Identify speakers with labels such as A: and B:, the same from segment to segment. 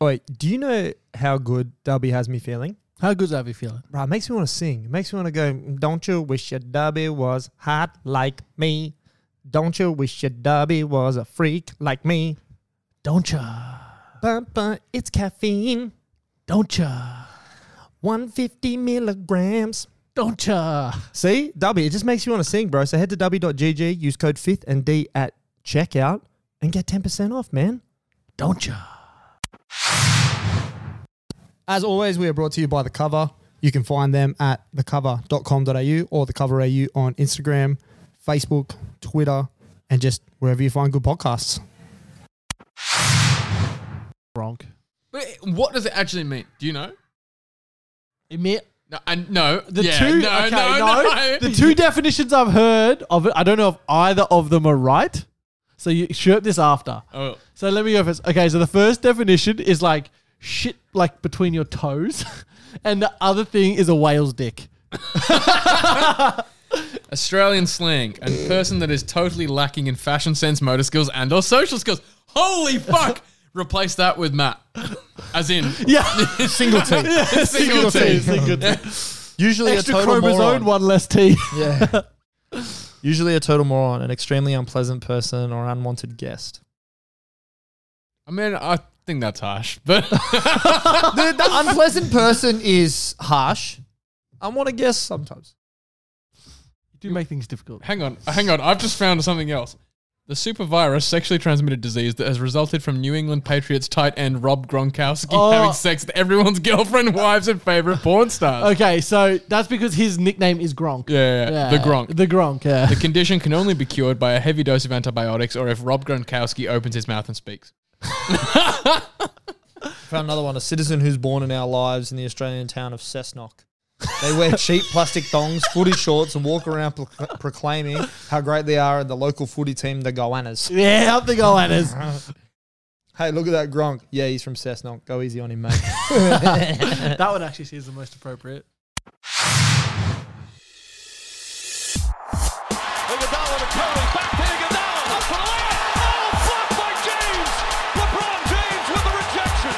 A: Wait, do you know how good Dubby has me feeling?
B: How good's Avi feeling?
A: Right, it makes me want to sing. It makes me want to go, Don't you wish your Dubby was hot like me? Don't you wish your Dubby was a freak like me?
B: Don't ya?
A: Bum, bum, it's caffeine,
B: Don't ya?
A: 150 milligrams.
B: Don't ya?
A: See, Dubby, it just makes you want to sing, bro. So head to dubby.gg, use code FIFTH and D at checkout and get 10% off, man.
B: Don't ya?
A: As always, we are brought to you by The Cover. You can find them at thecover.com.au or The Cover AU on Instagram, Facebook, Twitter, and just wherever you find good podcasts.
B: Wrong.
C: But it- what does it actually mean? Do you know?
B: Admit
C: No, and no.
B: the
C: yeah,
B: two.
C: No,
B: okay,
C: no, no,
B: The two definitions I've heard of it. I don't know if either of them are right. So you shirp this after.
C: Oh,
B: So let me go first. Okay, so the first definition is like shit, like between your toes, and the other thing is a whale's dick.
C: Australian slang and person that is totally lacking in fashion sense, motor skills, and or social skills. Holy fuck! Replace that with Matt, as in
B: Yeah,
C: single T, single T.
B: Single T.
D: Usually
B: Extra
D: a total
B: chromosome,
D: moron.
B: one less T.
D: Yeah. Usually a total moron, an extremely unpleasant person or unwanted guest.
C: I mean, I think that's harsh, but
D: the, the unpleasant person is harsh. Unwanted guest sometimes.
B: You do make things difficult.
C: hang on, hang on. I've just found something else. The supervirus, sexually transmitted disease that has resulted from New England Patriots tight end Rob Gronkowski
B: Oh.
C: having sex with everyone's girlfriend, wives, and favorite porn stars.
B: Okay, so that's because his nickname is Gronk.
C: Yeah, yeah, yeah. the Gronk.
B: The Gronk, yeah.
C: The condition can only be cured by a heavy dose of antibiotics or if Rob Gronkowski opens his mouth and speaks.
D: Found another one, a citizen who's born in our lives in the Australian town of Cessnock. They wear cheap plastic thongs, footy shorts, and walk around pro- proclaiming how great they are at the local footy team, the Goannas.
B: yeah, up the Goannas.
D: Hey, look at that Gronk. Yeah, he's from Cessnock. Go easy on him, mate.
B: that one actually seems the most appropriate.
E: Iguodala to Curry, back to Iguodala, up for the layup. Oh, blocked by James. LeBron James with the rejection.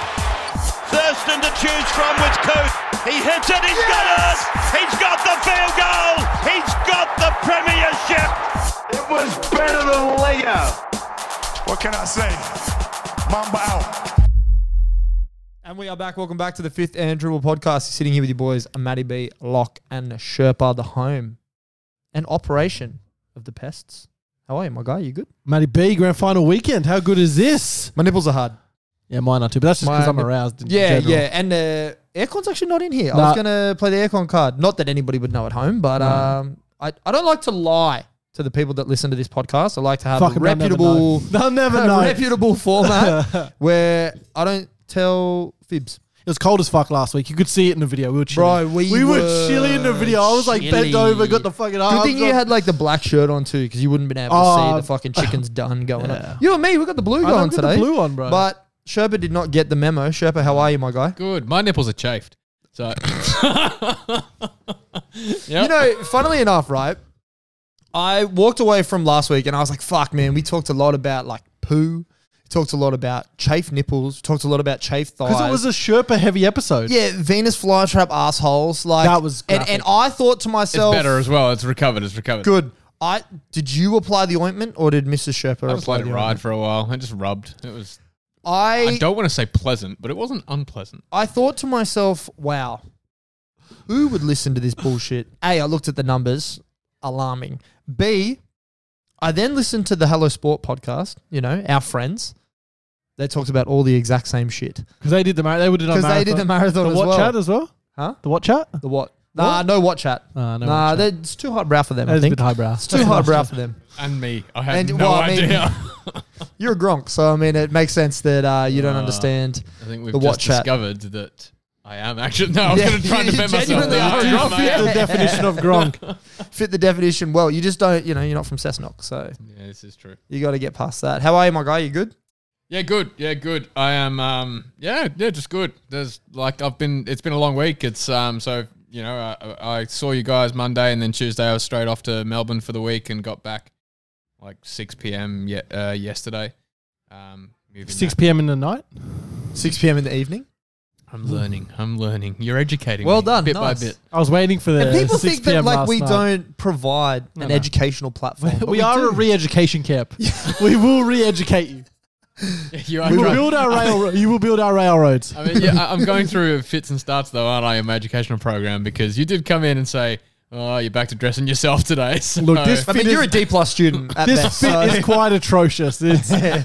F: Thurston to choose from with Coot. He hits it, He's got it! He's got the field goal! He's got the premiership!
G: It was better than Lego. What can I say? Mamba out.
D: And we are back. Welcome back to the fifth and dribble podcast. You're sitting here with your boys, Matty B, Locke, and Sherpa, the home and operation of the pests. How are you, my guy? You good?
B: Matty B, grand final weekend. How good is this?
D: My nipples are hard.
B: Yeah, mine are too, but that's just because I'm
D: Mine-
B: aroused. In
D: Yeah,
B: general.
D: yeah. And the aircon's actually not in here. I
B: Nah.
D: was gonna play the aircon card. Not that anybody would know at home, but um, I, I don't like to lie to the people that listen to this podcast. I like to have a
B: Fucking
D: reputable,
B: reputable. They'll never know.
D: a reputable format where I don't tell fibs.
B: It was cold as fuck last week. You could see it in the video. We were chilly.
D: Bro, we
B: were,
D: were
B: chilly in the video. I was like
D: chilly.
B: bent over, got the fucking
D: Good
B: arms.
D: thing you
B: up.
D: had like the black shirt on too, because you wouldn't been able to
B: Oh,
D: see the fucking chicken's done going
B: yeah.
D: on. You and me, we got the blue
B: I
D: going
B: don't get the
D: today.
B: blue on, bro.
D: But Sherpa did not get the memo. Sherpa, how are you, my guy?
C: Good. My nipples are chafed. So
D: You know, funnily enough, right? I walked away from last week and I was like, fuck, man, we talked a lot about like poo. We talked a lot about chafe nipples. We talked a lot about chafe thighs.
B: because it was a Sherpa heavy episode.
D: yeah, Venus flytrap assholes. Like
B: That was
D: and, and I thought to
C: it's
D: myself,
C: better as well. It's recovered. It's recovered.
D: good. I did you apply the ointment or did Mrs. Sherpa
C: I just
D: apply
C: let it
D: the
C: ride
D: ointment?
C: for a while. I just rubbed. It was.
D: I
C: I don't want to say pleasant, but it wasn't unpleasant.
D: I thought to myself, wow, who would listen to this bullshit? A, I looked at the numbers, alarming. B, I then listened to the Hello Sport podcast, you know, our friends. They talked about all the exact same shit.
B: because they did the mar- they would did
D: Because they did the marathon
B: the
D: as
B: what
D: well.
B: chat as well.
D: Huh?
B: The what chat?
D: The what? Nah, no what chat.
B: Uh, no
D: nah,
B: what chat.
D: they- it's too highbrow for them,
B: That
D: I
B: is a
D: think.
B: bit highbrow.
D: It's too highbrow for them.
C: And me, I had
D: And-
C: no
D: well, I mean-
C: idea.
D: You're a gronk, so I mean, it makes sense that uh, you don't
C: Uh,
D: understand.
C: I think we've
D: The what
C: just
D: chat?
C: discovered that I am actually. No, I was
D: Yeah,
C: going to try and
D: you
C: defend myself.
D: genuinely
C: I
D: are
C: am,
D: wrong.
C: I am.
B: Fit the definition of Gronk.
D: Fit the definition well. You just don't, you know, you're not from Cessnock, so
C: Yeah, this is true.
D: you got to get past that. How are you, my guy? You good?
C: Yeah, good. Yeah, good. I am. Um, yeah, yeah, just good. There's like I've been. It's been a long week. It's um. So you know, I, I saw you guys Monday, and then Tuesday I was straight off to Melbourne for the week, and got back like six p.m. Yet uh, yesterday. Um, moving
B: Six p.m. in the night.
C: that-
H: 6 p.m. in the evening.
C: I'm learning. I'm learning. You're educating.
D: Well
C: me
D: done,
C: Bit
D: nice.
C: by bit.
B: I was waiting for the.
D: And people
B: 6
D: think that
B: PM
D: like
B: last
D: we
B: night.
D: don't provide an
B: no.
D: educational platform. but
B: We, are
D: do.
B: a re-education camp. we will re-educate you.
C: You are
B: We will
C: right.
B: build our railroad. You will build our railroads.
C: I mean, yeah, I- I'm going through fits and starts though, aren't I, in my educational program? Because you did come in and say, "Oh, you're back to dressing yourself today." So
B: Look, this
D: I mean, you're a D plus student at
B: This
D: best.
B: fit
D: so-
B: is quite atrocious. It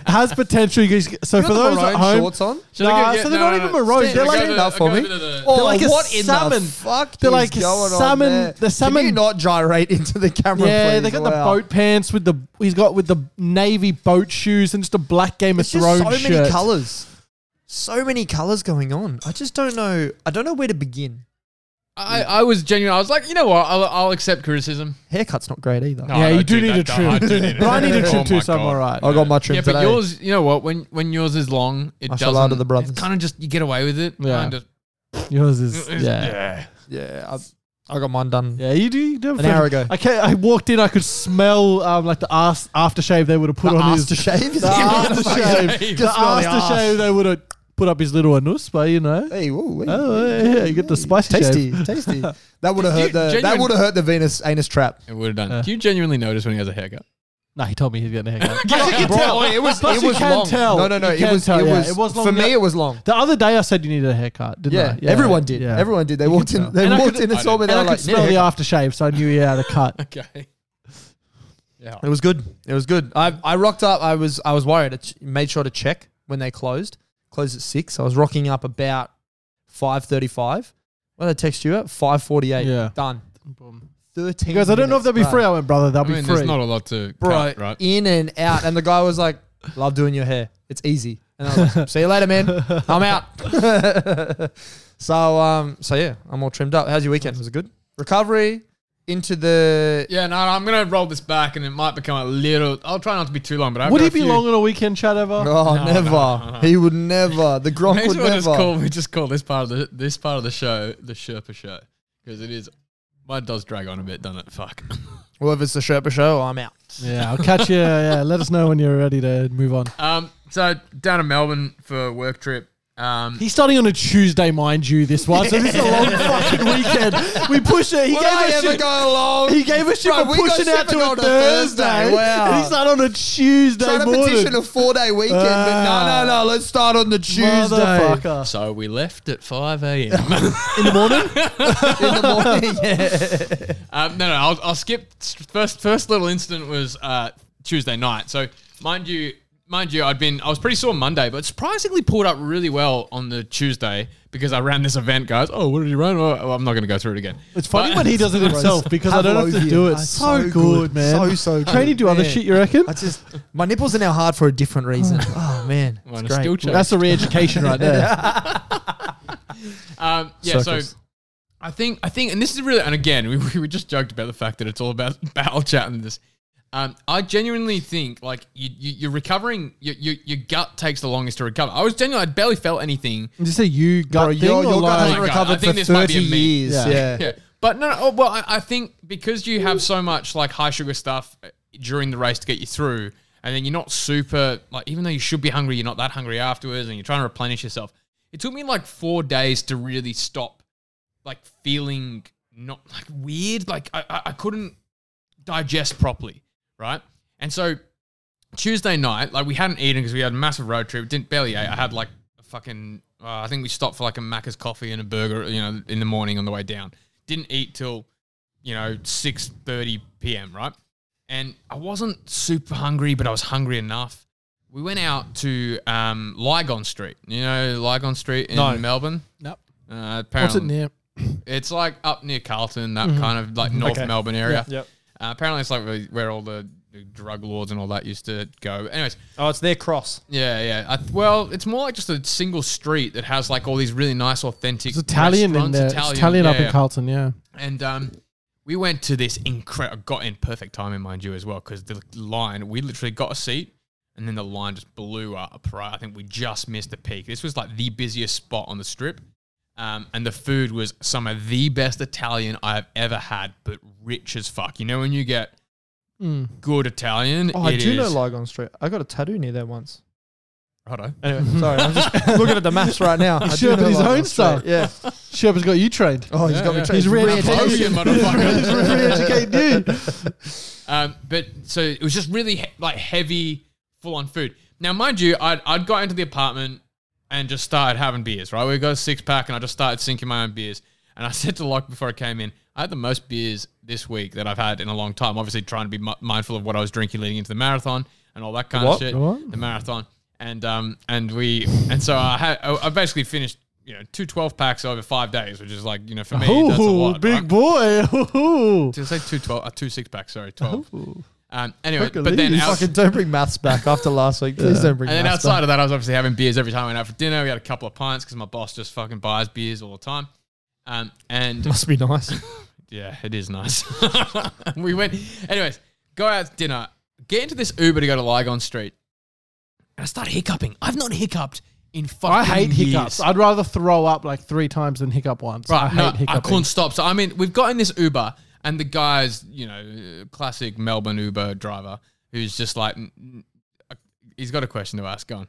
B: has potential. You guys- So
D: You
B: for
D: got the
B: those at
D: maroon
B: home,
D: shorts on.
C: Should I
B: Nah,
C: go- yeah,
B: so they're
C: no,
B: not
C: no,
B: even
C: no.
B: maroon. They're
C: I
B: like
C: go to
D: enough
C: I
D: for
C: go
D: me.
C: to the-
D: Oh,
B: like a
D: what in
B: salmon.
D: the fuck
B: They're
D: is
B: like a
D: going on
B: salmon-
D: there?
B: the salmon-
D: Can you not gyrate into the camera?
B: yeah,
D: please?
B: they got the
D: Wow.
B: boat pants with the. He's got with the navy boat shoes and just a black Game
D: It's
B: of
D: just
B: Thrones
D: so many
B: shirt.
D: colors. So many colors going on. I just don't know. I don't know where to begin.
C: I, I was genuine. I was like, you know what? I'll, I'll accept criticism.
D: Haircut's not great either.
C: I
B: yeah, you
C: don't
B: do,
C: do
B: need a
C: that. No, I
B: trim,
C: do need a
B: but I need a
C: trim.
B: trim
C: Oh
B: too.
C: my
B: So I'm
C: God.
B: alright.
D: I got my trim
C: yeah,
D: today.
C: but yours, you know what? When when yours is long, it
D: Much
C: doesn't.
D: aloud to the brothers.
C: It's kind of just you get away with it.
B: Yeah.
C: Kinda.
B: Yours is
C: It's-
B: yeah.
D: yeah, I, I got mine done.
B: Yeah, you do. You do have
D: An
B: fun.
D: hour ago.
B: I, ca- I walked in. I could smell um, like the ass aftershave they would have put
D: The
B: on
D: ass
B: his
D: to shave.
B: the
C: Ah,
B: aftershave. the
D: Just smell the
B: aftershave
D: arse.
B: they would have put up his little anus, but you know.
D: Hey, whoa, hey,
B: Oh, yeah, yeah, you get the spicy
D: tasty,
B: shave.
D: tasty. That would have
C: You
D: hurt the that
C: genuine-
D: would have hurt the Venus anus trap.
C: It would have done. Do you genuinely notice when he has a haircut?
B: Nah, he told me he's getting a haircut.
C: can tell.
D: It was
B: Plus
D: it
B: you
D: was
B: can
D: long.
B: tell.
D: No, no, no.
B: You
D: It
B: can
D: was,
B: tell,
D: it
B: yeah.
D: was
B: It was long.
D: for
B: Yeah.
D: me. It was long.
B: The other day I said you needed a haircut, didn't
D: Yeah,
B: I?
D: everyone did.
B: yeah.
D: Everyone did. They
B: You
D: walked
B: could
D: in.
B: tell.
D: They
B: And I
D: walked
B: could-
D: in and
C: I
D: saw me.
B: And
D: They
B: I
D: were
B: could
D: like,
B: smell
D: "Nick."
B: the aftershave, so I knew he had a cut.
C: Okay. Yeah.
D: It was good. It was good. I I rocked up. I was I was worried. I ch- made sure to check when they closed. Closed at six. I was rocking up about five thirty-five. What did I text you at? Five forty-eight.
B: Yeah.
D: done. Thirteen.
B: He goes, I don't know
D: minutes,
B: if they'll be
D: bro.
B: free. I went, brother, they'll
C: I mean,
B: be free.
C: there's not a lot to
D: bro,
C: cut, right?
D: in and out. And the guy was like, "Love doing your hair. It's easy." And I was like, "See you later, man. I'm out." so, um, so yeah, I'm all trimmed up. How's your weekend? Was it good? Recovery into the
C: Yeah, no, I'm gonna roll this back, and it might become a little. I'll try not to be too long, but I've
B: Would
C: got
B: he
C: a
B: be
C: few-
B: long on a weekend chat ever?
D: oh, never. He would never. The Gronk
C: Maybe
D: would
C: we just call
D: never.
C: we just call this part of the this part of the show the Sherpa show because it is. Mine does drag on a bit, doesn't it? Fuck.
D: Well, if it's the Sherpa show, I'm out.
B: Yeah, I'll catch you. Yeah, let us know when you're ready to move on.
C: Um, so down to Melbourne for a work trip. Um,
B: He's starting on a Tuesday, mind you, this one. So this is a long fucking weekend. We push it. He
D: Would I
B: gave us
D: ever
B: shit.
D: go along?
B: He gave us shit
D: Bro,
B: for
D: we got
B: pushing
D: shit
B: out
D: for
B: to a
D: going to
B: Thursday.
D: Thursday, wow.
B: And he's not on a Tuesday
D: Trying to
B: morning.
D: petition a four-day weekend, but
B: Ah.
D: no, no, no. Let's start on the Tuesday
B: Motherfucker.
C: so we left at five a.m.
B: In the morning?
D: in the morning. Yeah.
C: um, no, no, I'll, I'll skip. First, first little incident was uh, Tuesday night. So mind you, mind you, I'd been I was pretty sore Monday, but surprisingly pulled up really well on the Tuesday because I ran this event, guys. Oh, what did you run? Oh, I'm not going to go through it again.
B: It's funny when he does it himself because I don't have to
D: Pavlovian.
B: do it.
D: Ah,
B: So,
D: so
B: good,
D: good.
B: man.
D: So, so good.
B: Can you do other
D: Yeah.
B: shit, you reckon?
D: I just my nipples are now hard for a different reason. oh man, it's
C: Mine are
D: great.
C: still choked.
B: That's a re education right there.
C: Um, yeah,
D: Circles.
C: so I think I think, and this is really, and again, we, we just joked about the fact that it's all about battle chat and this. Um, I genuinely think like you, you you're recovering. Your, your your gut takes the longest to recover. I was genuinely, I barely felt anything.
B: Did you say you gut
D: Bro,
B: thing
D: your,
B: or
D: your gut
B: like-
D: hasn't
C: Oh my God, I
D: recovered
C: think
D: for
C: this might be
D: thirty
C: a meme.
D: years.
B: Yeah.
D: Yeah.
C: Yeah, but no, no oh, well, I, I think because you have so much like high sugar stuff uh, during the race to get you through, and then you're not super like even though you should be hungry, you're not that hungry afterwards, and you're trying to replenish yourself. It took me like four days to really stop like feeling not like weird. Like I, I, I couldn't digest properly, right? And so Tuesday night, like we hadn't eaten because we had a massive road trip. Didn't barely ate. I had like a fucking. Uh, I think we stopped for like a Macca's coffee and a burger, you know, in the morning on the way down. Didn't eat till, you know, six thirty p.m. Right, and I wasn't super hungry, but I was hungry enough. We went out to um, Lygon Street. You know Lygon Street in Melbourne.
B: Nope.
C: Uh, apparently,
B: What's it near? Mm-hmm.
C: It's like up near Carlton, that kind of like North Melbourne area. Uh, apparently, it's like where- where all the drug lords and all that used to go. Anyways,
D: Oh, it's their cross.
C: yeah, yeah. I, well, it's more like just a single street that has like all these really nice, authentic.
B: It's Italian in
C: restaurants,
B: there. it's Italian up
C: yeah,
B: in
C: yeah.
B: Carlton, yeah.
C: And um, we went to this incredible. Got in perfect timing, mind you, as well, because the line. We literally got a seat, and then the line just blew up. Right, I think we just missed the peak. This was like the busiest spot on the strip. Um, and the food was some of the best Italian I've ever had, but rich as fuck. You know when you get
B: Hmm.
C: good Italian,
D: Oh, I
C: it
D: do know
C: is-
D: Lygon Street. I got a tattoo near there once.
C: Righto.
D: Anyway, sorry, I'm just looking at the maths right now. I do
B: Sherpa
D: know
B: his
D: like
B: own
D: that's right.
B: stuff.
D: Yeah.
B: Sherpa's got you trained.
D: Oh, he's
C: Yeah,
D: got me
C: yeah.
D: trained.
B: He's
D: Re-
B: reeducated
C: Hogan, motherfucker.
B: Educated you.
C: Um, but so it was just really he- like heavy, full on food. Now, mind you, I'd, I'd got into the apartment and just started having beers, right? We got a six pack and I just started sinking my own beers. And I said to Locke before I came in, I had the most beers this week that I've had in a long time. Obviously, trying to be mi- mindful of what I was drinking leading into the marathon and all that kind of
D: what?
C: shit.
D: The what?
C: The marathon. And um and we and so I had I I basically finished you know two 12 packs over five days, which is like you know for me that's a
B: Ooh,
D: Oh,
C: lot.
B: big
C: right?
B: boy. Ooh.
C: Did I say two twelve? Uh, two six packs. Sorry, twelve. Um, anyway,
B: Fuck a
C: but then
B: lady.
C: out,
D: Fucking don't bring maths back after last week. Please don't bring
C: and then
D: maths
C: outside
D: back.
C: of that, I was obviously having beers every time I went out for dinner. We had a couple of pints because my boss just fucking buys beers all the time. Um, and
D: Must be nice.
C: yeah, it is nice. we went, anyways, go out to dinner, get into this Uber to go to Lygon Street, and I start hiccuping. I've not hiccuped in fucking
B: I hate
C: years.
B: hiccups. I'd rather throw up like three times than hiccup once. I
C: Right,
B: hate
C: no, I
B: hiccups.
C: couldn't stop. So I mean, we've got in this Uber, and the guy's you know uh, classic Melbourne Uber driver who's just like, n- n- uh, he's got a question to ask. Go on.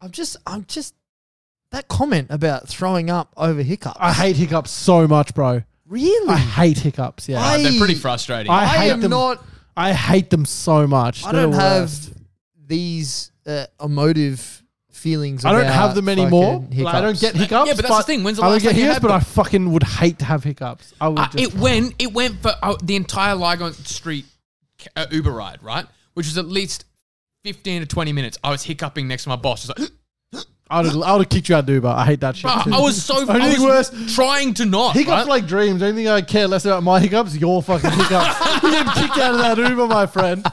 D: I'm just, I'm just. That comment about throwing up over hiccup.
B: I hate hiccups so much, bro.
D: really.
B: I hate hiccups. Yeah,
D: Hmm. I-
C: They're pretty frustrating.
B: I
D: I
B: hate
D: am
B: them.
D: not.
B: I hate them so much.
D: I
B: They're
D: don't
B: the
D: have
B: worst.
D: these uh, emotive feelings.
B: I don't
D: about
B: have them
D: fucking
B: anymore. Like, I don't
D: hiccups.
B: get hiccups.
C: Yeah, but that's the thing. When's the
B: I don't
C: last
B: get
C: time you
B: hiccups,
C: had
B: but I
C: them?
B: fucking would hate to have hiccups. I would.
C: Uh,
B: just
C: it went it went for uh, the entire Lygon Street ca- uh, Uber ride, right? Which was at least fifteen to twenty minutes. I was hiccuping next to my boss, just like
B: I would. I would have kicked you out, dude. But I hate that shit.
C: "Ah,"
B: too.
C: I was so
B: Only
C: I was
B: worse.
C: trying to not.
B: Hiccups
C: right?
B: like dreams. Anything I care less about my hiccups, your fucking hiccups. you get kicked out of that Uber, my friend.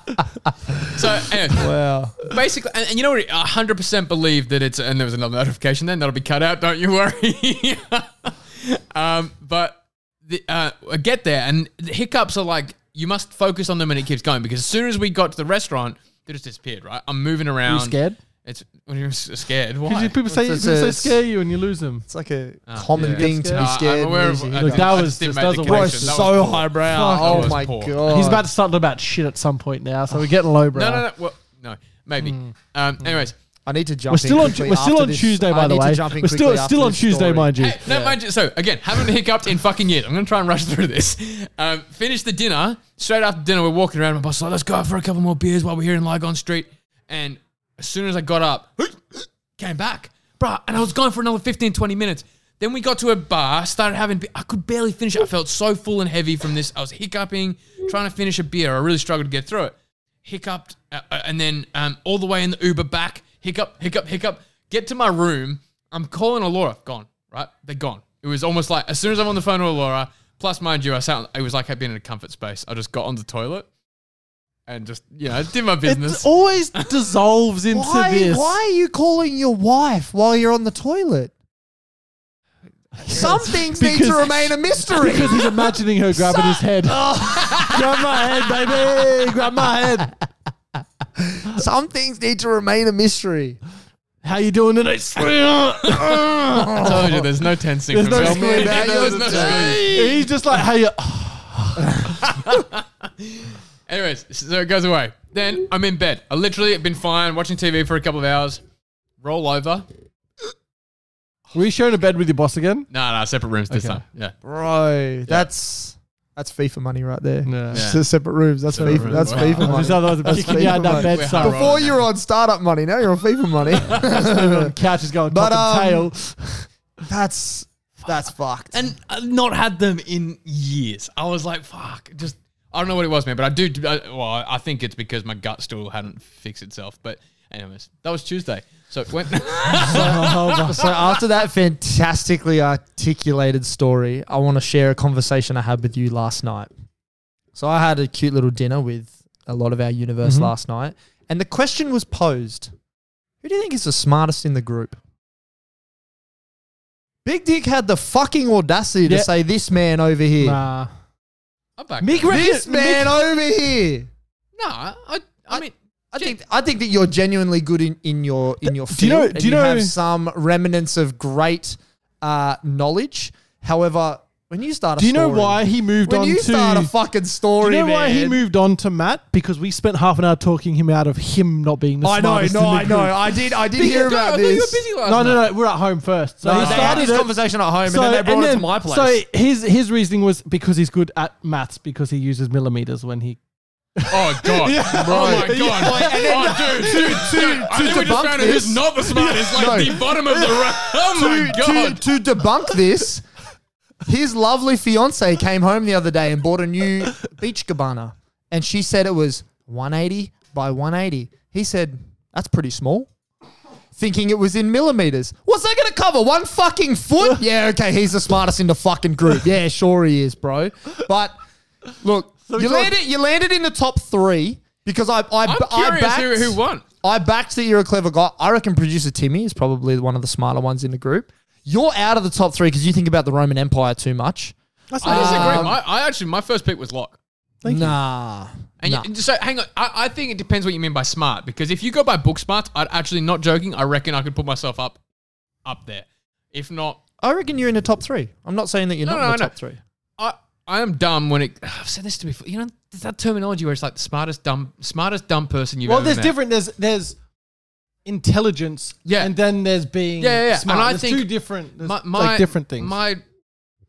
C: so. Anyway,
D: Wow.
C: basically, and, and you know what? I hundred percent believe that it's. And there was another notification then that'll be cut out. Don't you worry. um, but the, uh, I get there, and the hiccups are like you must focus on them, and it keeps going because as soon as we got to the restaurant, they just disappeared. Right? I'm moving around.
B: you scared?
C: It's when you're s- scared. Why?
B: Because you- people say
D: It's-
B: people say
D: it's-
B: scare you and you lose them.
D: It's like a common
C: yeah.
D: thing to
B: Yeah,
D: be
C: Uh, I'm
D: scared.
C: aware
D: and
C: of-
D: easy.
C: okay,
B: Look, that
C: I
B: was
C: just
B: just-
C: didn't make
B: that
C: the
B: was a waste.
C: connection. That
D: so
C: was poor.
D: highbrow.
C: Fuck, that
D: Oh
C: was
D: my
C: poor.
D: god.
B: He's about to start about shit at some point now, so we're getting low, bro.
C: No, no, no. Well, no, maybe.
B: Hmm.
C: Um, anyways,
D: I need to jump.
B: We're still
D: in
B: on.
D: quickly
B: We're still
D: after
B: on
D: this.
B: Tuesday,
D: I
B: by the
D: need to
B: way.
D: jump in
B: We're
D: quickly
B: still
D: after
B: still on
D: this
B: Tuesday,
D: story.
B: mind you.
C: hey, no, mind you. So again, haven't hiccuped in fucking years. I'm gonna try and rush through this. Um, finish the dinner. Straight after dinner, we're walking around. My boss is like, "Let's go out for a couple more beers while we're here in Lygon Street." And as soon as I got up, came back, bruh, and I was gone for another 15, 20 minutes. Then we got to a bar, started having. Be- I could barely finish. it. I felt so full and heavy from this. I was hiccuping, trying to finish a beer. I really struggled to get through it. Hiccuped, uh, uh, and then um, all the way in the Uber back, hiccup, hiccup, hiccup. Get to my room. I'm calling Alora. Gone. Right? They're gone. It was almost like as soon as I'm on the phone with Alora. Plus, mind you, I sound. It was like I'd been in a comfort space. I just got on the toilet and just you know did my business.
B: It always dissolves into
D: Why?
B: this.
D: Why are you calling your wife while you're on the toilet? Some things need to
B: Because-
D: remain a mystery.
B: Because he's imagining her grabbing his head. grab my head, baby. Grab my head.
D: Some things need to remain a mystery.
B: How you doing today?
C: I told you, there's no tensing.
B: There's
C: from
B: no
C: Mel.
B: squeeze.
C: There's no squeeze.
B: he's just like, hey, uh,
C: Anyways, so it goes away. Then I'm in bed. I literally have been fine, watching TV for a couple of hours. Roll over.
B: were you sharing a bed with your boss again?
C: No, no, separate rooms this
B: Okay.
C: time. Yeah.
D: Bro, that's that's FIFA money right there.
B: No.
C: Yeah.
D: Se- Separate rooms. That's
C: Separate
D: FIFA.
C: rooms.
D: That's
C: Wow.
D: FIFA
B: Because
D: money.
B: otherwise,
D: That's
B: I'm kicking you out of that
D: FIFA, mate.
B: bed, son.
C: We're
D: Before you were on startup money, now you're on FIFA money.
B: The couch is going
D: But,
B: top
D: um,
B: and tail.
D: that's that's fucked.
C: And I've not had them in years. I was like, fuck. Just I don't know what it was, man. But I do. I, well, I think it's because my gut still hadn't fixed itself. But anyways, that was Tuesday. So it went.
D: so after that fantastically articulated story, I want to share a conversation I had with you last night. So I had a cute little dinner with a lot of our universe
B: Mm-hmm.
D: last night, and the question was posed: Who do you think is the smartest in the group? Big Dick had the fucking audacity
B: Yeah.
D: to say this man over here.
B: Nah.
C: I'm back.
B: Mick
C: no,
B: reckons-
D: This man over here.
C: I. I mean,
D: I think I think that you're genuinely good in, in your in your field.
B: do you know-
D: and
B: do you know-
D: have some remnants of great uh, knowledge? However, When you start a
B: Do you know
D: story-
B: why he moved
D: When
B: on
D: you
B: to
D: start a fucking
B: Do
D: story,
B: you know why he
D: man.
B: moved on to Matt? Because we spent half an hour talking him out of him not being the
D: I know,
B: smartest
D: no,
B: in the
D: I know.
B: group.
D: I did I did hear
C: I
D: about
C: thought you
D: this.
C: were busy last
B: No,
C: night.
B: no, no. We're at home first. So
D: No,
B: he
D: they had
B: started
D: this
B: it.
D: conversation at home, and then they brought it to my place.
B: So his his reasoning was because he's good at maths because he uses millimeters when he.
C: Oh god! Oh my god! oh, dude, dude, dude! I think we just
D: debunk
C: found out who's
D: this-
C: not the smartest. Like
D: No.
C: the bottom of the row. Oh my
D: to,
C: god!
D: to, to debunk this, his lovely fiance came home the other day and bought a new beach cabana. And she said it was 180 by 180. He said, that's pretty small. Thinking it was in millimeters. What's that going to cover? One fucking foot? Yeah, okay, he's the smartest in the fucking group. Yeah, sure he is, bro. But look, you,
B: John-
D: landed, you landed in the top three because I, I,
C: I'm
D: I
C: curious who,
D: backed-
C: who won.
D: I backed that you're a clever guy. I reckon producer Timmy is probably one of the smarter ones in the group. You're out of the top three because you think about the Roman Empire too much.
C: I disagree. My, I actually, my first pick was Locke.
D: nah.
C: And you, so, hang on. I, I think it depends what you mean by smart. Because if you go by book smarts, I'd actually not joking. I reckon I could put myself up, up there. If not,
D: I reckon you're in the top three. I'm not saying that you're
C: No,
D: not
C: no,
D: in the
C: no.
D: top three.
C: I I am dumb when it. I've said this to before. You know, there's that terminology where it's like the smartest dumb, smartest dumb person you've
B: Well,
C: ever
B: there's
C: met.
B: different. There's there's intelligence.
C: Yeah.
B: and then there's being.
C: Yeah, yeah, yeah.
B: Smart.
C: And I
B: there's
C: think
B: two different. There's
C: my, my
B: like different things.
C: My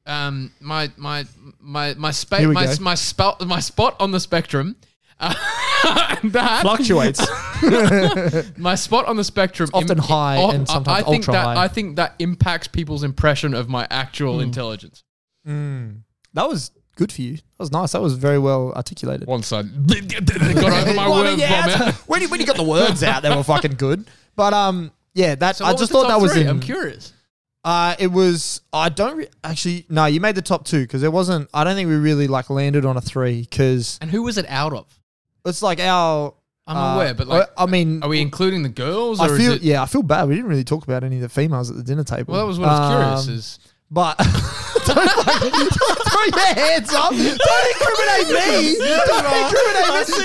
C: um my my my my space
D: Here we
C: my
D: go.
C: s- my spot my spot on the spectrum. uh, that
D: Fluctuates.
C: my spot on the spectrum
D: often high
C: oh,
D: and
C: I-
D: sometimes
C: I think
D: ultra
C: that
D: high. Hmm.
C: I think that impacts people's impression of my actual intelligence.
D: that was good for you. That was nice. That was very well articulated.
C: One side got over my
D: Well, I mean,
C: word
D: yeah,
C: vomit.
D: that's- when, you, when you got the words out, they were fucking good. But um, yeah, that
C: So
D: I
C: what was
D: just
C: the
D: thought
C: top
D: that was
C: three?
D: in.
C: I'm curious.
D: Uh, it was. I don't re- actually. No, you made the top two because it wasn't. I don't think we really like landed on a three because
C: And who was it out of?
D: it's like our.
C: I'm
D: uh,
C: aware, but like,
D: I I mean,
C: are we including the girls? Or
D: I
C: is
D: feel.
C: it,
D: Yeah, I feel bad. We didn't really talk about any of the females at the dinner table.
C: Well, that was what I was
D: Um,
C: curious. Is
D: But don't, fucking- don't throw your hands up. Don't incriminate me. Don't incriminate me. I've seen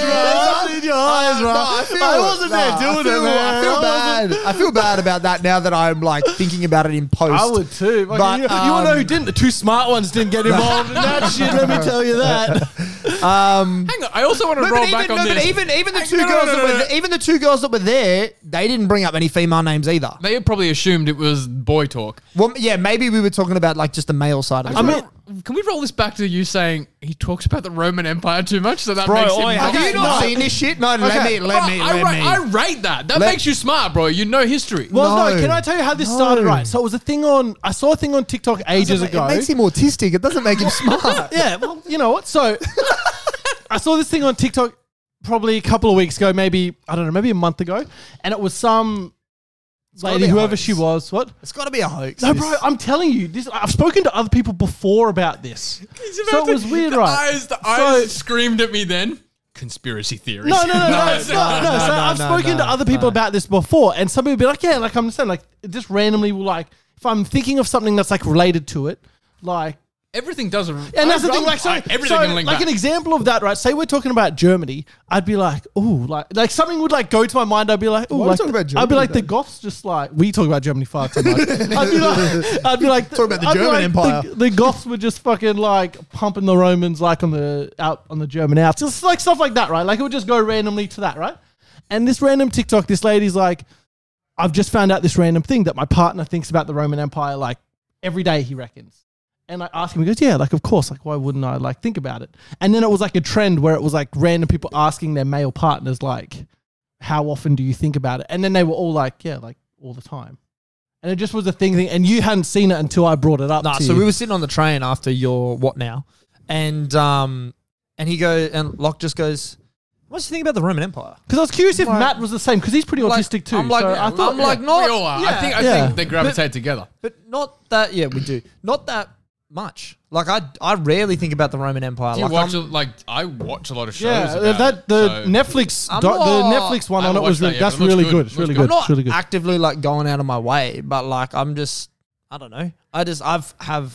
D: your eyes,
B: bro. I've seen your eyes, bro.
D: I, feel,
B: I wasn't there
D: nah,
B: doing
D: I feel,
B: it, man.
D: I feel
B: I
D: bad. I feel bad about that now that I'm like thinking about it in post.
B: I would too. Fucking
D: But,
B: you, you wanna know who
D: um,
B: didn't? The two smart ones didn't get involved in that shit. Let me tell you that.
C: Hang on, I also want to
D: No,
C: roll
D: but even,
C: back on
D: no,
C: this.
D: but even even the
C: Hang-
D: two
C: no, no,
D: girls
C: no,
D: that
C: no,
D: were
C: no.
D: th- even the two girls that were there, they didn't bring up any female names either.
C: they probably assumed it was boy talk.
D: Well, yeah, maybe we were talking about like just the male side of it.
B: I mean,
C: Can we roll this back to you saying he talks about the Roman Empire too much, so that
D: Bro,
C: makes him.
D: oi, have
C: Okay,
D: you not seen this shit? No, let
C: okay.
D: me, let
C: Bro,
D: me,
C: I,
D: let
C: ra-
D: me.
C: I rate that. That
D: Let-
C: makes you smart, bro. You know history.
B: Well, no.
D: No.
B: Can I tell you how this started?
D: No.
B: Right. So it was a thing on. I saw a thing on TikTok ages
D: Doesn't
B: ago.
D: ma- It makes him autistic. It doesn't make him smart.
B: yeah, well, you know what? So I saw this thing on TikTok probably a couple of weeks ago, maybe I don't know, maybe a month ago, and it was some
D: gotta
B: lady,
D: be
B: whoever
D: hoax.
B: she was. What?
D: It's got to be a hoax.
B: No, bro, I'm telling you, this. I've spoken to other people before about this, so it was weird,
C: the
B: right?
C: Eyes, the
B: So-
C: eyes screamed at me then. Conspiracy theories.
B: No, no, no, no, no, no,
D: no,
B: So
D: no,
B: I've
D: no,
B: spoken
D: no,
B: to other people
D: no.
B: about this before, and some people be like, "Yeah, like I'm saying, like it just randomly will like if I'm thinking of something that's like related to it, like
C: Everything does. And
D: Oh,
B: And that's the thing, like, so,
C: everything
B: so,
C: can link
B: like
C: back.
B: an example of that, right? Say we're talking about Germany, I'd be like, oh, like, like something would like go to my mind. I'd be like, oh,
D: Why are we
B: like,
D: talking about
B: I'd be
D: Germany,
B: like, the
D: though?
B: Goths just like we talk about Germany far too much. I'd be like, I'd be like,
D: Talk about the
B: I'd be
D: German
B: like,
D: Empire.
B: The, the Goths were just fucking like pumping the Romans like on the out on the German outs, just like stuff like that, right? Like it would just go randomly to that, right? And this random TikTok, this lady's like, I've just found out this random thing that my partner thinks about the Roman Empire like every day. He reckons. And I asked him, he goes, Yeah, like, of course. Like, why wouldn't I, like, think about it? And then it was like a trend where it was like random people asking their male partners, like, How often do you think about it? And then they were all like, Yeah, like, all the time. And it just was a thing. thing and you hadn't seen it until I brought it up.
D: Nah,
B: to
D: so
B: you.
D: we were sitting on the train after your what now, and um, and he goes and Locke just goes, "What do you think about the Roman Empire?"
B: Because I was curious if Matt was the same, because he's pretty autistic too.
D: I'm like,
B: so I
D: I'm
B: thought,
D: like,
B: yeah.
D: not.
C: we all are. I
B: yeah,
C: think. I
B: yeah.
C: think they gravitate together.
D: But not that. Yeah, we do. Not that much. Like I, I rarely think about the Roman Empire.
C: Do you
D: like
C: watch
D: I'm,
C: a- like I watch a lot of shows.
B: Yeah,
C: about
B: that
C: it,
B: the
C: so-
B: Netflix
D: I'm
B: doc-
D: not-
B: the Netflix one
C: I
B: on it
C: haven't
B: was
C: watched that
B: really,
C: yet,
B: that's
C: but it looks
B: really
C: good.
B: good.
C: It
B: It's
C: looks
B: really
C: good.
B: good.
D: I'm not
B: It's really good.
D: actively like going out of my way, but like I'm just, I don't know. I just I've have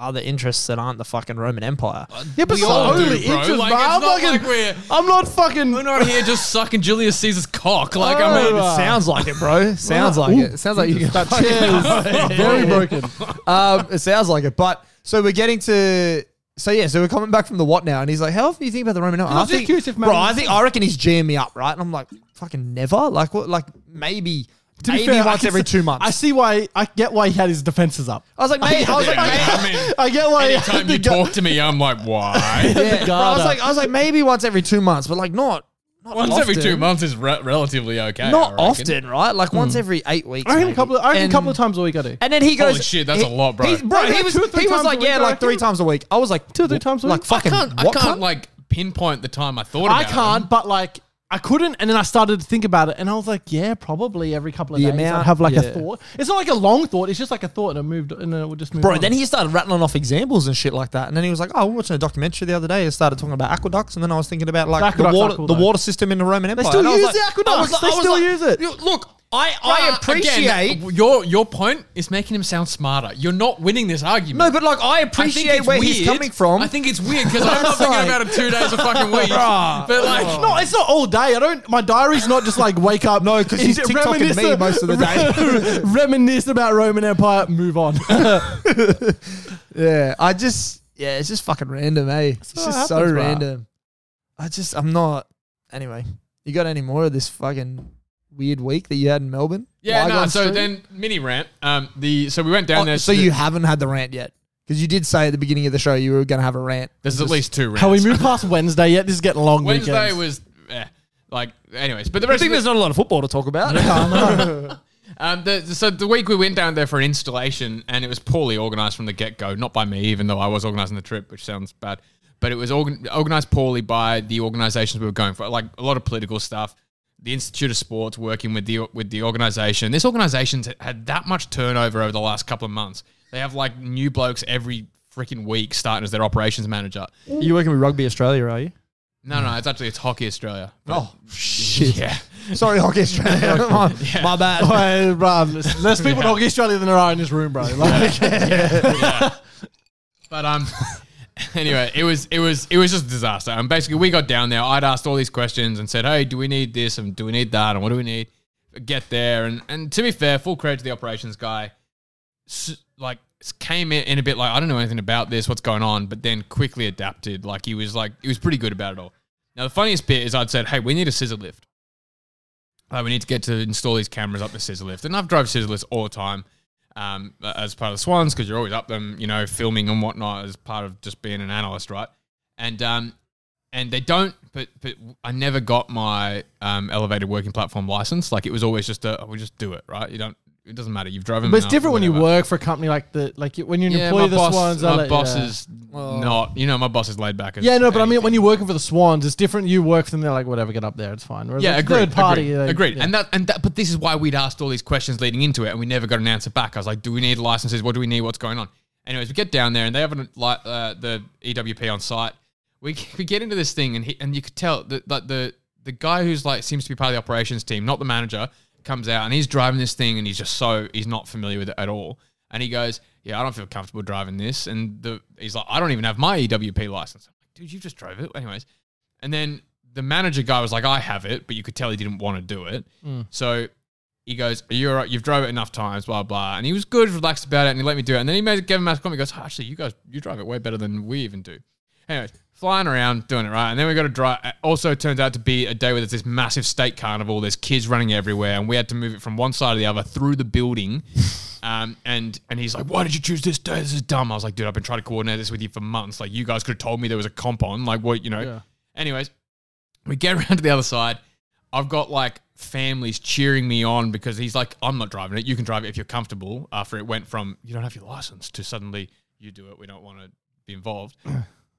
D: other interests that aren't the fucking Roman Empire.
B: Yeah, but
C: we
B: it's the
C: all do,
B: only
C: bro.
B: interest,
C: Like,
B: bro.
C: it's
B: I'm
C: not
B: fucking-
C: like we're-
B: I'm not fucking.
C: We're not here just sucking Julius Caesar's cock. Like I mean,
B: Alright.
D: sounds like it, bro.
B: Ah,
D: Sounds like it. Sounds like you can
B: That chair is very broken.
D: um, it sounds like it, but So we're getting to. So yeah, so we're coming back from the what now, and he's like, "How often do you think about the Roman
B: I
D: number?"
B: was just curious if
D: bro, I
B: Madeline-
D: think I reckon he's jamming me up, right? And I'm like, "Fucking never." Like what? Like maybe,
B: To be
D: maybe
B: fair, I
D: once
B: can
D: every
B: s-
D: two months.
B: I see why. I get why he had his defenses up.
D: I was like, mate, I was like,
C: Yeah,
D: mate,
C: I mean,
B: I get why. he had
C: anytime
B: the
C: you
B: gu-
C: talk to me, I'm like, why?
D: yeah. Bro, I was
B: Garda.
D: like, I was like, maybe once every two months, but like not, not
C: Once every
D: often.
C: two months is re- relatively okay.
D: not
C: I reckon.
D: often, right? Like once every eight weeks.
B: Hmm. I reckon a
D: maybe.
B: couple. Of, I reckon a
D: And-
B: couple of times a week I do.
D: And then he goes,
C: Holy shit, that's
D: he-
C: a lot, bro.
D: he's- bro,
B: Yeah,
D: he was,
B: two or three
D: he was
B: times a
D: like,
B: week,
D: yeah,
B: I
D: like
B: reckon.
D: three times a week. I was like,
B: Two or three times a
D: Like
B: week?
D: fucking,
C: I can't, I
D: what
C: can't
D: cunt?
C: like pinpoint the time I thought about
B: I
C: it.
B: can't, but like I couldn't, and then I started to think about it, and I was like, yeah, probably every couple of
D: The
B: days
D: amount,
B: I have like
D: yeah.
B: a thought. It's not like a long thought; it's just like a thought, and I moved, and then it would just move.
D: Bro,
B: on.
D: then he started rattling off examples and shit like that, and then he was like, "Oh, we're watching a documentary the other day. It started talking about aqueducts, and then I was thinking about like the
B: Aqueducts are
D: water,
B: cool,
D: the
B: though.
D: water system in the Roman Empire."
B: still
D: And I was
B: use the aqueducts.
D: I was
B: They
D: I was
B: still use it.
D: "You- Look, I I appreciate
C: Again, your your point is making him sound smarter. You're not winning this argument.
D: no, but like I
C: I think
D: appreciate
C: it's
D: where
C: weird.
D: he's coming from.
C: I think it's weird because I'm not thinking
D: like-
C: about it two days a fucking week. but like,
B: No, it's not all day. I don't. My diary's not just like wake up.
D: No, 'cause he's
B: Is it
D: TikToking
B: reminisce-
D: me most of the day.
B: reminisce about Roman Empire. Move on.
D: yeah, I just yeah, it's just fucking random, eh? It's
B: what
D: just so
B: happens, bro.
D: random. I just I'm not. Anyway, you got any more of this fucking weird week that you had in Melbourne?
C: yeah, no.
D: Lygon
C: so
D: Street?
C: then mini rant. Um, the so we went down
D: Oh,
C: there.
D: so
C: to-
D: you haven't had the rant yet because you did say at the beginning of the show you were going to have a rant.
C: there's at least two rants.
B: Have we moved past Wednesday yet? This is getting long.
C: Wednesday
B: weekends.
C: was eh, like, anyways. But the rest of the-
D: not a lot of football to talk about.
C: Um, the, so the week we went down there for an installation, and it was poorly organised from the get go. Not by me, even though I was organising the trip, which sounds bad. But it was organ- organised poorly by the organisations we were going for, like a lot of political stuff. The Institute of Sports working with the with the organisation. This organisation's had that much turnover over the last couple of months. They have like new blokes every freaking week starting as their operations manager.
D: you working with Rugby Australia, are you?
C: No, no, it's actually it's Hockey Australia.
D: Oh shit!
C: yeah.
D: Sorry, Hockey Australia. my, my bad.
B: Hey, bro, there's there's people in Hockey Australia than there are in this room, bro. Like,
C: But um, anyway, it was it was it was just a disaster. And basically, we got down there. I'd asked all these questions and said, "Hey, do we need this and do we need that and what do we need?" Get there and and to be fair, full credit to the operations guy. S- like s- came in, in a bit like I don't know anything about this. What's going on? But then quickly adapted. Like he was like he was pretty good about it all. Now the funniest bit is I'd said, "Hey, we need a scissor lift." Uh, we need to get to install these cameras up the scissor lift. And I've drove scissor lifts all the time um, as part of the Swans because you're always up them, you know, filming and whatnot as part of just being an analyst, right? And um, and they don't, but but I never got my um, elevated working platform license. Like it was always just a, we just do it, right? You don't, it doesn't matter. You've driven,
B: but it's
C: them out,
B: different when you
C: whatever.
B: work for a company like the like you- when you're an
C: Yeah,
B: employee
C: my
B: of the
C: boss,
B: Swans. they'll
C: my
B: let-
C: boss
B: yeah.
C: is not, you know, my boss is laid back. As
B: Yeah, no, but I mean,
C: anything.
B: when you're working for the Swans, it's different. You work for them, they're like, whatever, get up there, it's fine. Whereas
C: yeah,
B: like,
C: agreed.
B: Third party,
C: agreed.
B: they-
C: agreed.
B: yeah.
C: And that and that. But this is why we'd asked all these questions leading into it, and we never got an answer back. I was like, "Do we need licenses? What do we need? What's going on?" Anyways, we get down there, and they have an, like uh, the EWP on site. We we get into this thing, and he, and you could tell that that the the guy who's like seems to be part of the operations team, not the manager, comes out and he's driving this thing, and he's just so he's not familiar with it at all. And he goes, "Yeah, I don't feel comfortable driving this." And the he's like, "I don't even have my EWP license." I'm like, "Dude, you just drove it." Anyways, and then the manager guy was like, I have it, but you could tell he didn't want to do it. So he goes, Are you all right? You've drove it enough times, blah, blah. And he was good, relaxed about it, and he let me do it. And then he made, gave him a comment. He goes, "Oh, Actually, you guys, you drive it way better than we even do. Anyways, flying around, doing it right. And then we got to drive. it Also, turns out to be a day where there's this massive state carnival. There's kids running everywhere. And we had to move it from one side to the other through the building. Um, and, and he's like, Why did you choose this day? This is dumb. I was like, Dude, I've been trying to coordinate this with you for months. Like, you guys could have told me there was a comp on. Like, what, you know? Anyways, we get around to the other side. I've got like families cheering me on because he's like, I'm not driving it. You can drive it if you're comfortable. After it went from you don't have your license to suddenly you do it. We don't want to be involved.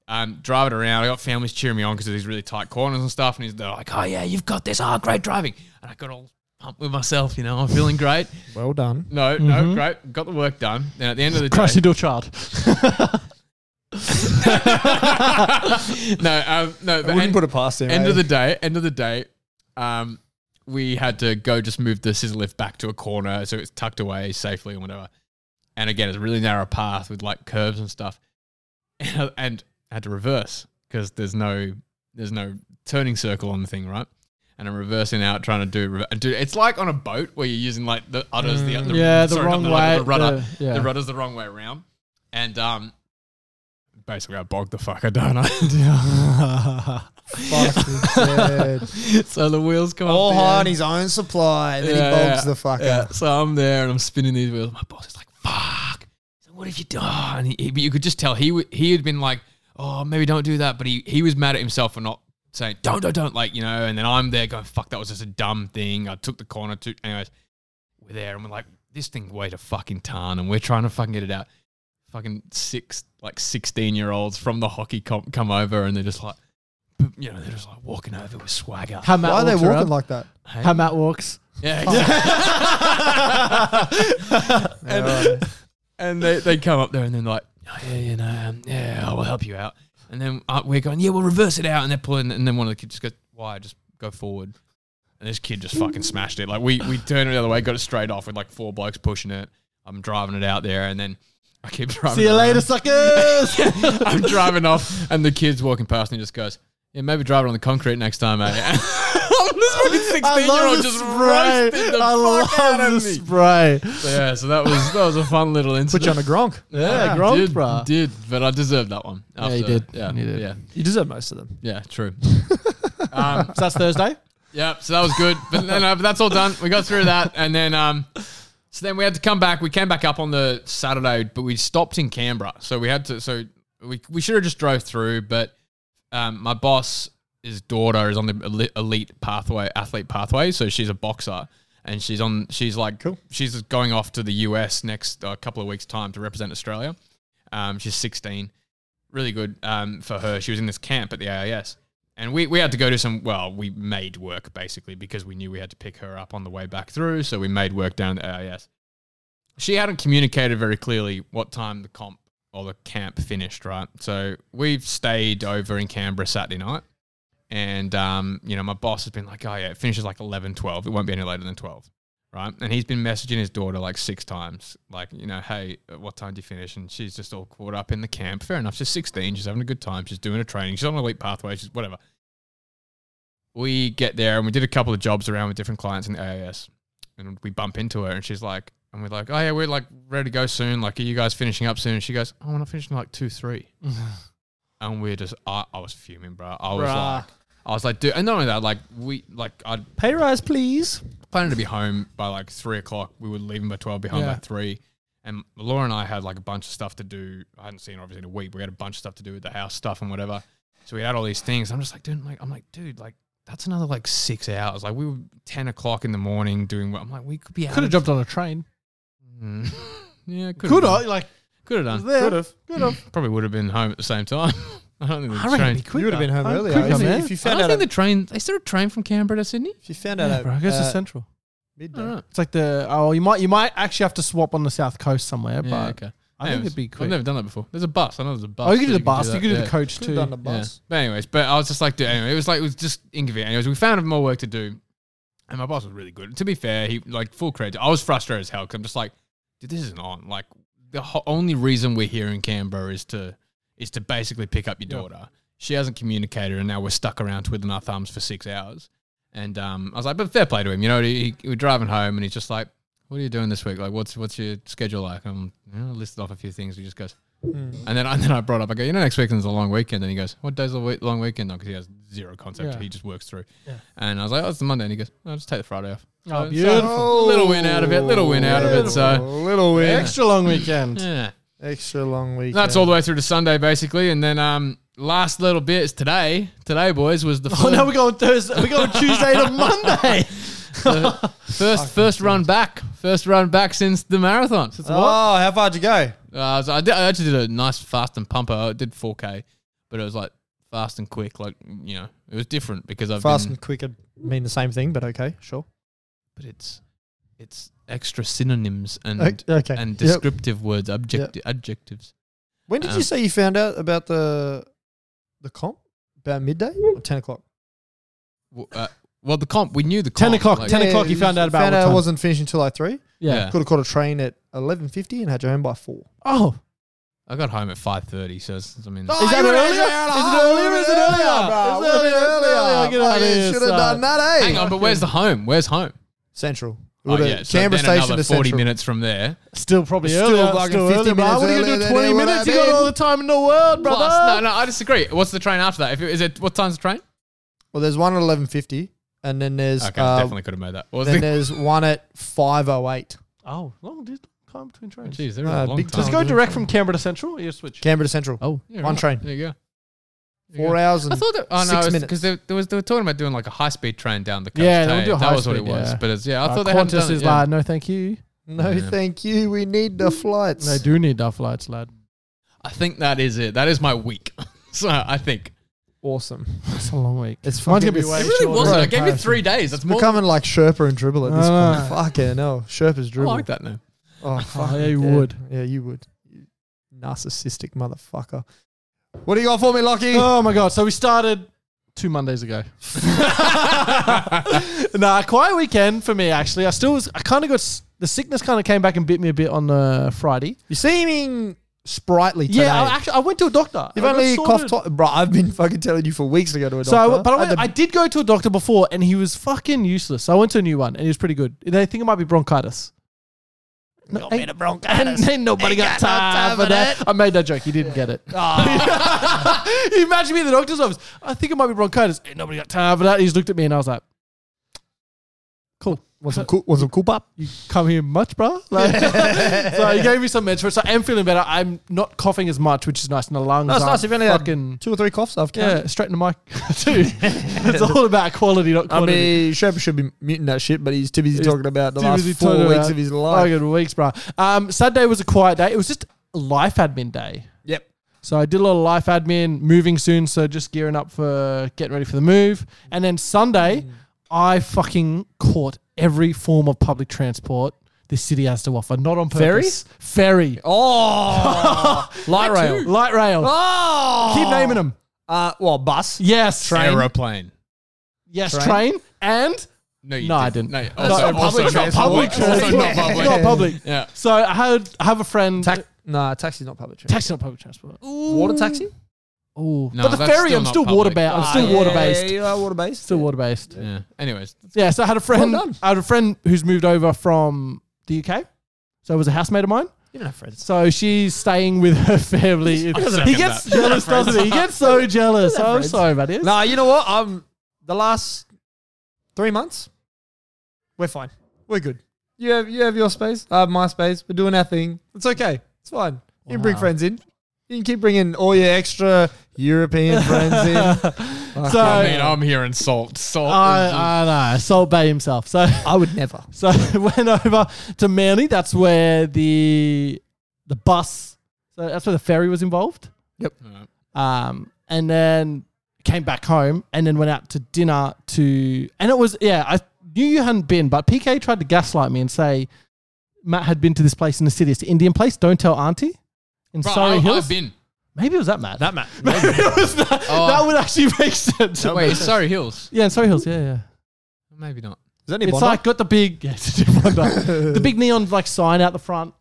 C: um, drive it around. I got families cheering me on because of these really tight corners and stuff. And he's, they're like, oh yeah, you've got this. Oh, great driving. And I got all pumped with myself. You know, I'm feeling great.
D: Well done.
C: No, no, great. Got the work done. Then at the end of the day,
B: Crash into a child.
C: no, um, no. but- and-
D: it past him. eh?
C: end
B: eh?
C: of the day, end of the day, um, we had to go just move the scissor lift back to a corner so it's tucked away safely and whatever. And again, it's a really narrow path with like curves and stuff, and I, and I had to reverse because there's no there's no turning circle on the thing, right? And I'm reversing out, trying to do, rever- dude. It's like on a boat where you're using like the udders, the, the
B: Mm, yeah, the
C: sorry, not
B: wrong
C: udder,
B: way,
C: the rudder,
B: the- yeah.
C: the rudder's the wrong way around, and um, basically I bogged the fuck I don't know. so the wheels come
I: All
C: off.
I: high on his own supply. And then
C: Yeah,
I: he bogs
C: yeah,
I: the fuck
C: yeah.
I: up.
C: So I'm there and I'm spinning these wheels. My boss is like, "Fuck! So what have you done?" And he, he- but you could just tell he w- he had been like, "Oh, maybe don't do that," but he he was mad at himself for not saying, "Don't, don't, don't!" Like you know. And then I'm there going, "Fuck! That was just a dumb thing. I took the corner too." Anyways, we're there and we're like, "This thing weighed a fucking ton," and we're trying to fucking get it out. Fucking six like sixteen year olds from the hockey comp come over and they're just like, you know, they're just like walking over with swagger.
B: How Matt
D: Why are they
B: walks
D: walking
B: around.
D: like that?
C: Hey.
B: How Matt walks.
C: Yeah. exactly. and and they, they come up there and they're like, oh, yeah, you know, um, yeah, I will help you out. And then uh, we're going, yeah, we'll reverse it out. And they're pulling, and then one of the kids just goes, why? Just go forward. And this kid just fucking smashed it. Like we we turned it the other way, got it straight off with like four blokes pushing it. I'm driving it out there, and then I keep driving.
B: See you
C: it around.
B: later, suckers.
C: I'm driving off, and the kid's walking past, and he just goes, "Yeah, maybe drive it on the concrete next time, mate." this fucking
B: I
C: sixteen-year-old
B: love
C: just
B: the
C: roasted
B: spray.
C: the
B: I
C: fuck out
B: love the
C: of me.
B: spray.
C: So, yeah, so that was that was a fun little
I: Put you
C: incident.
I: on a Gronk.
B: Yeah,
C: I did,
B: Gronk, bruh.
C: did, but I deserved that one.
B: Yeah, you
C: after-
B: did.
C: Yeah,
B: You did.
C: yeah,
I: You deserve most of them.
C: yeah. True. um,
B: So that's Thursday.
C: yeah, so that was good. But no, no, but that's all done. We got through that, and then um, so then we had to come back. We came back up on the Saturday, but we stopped in Canberra, so we had to. So we we should have just drove through, but um, my boss, his daughter, is on the eli- elite pathway, athlete pathway. So she's a boxer, and she's on. She's like, she's going off to the US next uh, couple of weeks' time to represent Australia. Um, she's 16, really good um, for her. She was in this camp at the AIS, and we we had to go to some. Well, we made work basically because we knew we had to pick her up on the way back through. So we made work down at the AIS. She hadn't communicated very clearly what time the comp or the camp finished, right? So we've stayed over in Canberra Saturday night. And, um, you know, my boss has been like, oh, yeah, it finishes like 11, 12. It won't be any later than 12, right? And he's been messaging his daughter like six times, like, you know, hey, uh, what time do you finish? And she's just all caught up in the camp. Fair enough. She's 16. She's having a good time. She's doing her training. She's on an elite pathway. She's whatever. We get there and we did a couple of jobs around with different clients in the AAS. And we bump into her and she's like, and we're like, oh, yeah, we're like ready to go soon. Like, are you guys finishing up soon? And she goes, oh, we're not finishing like 2, 3. and we're just, I, I was fuming, bro. I was
B: Bruh.
C: like, I was like, dude, and not only that, like we, like I'd
I: Pay rise, please.
C: planning to be home by like three o'clock. We were leaving by twelve, be home
B: Yeah.
C: by three. And Laura and I had like a bunch of stuff to do. I hadn't seen her obviously in a week. We had a bunch of stuff to do with the house stuff and whatever. So we had all these things. I'm just like, dude, like I'm like, dude, like that's another like six hours. Like we were ten o'clock in the morning doing what I'm like, we could be out.
B: Could have jumped on a train.
C: Mm. yeah, could
B: Could have. Like,
C: could
B: was
C: have done.
B: there. Could have. Could have.
C: Probably would have been home at the same time. I don't think the
I: I reckon
C: train.
I: it'd be quicker.
D: You would have been home
B: I'm
D: earlier.
B: quicker,
D: If you-
B: man.
D: If you
C: I
D: found
C: don't
D: out,
C: think
D: a-
C: the train. Is there a train from Canberra to Sydney?
D: if you found out,
B: Bro, I
D: at,
B: guess it's
D: uh,
B: central.
C: I don't
D: midday.
C: know.
B: It's like the oh, you might you might actually have to swap on the south coast somewhere,
C: Yeah,
B: but
C: okay.
B: I think it'd be quick.
C: I've never done that before. There's a bus. I know there's a bus.
B: oh, you could do
C: that
B: the bus,
C: that.
B: you could do
C: Yeah.
B: the coach
D: Could have
B: too.
D: done the
C: Yeah.
D: bus.
C: But anyways, but I was just like, dude, anyway, it was like it was just inconvenient. Anyways, we found more work to do, and my boss was really good. To be fair, he like full credit. I was frustrated as hell because I'm just like, dude, this isn't on. Like the ho- only reason we're here in Canberra is to is to basically pick up your daughter. She hasn't communicated, and now we're stuck around twiddling our thumbs for six hours. And um, I was like, but fair play to him. You know, he, he, we're driving home, and he's just like, what are you doing this week? Like, what's what's your schedule like? I'm you know, listed off a few things. He just goes. And then, and then I brought up, I go, you know, next weekend's a long weekend. And he goes, what day's the we- long weekend? Because he has zero concept.
B: Yeah.
C: He just works through. And I was like, oh, it's the Monday. And he goes, no, just take the Friday off.
B: Oh,
C: So-
B: beautiful.
C: so little win out of it. Little win out of it. So,
D: little win,
B: Extra long weekend.
C: yeah.
D: extra long week.
C: That's all the way through to Sunday, basically. And then um, last little bit is today. Today, boys, was the
B: Oh,
C: first,
B: now we're going Thursday. We're going Tuesday to Monday.
C: first, first run back. First run back since the marathon.
D: Oh, how far'd you go?
C: Uh, so I, did, I actually did a nice fast and pumper. I did 4K, but it was like fast and quick. Like, you know, it was different because I've
I: Fast
C: been,
I: and quick would mean the same thing, but okay, sure.
C: but it's it's extra synonyms
B: Mm.
C: and
I: Okay.
C: and
I: Yep.
C: descriptive words, objecti- adjectives.
D: When did
C: Um,
D: you say you found out about the the comp? About midday or ten o'clock?
C: W- Uh, well, the comp we knew the comp,
B: 10 o'clock, 10 o'clock you found out about
D: Found
B: what
D: out
B: time?
D: I wasn't finishing till like three.
C: Yeah.
D: Could have caught a train at eleven fifty and had you home by four.
B: Oh,
C: I got home at five thirty. So it's, I mean,
B: is that
D: you
B: earlier?
D: would've
B: Is
D: had
B: it earlier? Is it
D: Bruh,
B: earlier? Is
D: would've
B: it
D: been
B: earlier? Get out of
D: Fucking
B: here,
D: Should have
B: son.
D: done that, eh?
C: hang on, but where's the home? Where's home?
D: Central.
C: Oh,
D: Would've-
C: yeah. So then another 40 minutes from there.
B: Still probably
D: Still
B: earlier.
D: fucking
B: still
D: 50
B: earlier, bro.
D: minutes
B: What are you
D: earlier
B: going to do?
D: than
B: 20
D: it would
B: minutes?
D: have
B: You got
D: been.
B: all the time in the world, brother.
C: Plus, no, no, I disagree. What's the train after that? If it, is it what time's the train?
I: Well, there's one at eleven fifty, and then there's
C: Okay,
B: Um,
I: uh,
C: I definitely could have made that. What was
I: then
C: the,
I: there's one at five oh eight.
B: Oh, long dis- time between trains.
C: Jeez, there is
I: Uh,
C: a long
I: big
C: time.
B: Just go direct from Canberra to Central. Or you switch.
I: Canberra to Central.
C: Oh, yeah,
I: one train.
C: There you go. There you
I: Four
C: go.
I: hours and
C: I thought that. Oh
I: six
C: no,
I: minutes.
C: because they, there was they were talking about doing like a high speed train down the coast.
B: Yeah, they
C: hey?
B: would do a
C: that was what it
B: high-speed,
C: was.
B: yeah.
C: But it's, yeah, I
B: Uh,
C: thought they hadn't
B: Qantas
C: done
B: is
C: it. Yeah.
B: like, no, thank you.
I: No,
C: Yeah.
I: thank you. We need the flights.
B: They do need our flights, lad.
C: I think that is it. That is my week. so I think
I: Awesome.
B: That's a long week.
I: It's
B: Mine's
I: fucking-
B: gonna be way
C: it really
B: shorter.
C: wasn't.
I: Bro,
C: I gave you three days. That's more.
I: Becoming like Sherpa and Dribble at this
B: Ah.
I: point. Fucking hell. Sherpa's
C: I
I: Dribble.
C: like that now.
I: Oh, fuck.
B: yeah, you would.
I: Yeah, you would. You narcissistic motherfucker. What do you got for me, Lockie?
B: Oh my god! So we started two Mondays ago. nah, quiet weekend for me. Actually, I still was. I kind of got s- the sickness. Kind of came back and bit me a bit on uh, Friday.
I: You're seeming sprightly today.
B: Yeah, I, actually, I went to a doctor.
I: You've
B: I got
I: only
B: sorted.
I: coughed twice. Bro, I've been fucking telling you for weeks to go to a doctor.
B: So, I w- but I, went,
I: At the-
B: I did go to a doctor before, and he was fucking useless. So I went to a new one, and he was pretty good. They think it might be bronchitis. No, ain't- And ain't nobody got, time, for that. Oh. I made that joke. He didn't get it. You Imagine me in the doctor's office. I think it might be bronchitis. Ain't nobody got time for that. He just looked at me, and I was like, "Cool,
I: want some cool, want some cool pop?
B: you come here much, bro." Like, so he gave me some meds for it. So I'm feeling better. I'm not coughing as much, which is nice. And the lungs.
I: That's
B: aren't
I: nice. You've only had
B: fucking.
I: Two or three coughs I've
B: Yeah, straighten the mic too. it's all about quality, not
I: I
B: quantity.
I: mean, Sherpa should be muting that shit, but he's too busy
B: He's
I: talking about the
B: Too
I: last
B: busy
I: four
B: talking
I: weeks
B: about
I: of his life.
B: Fucking weeks, bro. Um, Saturday was a quiet day. It was just life admin day.
I: Yep.
B: So I did a lot of life admin, moving soon. So just gearing up for getting ready for the move. And then Sunday,
I: Mm.
B: I fucking caught every form of public transport this city has to offer. Not on purpose. Ferry? Ferry.
I: Oh, light rail.
B: Light rail.
I: Oh,
B: Keep naming them.
I: Uh, well, bus.
B: Yes.
C: Aeroplane.
B: Yes, train.
I: Train.
B: And
C: No, you
B: No, I
C: No,
B: didn't.
C: also,
B: That's not
C: also
B: public
C: not
B: transport.
C: public. Also not public.
B: not public.
C: Yeah.
B: So I had I have a friend.
I: Tax. Nah, taxi's not public. Transport.
B: taxi, not public transport.
I: Water taxi.
B: Oh,
C: No,
B: but the
C: that's
B: ferry,
C: still
B: I'm
C: not
B: still
C: public.
B: water based. I'm still
I: Ah, yeah,
B: water based.
I: You are water based.
B: Still water based.
C: Yeah. Anyways,
B: Yeah. So I had a friend.
I: Well done.
B: I had a friend who's moved over from the UK. So it was a housemate of mine.
I: You don't have friends.
B: So she's staying with her family. He gets jealous, doesn't he? He gets so jealous.
I: Doesn't have
B: I'm
I: friends.
B: sorry, buddy. It's-
I: Nah, you know what? Um, the last three months, we're fine. We're good. You have you have your space. I have my space. We're doing our thing. It's okay. It's fine. You can bring
B: Wow.
I: friends in. You can keep bringing all your extra European friends in.
B: so uh,
C: I
B: I,
C: mean, I'm here in salt. Salt. is-
B: I know. Salt Bay himself. So
I: I would never.
B: So I went over to Manly. That's where the the bus. So that's where the ferry was involved.
I: Yep.
B: Um, and then came back home, and then went out to dinner to, and it was yeah. I knew you hadn't been, but PK tried to gaslight me and say Matt had been to this place in the city. It's the Indian place. Don't tell Auntie. In
C: Bro,
B: Surrey
C: I,
B: Hills.
C: I've been.
B: Maybe it was that Matt. That
I: Matt.
B: Maybe it was that.
C: Oh.
B: That would actually make sense.
C: Wait, it's Surrey Hills.
B: Yeah, in Surrey Hills. Yeah, yeah.
C: Maybe not.
I: Is that any
B: It's
I: Bondi?
B: like got the big, yeah, it's a different one. the big neon like sign out the front.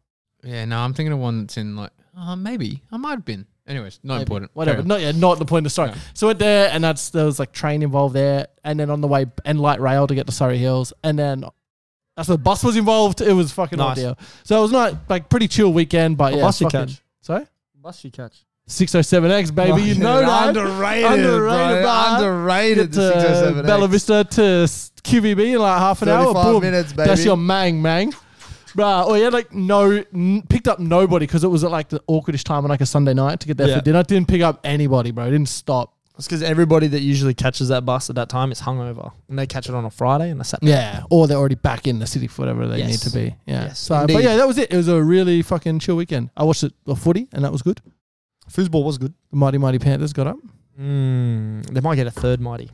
C: Yeah. No, I'm thinking of one that's in like. Uh, maybe I might have been. Anyways, not important.
B: Whatever.
C: Carry on.
B: Not yeah, not the point of the story. So went there and that's there was like train involved there and then on the way and light rail to get to Surrey Hills and then that's where the bus was involved. It was fucking
I: Nice.
B: ideal. So it was not like pretty chill weekend, but yeah,
I: bus you
B: fucking-
I: catch?
B: Sorry?
I: Bus you catch.
B: Six oh seven X baby, you know that
I: Underrated. oh
B: Underrated,
I: bro.
B: bro. Get
I: Underrated. The
B: to
I: 607X.
B: Bella Vista to s- QVB in like half an hour.
I: 35
B: Boom.
I: minutes,
B: That's
I: baby.
B: your mang mang. Bruh, or yeah, like no, n- picked up nobody because it was at like the awkwardish time on like a Sunday night to get there
I: Yeah.
B: for dinner. Didn't pick up anybody, bro. Didn't stop.
I: It's because everybody that usually catches that bus at that time is hungover, and they catch it on a Friday and a Saturday.
B: Yeah, or they're already back in the city for whatever they
I: Yes.
B: need to be. Yeah.
I: Yes,
B: so,
I: indeed.
B: but yeah, that was it. It was a really fucking chill weekend. I watched it the footy and that was good.
I: Foosball was good.
B: The mighty mighty Panthers got up.
I: Mm, they might get a third mighty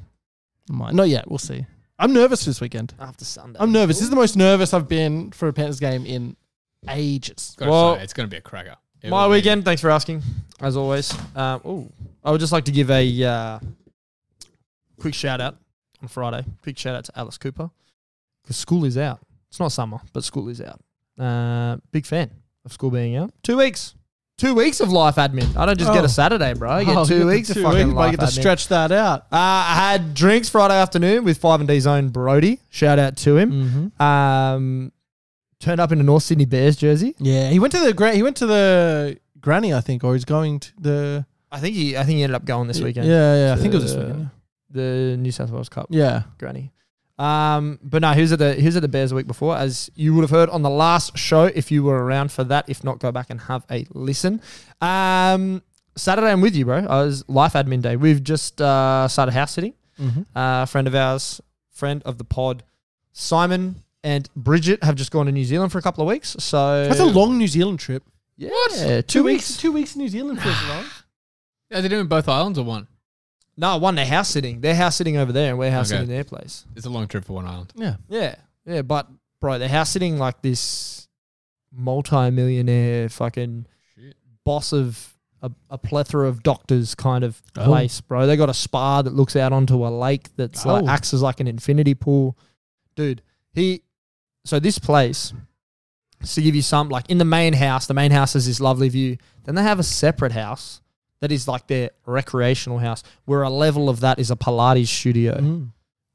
B: Might- Not yet. We'll see. I'm nervous this weekend.
I: after Sunday.
B: I'm nervous. This is the most nervous I've been for a Panthers game in ages.
C: Gotta
I: Well-
C: say, it's gonna be a cracker. It
I: My
C: will be.
I: weekend. Thanks for asking, as always. Um, ooh, I would just like to give a uh, quick shout out on Friday. Quick shout out to Alice Cooper because school is out. It's not summer, but school is out. Uh, big fan of school being out. Two weeks. two weeks of life admin. I don't just get
B: Oh.
I: a Saturday, bro. I get
B: Oh,
I: two
B: you get the
I: weeks
B: two
I: of fucking
B: weeks, but
I: life
B: you get to
I: admin.
B: stretch that out.
I: Uh, I had drinks Friday afternoon with Five and D's own Brody. Shout out to him. Um, turned up in a North Sydney Bears jersey.
B: Yeah, he went to the gra- he went to the granny, I think, or he's going to the
I: I think he, I think he ended up going this weekend.
B: Yeah, yeah, I think it was this
I: Uh,
B: weekend.
I: the New South Wales Cup.
B: Yeah,
I: granny. Um, but no, who's at the who's at the Bears the week before? As you would have heard on the last show, if you were around for that. If not, go back and have a listen. Um, Saturday, I'm with you, bro. I was life admin day. We've just uh, started house sitting. Uh, friend of ours, friend of the pod, Simon and Bridget have just gone to New Zealand for a couple of weeks. So
B: that's a long New Zealand trip.
I: yeah, two, weeks.
B: two weeks in New Zealand feels long.
C: Yeah, they're doing both islands or one.
I: No, one they're house sitting. They're house sitting over there, and we're house
C: Okay.
I: sitting in their place.
C: It's a long trip for one island.
B: Yeah,
I: Yeah, yeah, but bro, the house sitting like this multi-millionaire fucking
C: Shit.
I: boss of a, a plethora of doctors kind of place, bro. They got a spa that looks out onto a lake that's like
B: Oh.
I: acts as like an infinity pool, dude. He so this place to give you some like in the main house. The main house has this lovely view. Then they have a separate house that is like their recreational house, where a level of that is a Pilates studio
B: Mm-hmm.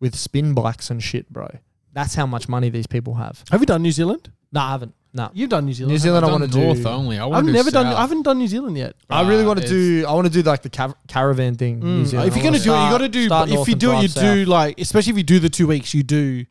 I: with spin bikes and shit, bro. That's how much money these people have.
B: have you done New Zealand?
I: No, I haven't. No,
B: You've done New Zealand.
I: New Zealand. I
C: I've
I: want to
C: done north
I: do.
C: only. I
B: I've
C: want to
B: never done.
C: South.
B: I haven't done New Zealand yet.
I: I really
C: Uh,
I: want to
C: it's-
I: do. I want to do like the cav- caravan thing. in New
B: Mm.
I: Zealand.
B: If
I: I
B: you're gonna
I: wanna
B: do it, you
I: start-
B: gotta do.
I: start
B: But if
I: north
B: you
I: and
B: do it,
I: drive
B: you
I: south.
B: do like, especially if you do the two weeks, you do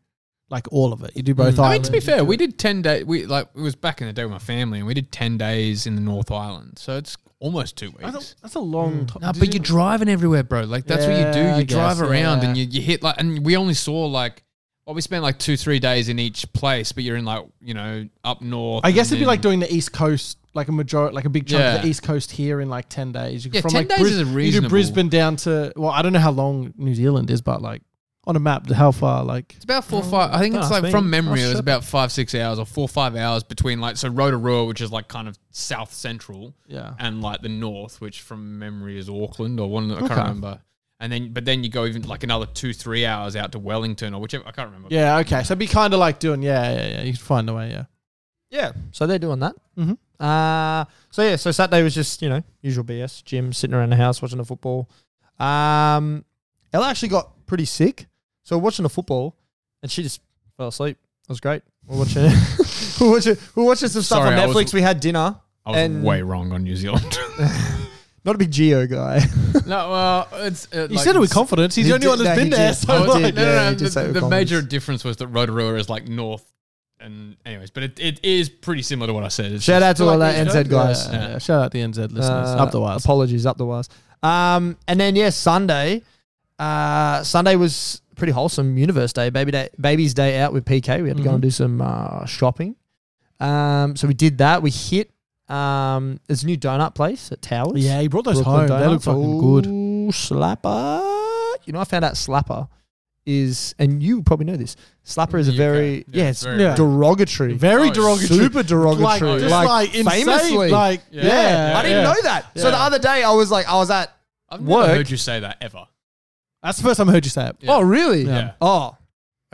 B: like all of it. You do both
I: Mm.
C: I mean,
B: islands.
C: to be fair, we did ten days. We like it was back in the day with my family, and we did ten days in the North Island. So it's almost two
B: I
C: weeks.
B: don't- that's a long time.
C: No, but you're driving everywhere, bro. Like that's what you
B: Yeah,
C: do.
B: I
C: You drive
B: guess,
C: around and
B: yeah.
C: you, you hit like, and we only saw like, well, we spent like two three days in each place, but you're in like you know up north.
B: I guess it'd
C: and
B: be like
C: then-
B: doing the East Coast, like a majority, like a big chunk of
C: Yeah.
B: the East Coast here in like ten days. You,
C: Yeah, 10 days is
B: You do
C: reasonable.
B: Brisbane down to well, I don't know how long New Zealand is, but like on a map, how far? Like
C: It's about four five. I think
I: no,
C: it's
I: I
C: like
I: think-
C: from memory,
I: oh,
C: it
I: shit.
C: was about five six hours or four five hours between like so Rotorua, which is like kind of south central,
B: yeah,
C: and like the north, which from memory is Auckland or one I can't
B: Okay.
C: remember. And then, but then you go even like another two three hours out to Wellington or whichever. I can't remember.
B: yeah. Okay, so it'd be kind of like doing yeah, yeah, yeah. You could find a way. Yeah,
I: Yeah. So they're doing that.
B: Mhm.
I: Uh, so yeah, so Saturday was just, you know, usual BS, gym, sitting around the house, watching the football. Um, Ella actually got pretty sick. So we're watching the football and she just fell asleep. It was great. We're watching we're watching, we're watching some stuff
C: Sorry,
I: on
C: I was-
I: Netflix. we had dinner.
C: I was
I: And-
C: way wrong on New Zealand.
I: Not a big geo guy.
C: no, well, it's uh,
B: he said it with confidence. He's the
I: He
B: only
I: did-
B: one that's been there. So
C: No,
I: no, he did. I
C: no,
I: Oh, did,
B: like,
C: no,
I: yeah,
C: no,
I: he did say it
C: The,
I: with
C: the
I: confidence.
C: major difference was that Rotorua is like north, and anyways, but it, it is pretty similar to what I said. It's
I: Shout out to all
B: like,
I: that NZ guys.
B: Yeah, yeah, Shout out the NZ listeners.
I: Uh,
B: Up the wires.
I: Apologies, up the wires. Um, and then yeah, Sunday. Uh, Sunday was pretty wholesome. Universe Day, baby day, baby's day out with PK. We had to go and do some uh, shopping. Um, so we did that. We hit um, there's a new donut place at Towers.
B: Yeah, he brought those home.
I: Brooklyn
B: They
I: Donuts.
B: look fucking good.
I: Ooh, Slapper. You know, I found out Slapper is, and you probably know this. Slapper is a
C: UK.
I: very yeah, it's
C: very
B: yeah.
I: derogatory,
B: Very
C: Oh,
B: derogatory.
I: super
B: Like,
I: derogatory,
B: just like, insane.
I: famously.
B: Like, yeah.
C: Yeah. Yeah.
I: I didn't know that. So
B: Yeah.
I: the other day I was like, I was at.
C: I've
I: work.
C: never heard you say that ever.
B: That's the first time I heard you say it.
C: Yeah.
I: Oh really?
C: Yeah.
I: Oh,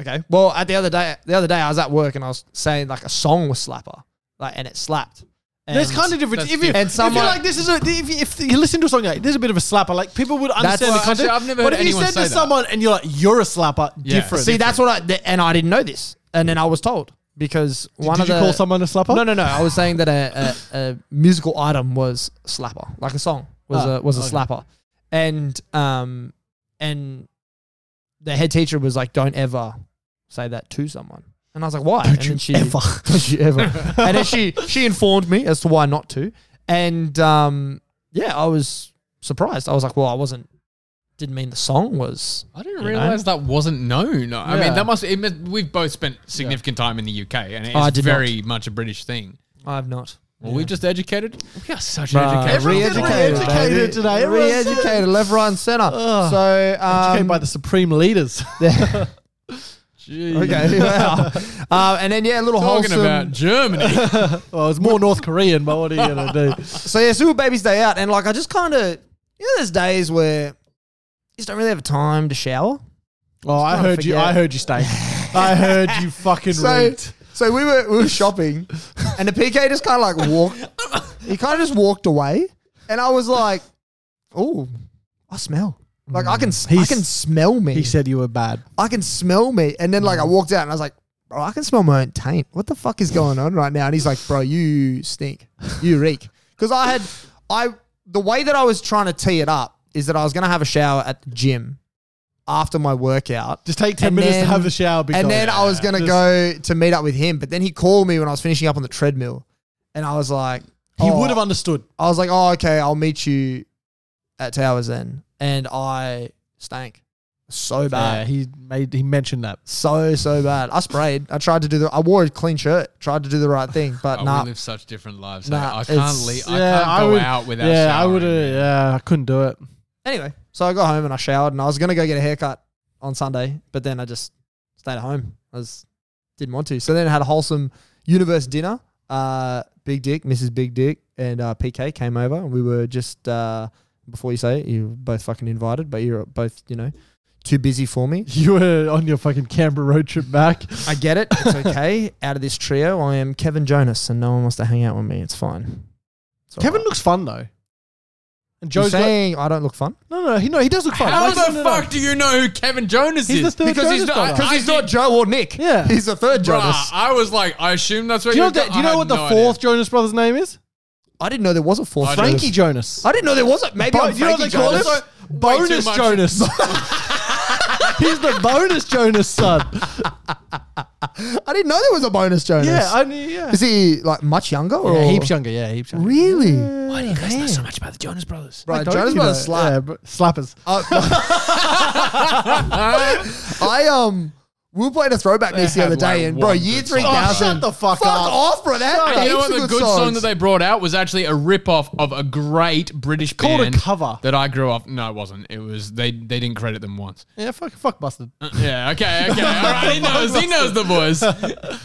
I: okay. Well, at the other day, the other day I was at work and I was saying like a song was slapper, like and it slapped. And
B: There's kind of different.
C: that's
B: If you,
C: different.
I: And
B: if you're
I: someone-
B: like this is a, if, you, if you listen to a song like there's a bit of a slapper, like people would understand
I: Well,
B: the content.
C: actually, I've never
B: but
C: heard
B: if you
C: anyone
B: said to
C: say that.
B: someone and you're like you're a slapper,
C: Yeah.
B: different.
I: see that's what I th- and I didn't know this, and then I was told because one
B: Did
I: of
B: you
I: the
B: call someone a slapper?
I: No, no, no. I was saying that a, a, a musical item was slapper, like a song was
B: Ah,
I: a was a
B: okay.
I: slapper, and um and the head teacher was like, "Don't ever say that to someone." And I was like, "Why?" and then she
B: ever.
I: Don't you ever? and then she she informed me as to why not to, and um yeah, I was surprised. I was like, "Well, I wasn't." Didn't mean the song was.
C: I didn't
I: You know?
C: realize that wasn't known. I
B: Yeah.
C: mean, that must. It, must- we've both spent significant time in the UK, and
I: I
C: it's
I: did
C: very much a British thing.
I: I've not.
C: Well, we've just educated. We are such
I: Bruh,
C: an educated.
B: Everyone's been
I: re-educated,
B: re-educated
I: baby.
B: today. Everyone's said it.
I: Re-educated, left, right, and center.
B: Ugh.
I: so um,
B: Educated by the supreme leaders.
I: Okay. Wow. um, and then yeah, a little
C: Talking
I: wholesome.
C: about Germany.
B: well, it's more North Korean, but what are you gonna do?
I: So yeah, Super Baby's Day out, and like I just kind of you know, there's days where you just don't really have time to shower.
B: Oh, I
I: kinda
B: heard you.
I: forget.
B: I heard you stay. I heard you fucking
I: So
B: reeked.
I: so we were we were shopping, and the PK just kind of like walked. He kind of just walked away, and I was like, "Oh, I smell. Like I can, s- I
B: Mm. He's-
I: can smell me.
B: He said you were bad.
I: I can smell me." And then like I walked out, and I was like, "Bro, I can smell my own taint. What the fuck is going on right now?" And he's like, "Bro, you stink. You reek." Because I had, I the way that I was trying to tee it up is that I was gonna have a shower at the gym after my workout.
B: Just take 10
I: And
B: minutes
I: then-
B: to have the shower. Big
I: and
B: dog.
I: then I was going to
B: Just-
I: go to meet up with him, but then he called me when I was finishing up on the treadmill, and I was like,
B: He
I: oh,
B: would have understood.
I: I was like, oh, okay, I'll meet you at Towers then, and I stank so bad,
B: Yeah, he made he mentioned that.
I: so so bad. I sprayed. I tried to do the. I wore a clean shirt. Tried to do the right thing, but
C: Oh,
I: nah.
C: We live such different lives. eh?
I: Nah,
C: I, I can't
I: it's-
C: leave. I can't go out without.
B: Yeah, I
C: showering,
B: would
C: man.
B: have. Yeah, I couldn't do it.
I: Anyway, so I got home and I showered, and I was going to go get a haircut on Sunday, but then I just stayed at home. I just didn't want to. So then I had a wholesome universe dinner. Uh, Big Dick, Mrs. Big Dick, and uh, PK came over, and we were just uh, before you say it, you were both fucking invited, but you're both you know too busy for me.
B: You were on your fucking Canberra road trip back.
I: I get it. It's okay. Out of this trio, I am Kevin Jonas, and no one wants to hang out with me. It's fine. It's all
B: Kevin
I: right.
B: looks fun though. And
I: You're
B: Joe's got-
I: saying I don't look fun
B: no, no, he no, he does look fun.
C: How
B: Like,
C: the
B: no, no, no.
C: fuck do you know who Kevin Jonas
B: He's the
C: is?
B: third Jonas
C: not-
B: brother.
C: I- I did-
I: Joe or Nick.
B: Yeah.
I: he's the third
C: Bruh,
I: Jonas.
C: I was like, I assume that's what
B: Do you know,
C: you're
B: that, do you
C: I
B: know
C: had
B: what the
C: no idea.
B: fourth Jonas brother's name is?
I: I didn't know there was a fourth.
C: I
B: Frankie
I: Frankie.
B: Jonas.
I: I didn't know there was a maybe.
B: Bo-
I: I'm
B: you know what
I: Frankie
B: they call
I: Jonas.
B: him?
C: Way too
B: Bonus
C: much.
B: Jonas. He's the bonus Jonas son.
I: I didn't know there was a bonus Jonas.
B: Yeah, I knew. Yeah.
I: is he like much younger or
B: yeah, heaps younger. Yeah, heaps younger.
I: Really?
B: Why do you guys know so much about the Jonas Brothers?
I: Bro, Jonas Brothers slap. Uh,
B: slappers.
I: I um, we were playing a throwback mix the
C: had,
I: other day,
C: like,
I: and bro,
C: one
I: year
C: good
I: three
C: song. Oh,
I: thousand.
B: shut the fuck up.
I: off, bro. That
B: Shut
I: had
B: up.
C: You know
I: heaps
C: what?
I: of
C: The
I: good,
C: good song
I: songs.
C: that they brought out was actually a rip-off of a great British
B: called a
C: band
B: cover.
C: that I grew up. No, it wasn't. It was they. They didn't credit them once.
B: yeah, fuck, fuck busted.
C: Uh, yeah. Okay. Okay. All right. He knows. He knows the boys.
I: Uh,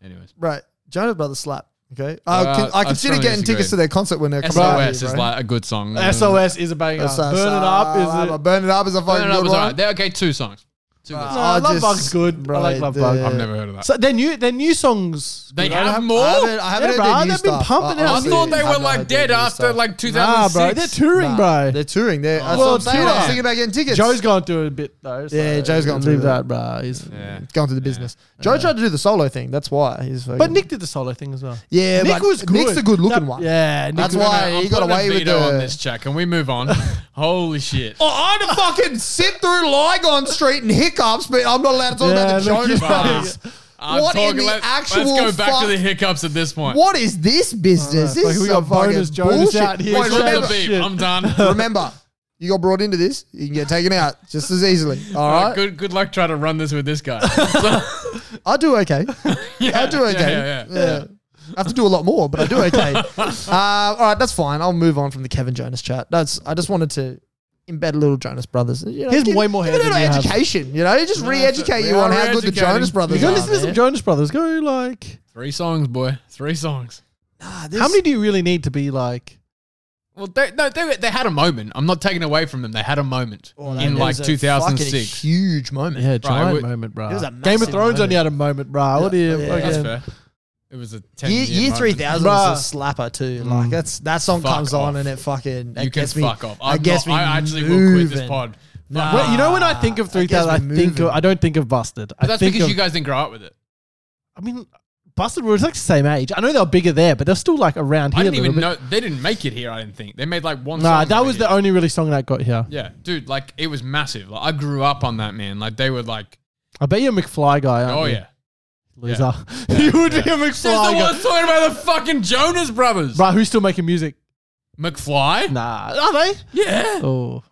C: Anyways,
I: Right, Jonas Brothers slap. Okay, uh,
C: Uh,
I: con- I
C: I
I: consider
C: strongly
I: getting
C: disagree.
I: tickets to their concert when they're coming out.
C: SOS is like a good song.
B: SOS is a banger.
I: That's a-
B: Burn it up is
I: uh,
B: it?
I: Burn it up is a
C: Burn
I: fucking
C: it up
I: good
C: was
I: one.
C: alright. They're okay. Two songs. Two good
I: Uh,
C: songs.
B: No,
I: I
B: Love
I: just-
B: Bug's good. I like
I: Right,
B: Love
I: the-
B: Bug.
C: I've never heard of that.
B: So their new their new songs.
C: they
B: good.
C: have
I: haven't-
C: more.
I: I haven't, I haven't
B: Yeah,
I: heard their
B: bro,
I: new
B: they've been
I: stuff.
B: pumping out
C: I
B: honestly,
C: thought they
I: have
C: were
I: no
C: like
I: idea
C: dead
I: their new
C: after
I: stuff.
C: like
B: Nah,
C: 2006.
B: bro, they're touring, bro.
I: They're touring. They're, that's
B: World
I: what I'm saying. I was
B: tour.
I: thinking about getting tickets.
B: Joe's gone through a bit though. So
I: Yeah, Joe's gone through
B: leave that,
I: that.
B: bro. He's
C: Yeah.
I: going to the business. Joe tried to do the solo thing. That's why he's. Fucking,
B: But Nick did the solo thing as well.
I: yeah,
B: Nick
I: but
B: was good.
I: Nick's a good looking
B: That-
I: one.
B: Yeah, Nick
C: Uh,
I: That's
B: was-
I: why
C: I'm
I: he got
C: putting a
I: away with
C: veto
I: the-
C: on this chat. Can we move on? Holy shit.
I: Oh, I'd have fucking sit through Lygon Street and hiccups, but I'm not allowed to talk about the
B: Yeah, look,
I: Jonas
B: you-
I: Brothers.
C: I'm
I: what in the
C: let,
I: actual
C: Let's go back
I: fuck-
C: to the hiccups at this point.
I: What is this business?
B: Like,
I: this
B: we
I: is
B: got
I: a fucking
B: bonus Jonas
I: bullshit.
B: out here. Shut
I: Wait,
C: Drop the
I: remember,
B: up.
C: beep.
B: Shit.
C: I'm done.
I: remember, you got brought into this, you can get taken out just as easily. All
C: Uh,
I: right,
C: Good, good luck trying to run this with this guy. So-
I: I do okay.
C: yeah,
I: I do okay.
C: Yeah, yeah, yeah.
I: Yeah. I have to do a lot more, but I do okay. uh, all right, that's fine. I'll move on from the Kevin Jonas chat. That's I just wanted to embed a little Jonas Brothers. You know,
B: He's
I: give-
B: way more
I: give
B: hair
I: it an
B: than you have.
I: education. You know, just re-educate
C: we
I: you on
C: are
I: how good the
C: re-educating.
I: Jonas Brothers
B: You go
I: are.
B: listen to some
I: man.
B: Jonas Brothers. Go like,
C: Three songs, boy. Three songs.
I: Ah,
B: how
I: this-
B: many do you really need to be like?
C: Well, they, no, they, they had a moment. I'm not taking away from them. They had a moment in
I: It
C: like
I: was Oh, a
C: 2006.
I: fucking huge moment.
B: Yeah, giant
C: we-
B: moment, bro.
I: It was a
B: Game of
I: massive
B: Thrones only had a moment, bro. What do you?
I: Yeah,
B: fucking-
C: That's fair. It was a 10
I: Year, year
C: moment.
I: three thousand
B: Bruh.
I: was a slapper too. Like that's that song
C: Fuck
I: comes on
C: off.
I: and it fucking it
C: You can
I: gets me,
C: fuck off.
I: I
C: I'm
I: guess
C: not- I actually will quit this pod.
I: Nah.
B: Well, you know when I think of
I: Ah, I
B: three
I: guess
B: thousand, I
I: we're
B: think of,
I: moving.
B: I don't think of Busted. I
C: But that's
B: think
C: because
B: of,
C: you guys didn't grow up with it.
B: I mean, Busted were like the same age. I know they were bigger there, but they're still like around here.
C: I
B: a
C: didn't even
B: little
C: know they didn't make it here. I didn't think they made like one.
B: bit. Nah,
C: song
B: that
C: over
B: was
C: here.
B: the only really song that got here.
C: Yeah, dude, like it was massive. Like I grew up on that man. Like they were like,
B: I bet you're a McFly guy. Aren't
C: oh
B: you?
C: yeah.
B: loser. you would be a
C: This is the
B: McFly guy.
C: one talking about the fucking Jonas Brothers.
B: Bro, who's still making music?
C: McFly?
B: Nah, are they?
C: Yeah.
B: Oh,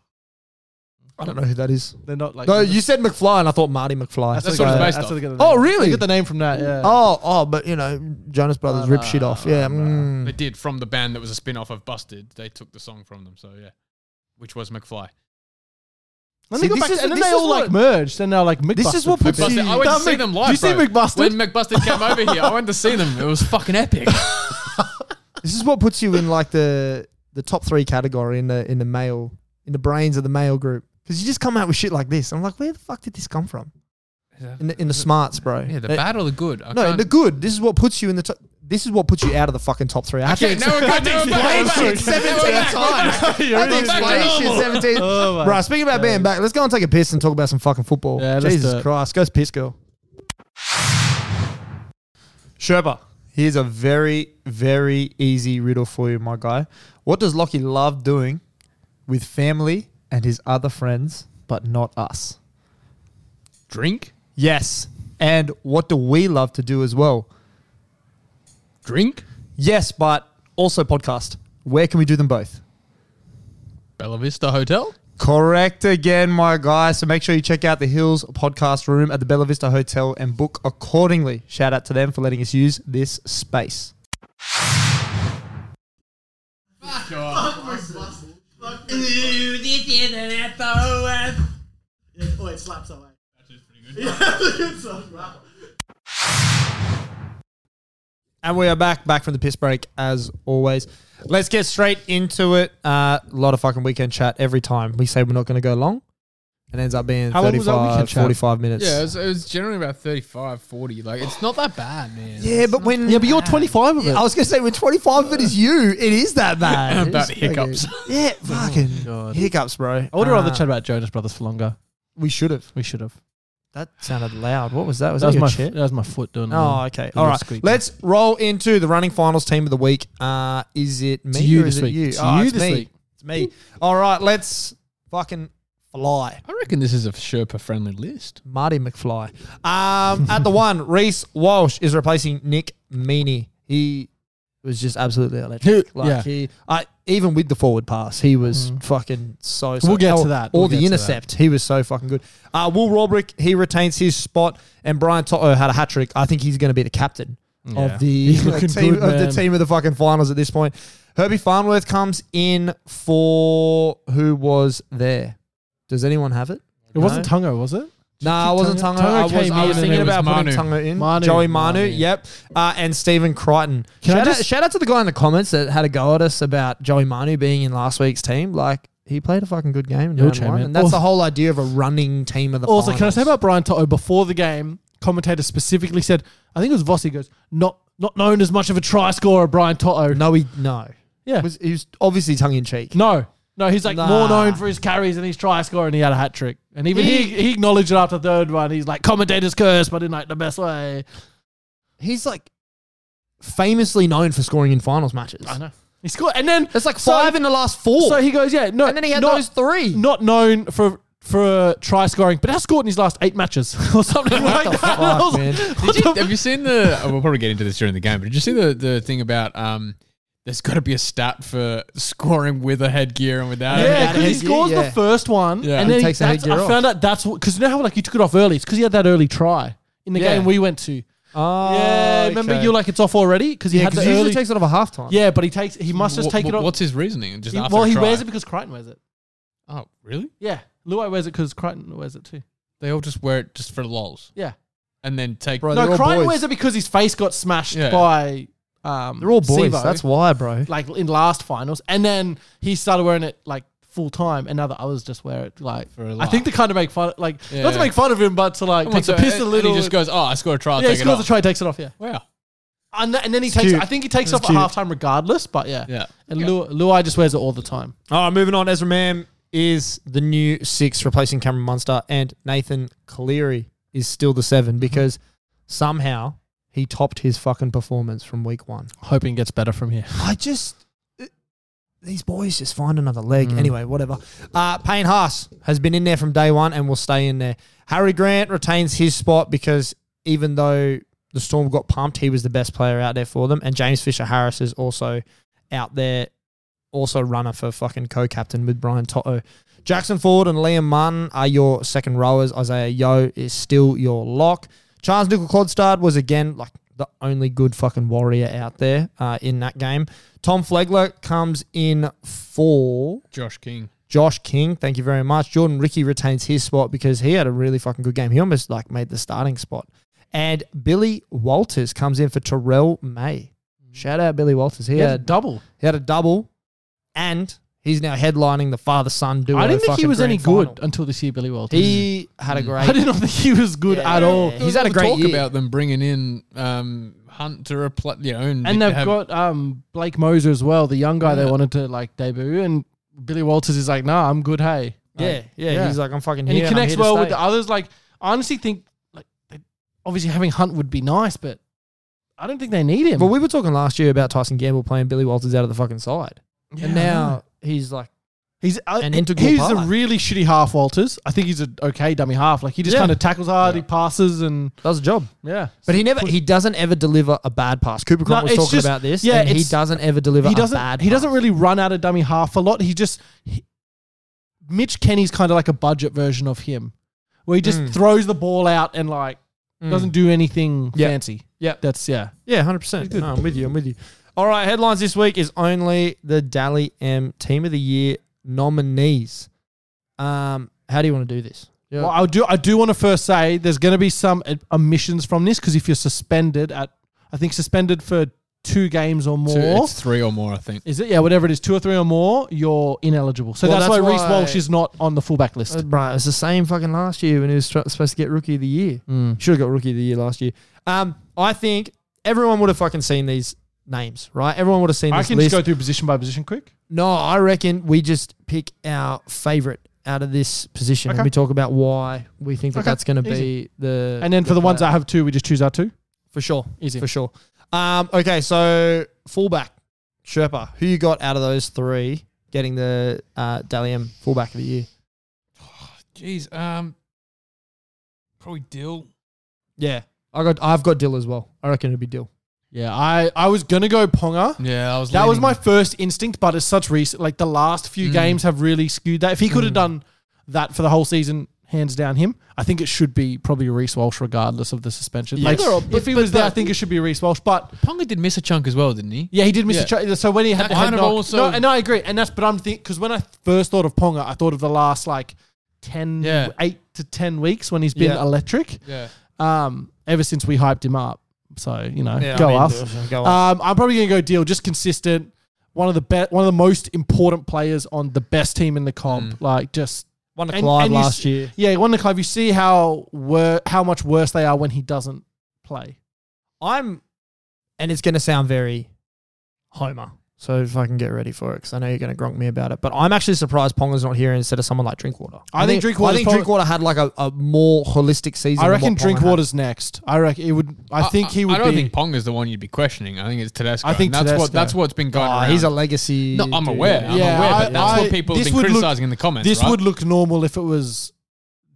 I: I don't know who that is.
B: they're not like.
I: No, you said McFly and I thought Marty McFly.
C: That's what it's based
B: what
C: off.
B: they get the
I: Oh,
B: name.
I: really?
B: They get the name from that. Yeah.
I: Oh, oh, but you know, Jonas Brothers rip shit off. Yeah. mm.
C: They did from the band that was a spin off of Busted. They took the song from them. So yeah, which was McFly.
B: And, they
I: See,
B: got
I: this
B: back,
I: is-
B: and then
I: this
B: they
I: is
B: all like
I: what-
B: merged, and they're like McBusted.
I: This is what puts
C: McBusted. I
I: you.
C: went
B: That
C: to see
B: Mc-
C: them
B: do
C: live.
B: you see
C: bro.
B: McBusted?
C: When McBusted came over here, I went to see them. It was fucking epic.
I: This is what puts you in like the the top three category in the in the male in the brains of the male group because you just come out with shit like this. I'm like, where the fuck did this come from? In the, in the smarts, bro.
C: Yeah, the
I: It-
C: bad or the good? I
I: No,
C: can't-
I: the good. This is what puts you in the top. This is what puts you out of the fucking top three. I have
C: Okay,
I: to
C: now we're back, now we're
I: explain
C: back, now we're
I: shit
C: back.
I: 17
C: Now we're back,
I: times. I have to
C: Back to
I: explain shit
C: normal.
I: 17.
B: Oh, my
I: Bro, speaking about being back, let's go and take a piss and talk about some fucking football.
B: Yeah, let's do
I: Jesus
B: it.
I: Christ. Goes piss, girl.
B: Sherpa.
I: Here's a very, very easy riddle for you, my guy. What does Lockie love doing with family and his other friends, but not us?
C: Drink?
I: Yes. And what do we love to do as well?
C: Drink?
I: Yes, but also podcast. Where can we do them both?
C: Bella Vista Hotel?
I: Correct again, my guy. So make sure you check out the Hills podcast room at the Bella Vista Hotel and book accordingly. Shout out to them for letting us use this space.
J: Ooh, this is an SOS. Yeah, oh, it slaps away.
I: And we are back, back from the piss break as always. Let's get straight into it. Uh, A lot of fucking weekend chat every time. We say we're not going to go long. It ends up being
B: How long was that
I: 35,
B: weekend chat?
I: 45 minutes.
C: Yeah, it was, it was generally about 35, 40. Like, it's not that bad, man.
I: yeah, but when.
B: Yeah, but you're 25 of it.
I: I was going to say, when 25 of it is you, it is that bad.
C: About
I: It's fucking-
C: hiccups.
I: Yeah, fucking
B: God.
I: hiccups, bro.
B: I would have rather
I: Uh,
B: chat about Jonas Brothers for longer.
I: We should have.
B: We should have.
I: That sounded loud. What was that? Was
B: That
I: that,
B: was
I: your
B: my
I: chair?
B: that was my foot doing.
I: Oh,
B: the-
I: okay.
B: the
I: All
B: little
I: right.
B: squeak.
I: Let's roll into the running finals team of the week. Uh, is it me
B: you
I: or is
B: this
I: it
B: week.
I: you?
B: It's
I: Oh,
B: you
I: it's
B: this
I: me.
B: week.
I: It's me. All right. Let's fucking fly.
C: I reckon this is a Sherpa friendly list.
I: Marty McFly. Um, at the one, Reese Walsh is replacing Nick Meaney. He was just absolutely electric. Like
B: yeah. Mm.
I: he, I even with the forward pass, he was fucking so. so
B: We'll get to
I: or-
B: that.
I: Or
B: We'll
I: the
B: get to
I: intercept, he was so fucking good. Uh, Will Robrick, he retains his spot, and Brian Toto had a hat trick. I think he's going to be the captain
C: Yeah.
I: of the
B: looking
I: team
B: good,
I: of the
B: man.
I: team of the fucking finals at this point. Herbie Farnworth comes in for who was there? Does anyone have it?
B: It wasn't Tungo, was it?
I: No, I wasn't Tungo.
B: Tungo?
I: I
B: Tungo
I: was,
B: came
I: I was
B: in and
I: thinking
C: it was
I: about putting
C: Manu.
I: Tungo in.
B: Manu.
I: Joey Manu,
B: Manu.
I: yep. Uh, and Stephen Crichton.
B: Can I
I: Shout, out,
B: just-
I: shout out to the guy in the comments that had a go at us about Joey Manu being in last week's team. Like, he played a fucking good game in
B: He'll
I: round
B: chime
I: one.
B: in.
I: And that's
B: Also-
I: the whole idea of a running team of the
B: Also, can I
I: finals.
B: say about Brian Toto before the game? Commentator specifically said, I think it was Vossi goes not not known as much of a try scorer, Brian Toto.
I: No, he, no.
B: yeah,
I: Was, he was obviously tongue-in-cheek.
B: no, no. He's like
I: Nah.
B: more known for his carries and his try scorer, and he had a hat trick. And even he, he acknowledged it after the third one. He's like commentator's curse, but in like the best way.
I: He's, like, famously known for scoring in finals matches.
B: I know he scored, and then
I: That's like
B: So-
I: five in the last four.
B: so he goes, yeah, no,
I: and then he had
B: not,
I: those three.
B: not known for for uh, try scoring, but has scored in his last eight matches or something like that. And I
I: fuck,
B: was like,
I: man?
B: what
C: Did you,
B: the
C: have you seen the? oh, we'll probably get into this during the game, but did you see the, the thing about um? There's got to be a stat for scoring with a headgear and without. it?
B: Yeah,
I: Yeah,
B: because he
I: headgear,
B: scores
I: yeah.
B: the first one,
C: Yeah.
B: and
C: He
B: then he
I: takes the
B: that's-
I: headgear
B: I
I: off.
B: found out that's because you know how like you took it off early. It's because he had that early try in the
C: Yeah.
B: game we went to.
I: Oh,
B: yeah, remember
I: okay.
B: you're like it's off already because he
I: Yeah,
B: had the
I: because usually
B: early.
I: takes it off a halftime.
B: yeah, but he takes he must just
C: Wha-
B: take
C: wha-
B: it off.
C: What's his reasoning? Just
B: he-
C: after
B: well,
C: a
B: he
C: try?
B: wears it because Crichton wears it.
C: Oh, really?
B: Yeah, Luai wears it because Crichton wears it too.
C: They all just wear it just for lols
B: Yeah,
C: and then take.
I: Bro, they're
B: no,
I: all
B: Crichton
I: boys.
B: wears it because his face got smashed
C: Yeah.
B: by. Um,
I: They're all boys.
B: Sivo,
I: That's why, bro.
B: like in last finals, and then he started wearing it like full time, and now the others just wear it like.
C: For a
B: I
C: laugh.
B: think to kind of make fun, like not to
C: Yeah.
B: make fun of him, but to like
C: Come on,
B: take the
C: so-
B: piss
C: and-
B: a little.
C: And he just goes, "Oh, I scored a try. I'll
B: yeah, he
C: take it
B: scores
C: off."
B: a try, takes it off. Yeah,
C: Wow.
B: and, th- and then he takes.
I: cute.
B: I think he takes
I: It's
B: off
I: cute.
B: at halftime regardless. But yeah,
C: Yeah.
B: And Lu Luai just wears it all the time.
I: All right, moving on. Ezra Mam is the new six, replacing Cameron Munster, and Nathan Cleary is still the seven because somehow he topped his fucking performance from week one.
B: Hoping it gets better from here.
I: I just it- these boys just find another leg.
B: Mm.
I: Anyway, whatever. Uh, Payne Haas has been in there from day one and will stay in there. Harry Grant retains his spot because even though the Storm got pumped, he was the best player out there for them. And James Fisher Harris is also out there, also runner for fucking co-captain with Brian Toto. Jackson Ford and Liam Munn are your second rowers. Isaiah Yo is still your lock. Charles Nickel Clodstad was again like the only good fucking warrior out there uh, in that game. Tom Flegler comes in for
C: Josh King.
I: Josh King. Thank you very much. Jordan Ricky retains his spot because he had a really fucking good game. He almost like made the starting spot. And Billy Walters comes in for
B: Mm-hmm.
I: Terrell May. Shout out Billy Walters. He,
B: He had a
I: had,
B: double.
I: he had a double and He's now headlining the father son duo.
B: I didn't think he
I: fucking
B: was
I: grand
B: any
I: final.
B: good until this year, Billy Walters.
I: He had a great.
B: I did not think he was good
I: Yeah,
B: at
I: yeah,
B: all.
I: yeah. He's had a
C: Never
I: great
C: talk
I: year.
C: about them bringing in um, Hunt to replace, you know, and,
B: And they've
C: have-
B: got um, Blake Moser as well, the young guy they wanted to like debut, and Billy Walters is like, "Nah, I'm good." Hey,
I: yeah,
B: Like,
I: yeah, He's like, I'm fucking
B: and
I: here.
B: he connects
I: and I'm
B: well
I: here to
B: with the
I: stay.
B: others. Like, I honestly think like they- obviously having Hunt would be nice, but I don't think they need him.
I: But we were talking last year about Tyson Gamble playing Billy Walters out of the fucking side,
B: Yeah,
I: and
B: I
I: now
B: know.
I: he's like,
B: he's uh,
I: an integral
B: He's a
I: part.
B: really shitty half, Walters. I think he's an okay dummy half. Like he just
I: Yeah.
B: kind of tackles hard, he passes, and
I: does a job.
B: yeah.
I: But he never, he doesn't ever deliver a bad pass. Cooper
B: No,
I: Cronk was
B: it's
I: talking
B: just-
I: about this.
B: yeah,
I: Yeah, and he
B: it's-
I: doesn't ever deliver
B: he
I: a
B: doesn't
I: bad.
B: he doesn't
I: pass.
B: really run out of dummy half a lot. He just he- Mitch Kenny's kind of like a budget version of him, where he just
I: Mm.
B: throws the ball out and like doesn't do anything
I: Yeah.
B: fancy.
I: Yeah.
B: that's yeah.
I: Yeah, hundred percent. No, I'm with you. I'm with you. All right, headlines this week is only the Dally M Team of the Year nominees. Um, how do you want to do this? Yeah.
B: Well, I do I do want to first say there's going to be some ad- omissions from this because if you're suspended at I think suspended for two games or more.
C: two- it's three or more, I think.
B: is it yeah? Whatever it is, two or three or more, you're ineligible. So
I: Well,
B: that's,
I: that's
B: why Reese
I: why-
B: Walsh is not on the fullback list.
I: Uh, Bro, it's the same fucking last year when he was tr- supposed to get Rookie of the Year. Should have got Rookie of the Year last year. Um, I think everyone would have fucking seen these names, right? Everyone would have seen
B: I
I: this
B: can
I: list.
B: just go through position by position quick.
I: no, I reckon we just pick our favorite out of this position and we talk about why we think that
B: Okay,
I: that's going to be
B: easy.
I: the.
B: And then for the ones that
I: player.
B: have two, we just choose our two.
I: for sure,
B: Easy.
I: for sure. Um, okay, so fullback Sherpa, who you got out of those three getting the uh, Dally M fullback of the year?
C: Jeez, um, probably Dill.
I: Yeah, I got. I've got Dill as well. I reckon it'd be Dill.
B: Yeah, I, I was gonna go Ponga.
C: Yeah, I was.
B: That was
C: leaning-
B: my first instinct, but it's such recent. Like the last
C: Mm.
B: few games have really skewed that. If he could have done that for the whole season, hands down him. I think it should be probably Reese Walsh, regardless of the suspension. Like
I: They're all-
B: if he was there, I think it should be Reese Walsh. But
C: Ponga did miss a chunk as well, didn't he?
B: yeah, he did miss a
C: Yeah.
B: try. So when he had
C: That
B: the head
C: kind of
B: knock,
C: also-
B: no, and I agree. And that's but I'm thinking because when I first thought of Ponga, I thought of the last like ten,
C: Yeah.
B: eight to ten weeks when he's been
I: Yeah.
B: electric.
C: Yeah.
B: Um, ever since we hyped him up. So you know, go
I: I mean,
B: us.
I: Go us.
B: Um, I'm probably going to go deal just consistent. One of the best, one of the most important players on the best team in the comp. Like just
I: Won to
B: and-
I: Clyde
B: and you
I: last
B: see-
I: year.
B: yeah, one of the club. You see how wor- how much worse they are when he doesn't play.
I: I'm, and it's going to sound very Homer. So if I can get ready for it, because I know you're going to gronk me about it. But I'm actually surprised Ponga's not here instead of someone like Drinkwater.
B: I think Drinkwater's
I: I think
B: probably-
I: Drinkwater had like a, a more holistic season.
B: I
I: than
B: reckon
I: what Ponga had.
B: Drinkwater's next. I reckon it would. I think he would.
C: I don't
B: be,
C: think Ponga's the one you'd be questioning. I think it's Tedesco.
B: I think
C: And that's what
B: Tedesco.
C: that's what's been going
I: Oh,
C: on.
I: he's a legacy.
C: No, I'm
I: dude.
C: aware. I'm
B: Yeah,
C: aware,
B: I-
C: but that's
B: I-
C: what people have
B: this
C: been
B: would look-
C: criticizing in the comments.
B: this
C: right?
B: would look normal if it was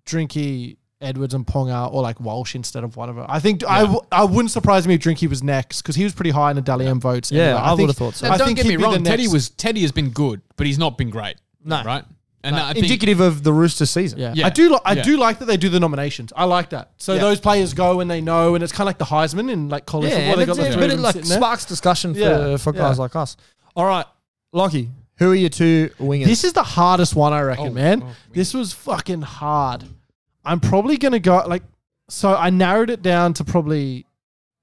B: Drinky Edwards and Ponga or like Walsh instead of whatever. I think I I, w- I wouldn't surprise me if Drinky was next because he was pretty high in the Dally M votes.
I: Yeah,
B: anyway.
I: I
B: think-
I: would've thought so.
C: Now,
B: I
C: don't
B: think
C: get
B: he'd
C: me
B: be the
C: wrong. Teddy
B: next.
C: was Teddy has been good, but he's not been great.
I: No.
C: right? And I think
I: Indicative of the Rooster season.
B: Yeah.
C: Yeah.
B: I do. Li- I
C: Yeah.
B: do like that they do the nominations. I like that. So
I: Yeah.
B: those players go and they know, and it's kind of like the Heisman in like college
I: Yeah,
B: football. They
I: and
B: got the
I: it's-
B: three
I: but
B: of
I: it
B: them
I: like
B: sitting there.
I: sparks discussion
B: Yeah,
I: for, for
B: yeah.
I: guys like us. All right, Lockie, who are your two wingers?
B: This is the hardest one, I reckon,
C: Oh,
B: man.
C: oh, we-
B: this was fucking hard. I'm probably gonna go like. So I narrowed it down to probably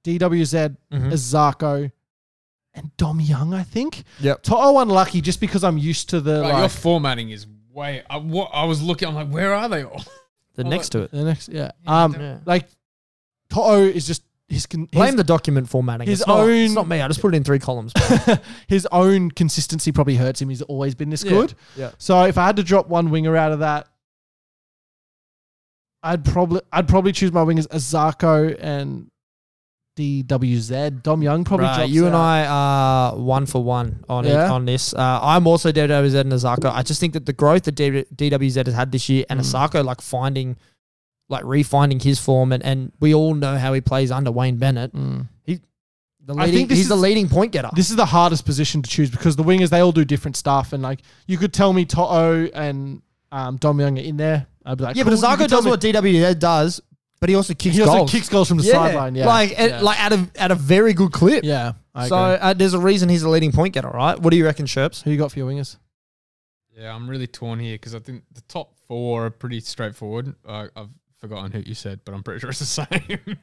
B: DWZ,
I: Mhm.
B: Azarko, and Dom Young. I think.
I: Yep.
B: Toto unlucky just because I'm used to the
C: Right, your
B: like
C: formatting is way. I, what, I was looking. I'm like, where are they all?
I: the next to it.
B: the next yeah. Um,
I: Yeah.
B: like Toto is just his con- his,
I: Blame the document formatting.
B: his
I: it's not, it's
B: own-
I: not me. I just put it in three columns.
B: his own consistency probably hurts him. He's always been this
I: Yeah,
B: good.
I: yeah.
B: So if I had to drop one winger out of that, I'd probably I'd probably choose my wingers Azarko and DWZ. Dom Young probably.
I: Right,
B: drops
I: you and
B: out.
I: I are one for one on it-
B: Yeah.
I: on this. Uh, I'm also DWZ and Asako. I just think that the growth that D- DWZ has had this year
B: Mm.
I: and Asako like finding, like refinding his form, and, and we all know how he plays under Wayne Bennett. He, the
B: Mm. I
I: leading,
B: think this
I: he's the
B: is-
I: leading point getter.
B: This is the hardest position to choose because the wingers they all do different stuff and like you could tell me Toto and um, Dom Young are in there. I'd be like,
I: yeah, but
B: cool, you
I: Asako
B: could tell
I: does
B: me-
I: what DWZ does, but he also kicks
B: he also
I: goals.
B: kicks goals from the sideline. Yeah,
I: like at,
B: yeah.
I: like at a at a very good clip.
B: yeah. I
I: so
B: agree.
I: uh, there's a reason he's a leading point getter, right? What do you reckon, Sherps?
B: who you got for your wingers?
C: Yeah, I'm really torn here because I think the top four are pretty straightforward. Uh, I've forgotten who you said, but I'm pretty sure it's the same.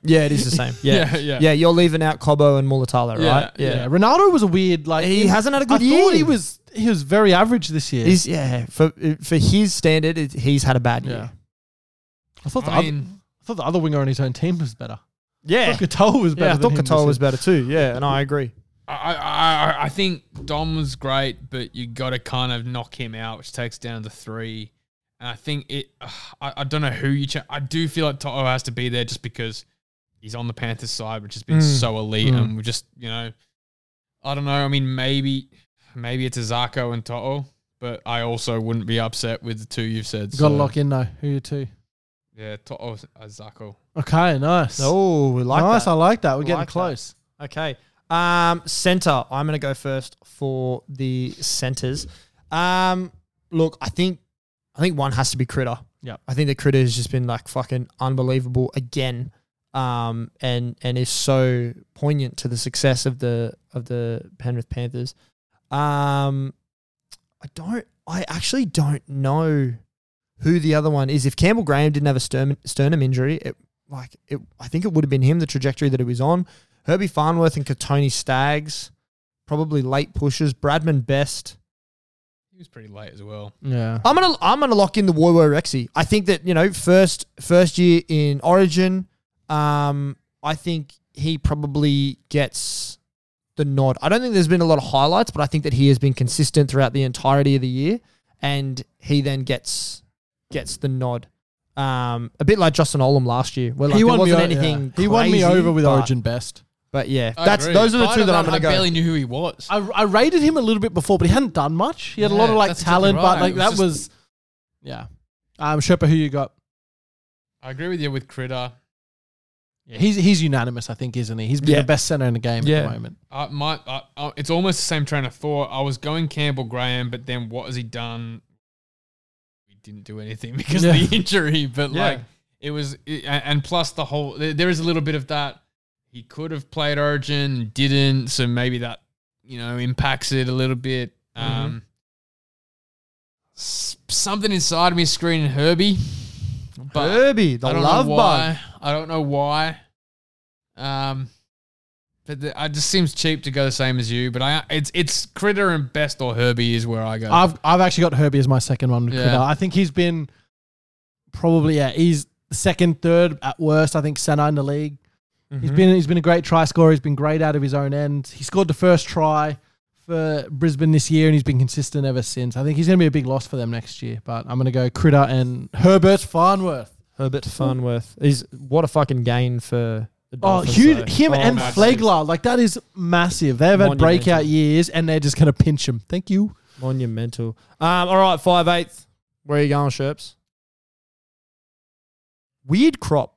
I: Yeah, it is the same. Yeah,
C: Yeah, yeah.
I: yeah. You're leaving out Cobo and Mulatalo,
C: Yeah,
I: right?
C: yeah.
B: Yeah, Ronaldo was a weird like.
I: He hasn't had a good
B: I thought
I: year.
B: he was he was very average this year.
I: He's yeah for for his standard, it, he's had a bad year.
B: yeah. I thought the
C: I
B: other,
C: mean,
B: I thought the other winger on his own team was better.
I: Yeah,
B: I thought Katoa was better.
I: yeah. I
B: than
I: thought
B: him this
I: Katoa was
B: year.
I: better too. Yeah, and I agree.
C: I, I, I- I think Dom was great, but you got to kind of knock him out, which takes down to three. And I think it. I, I don't know who you. Ch- I do feel like Toto has to be there just because he's on the Panthers side, which has
I: Hmm.
C: been so elite, and we just you know, I don't know. I mean, maybe maybe it's Azako and Toto, but I also wouldn't be upset with the two you've
B: Got
C: said.
B: to
C: so-
B: lock in though. Who you two?
C: Yeah, Toto Azako.
B: Okay, nice.
I: Oh, we like
B: nice.
I: that.
B: I like that. We're getting
I: like that.
B: close.
I: Okay. Um, center. I'm going to go first for the centers. Um, look, I think, I think one has to be Critter.
B: Yep.
I: I think the Critter has just been like fucking unbelievable again. Um, and and is so poignant to the success of the of the Penrith Panthers. Um, I don't. I actually don't know who the other one is. If Campbell Graham didn't have a sternum, sternum injury, it like it, I think it would have been him. The trajectory that he was on. Herbie Farnworth and Katoni Staggs, probably late pushes. Bradman Best.
C: He was pretty late as well.
B: Yeah.
I: I'm gonna I'm gonna lock in the Woiwo Rexy. I think that you know first first year in Origin, um, I think he probably gets the nod. I don't think there's been a lot of highlights, but I think that he has been consistent throughout the entirety of the year, and he then gets gets the nod. Um, a bit like Justin Olam last year, where like there wasn't
B: o- yeah.
I: anything.
B: He won me
I: crazy,
B: over with
I: but-
B: Origin Best.
I: but yeah,
C: I
I: that's
C: agree.
I: those are the
C: Prior
I: two
C: to
I: that I'm gonna
C: I
I: go.
C: barely knew who he was.
B: I, I rated him a little bit before, but he hadn't done much. He had a lot of
C: Yeah,
B: like
C: that's
B: talent,
C: exactly
B: but
C: right.
B: like
C: It
B: that
C: was
B: was, yeah. Um, Sherpa, who you got?
C: I agree with you with Critter.
B: Yeah, he's he's unanimous, I think, isn't he? He's been
I: Yeah.
B: the best center in the game
I: Yeah.
B: at the moment.
C: Uh, my, uh, uh, it's almost the same train of thought. I was going Campbell Graham, but then what has he done? He didn't do anything because
B: Yeah.
C: of the injury. But
B: Yeah.
C: like it was, it, and and plus the whole. there- There is a little bit of that. He could have played Origin, didn't, so maybe that you know impacts it a little bit.
B: Mm-hmm.
C: Um, s- something inside of me screaming Herbie, but
I: Herbie, the
C: I don't
I: love
C: know
I: bug.
C: why. I don't know why. Um, but the, it just seems cheap to go the same as you. But I, it's it's Critter and Best or Herbie is where I go.
B: I've I've actually got Herbie as my second one. with
C: Yeah.
B: Critter. I think he's been probably yeah, he's second, third at worst. I think center in the league. He's
I: Mm-hmm.
C: Mm-hmm.
B: been he's been a great try scorer. He's been great out of his own end. He scored the first try for Brisbane this year, and he's been consistent ever since. I think he's going to be a big loss for them next year. But I'm going to go Critter and Herbert Farnworth.
I: Herbert Farnworth. He's what a fucking gain for the
B: Oh,
I: Dolphins.
B: huge!
I: though.
B: Him
I: Oh,
B: and
I: massive.
B: Flegler, like that is massive. They've had
I: Monumental.
B: breakout years, and they're just going to pinch him. Thank you.
I: monumental. Um, all right, five eighth. Where are you going, Sherps? Weird crop.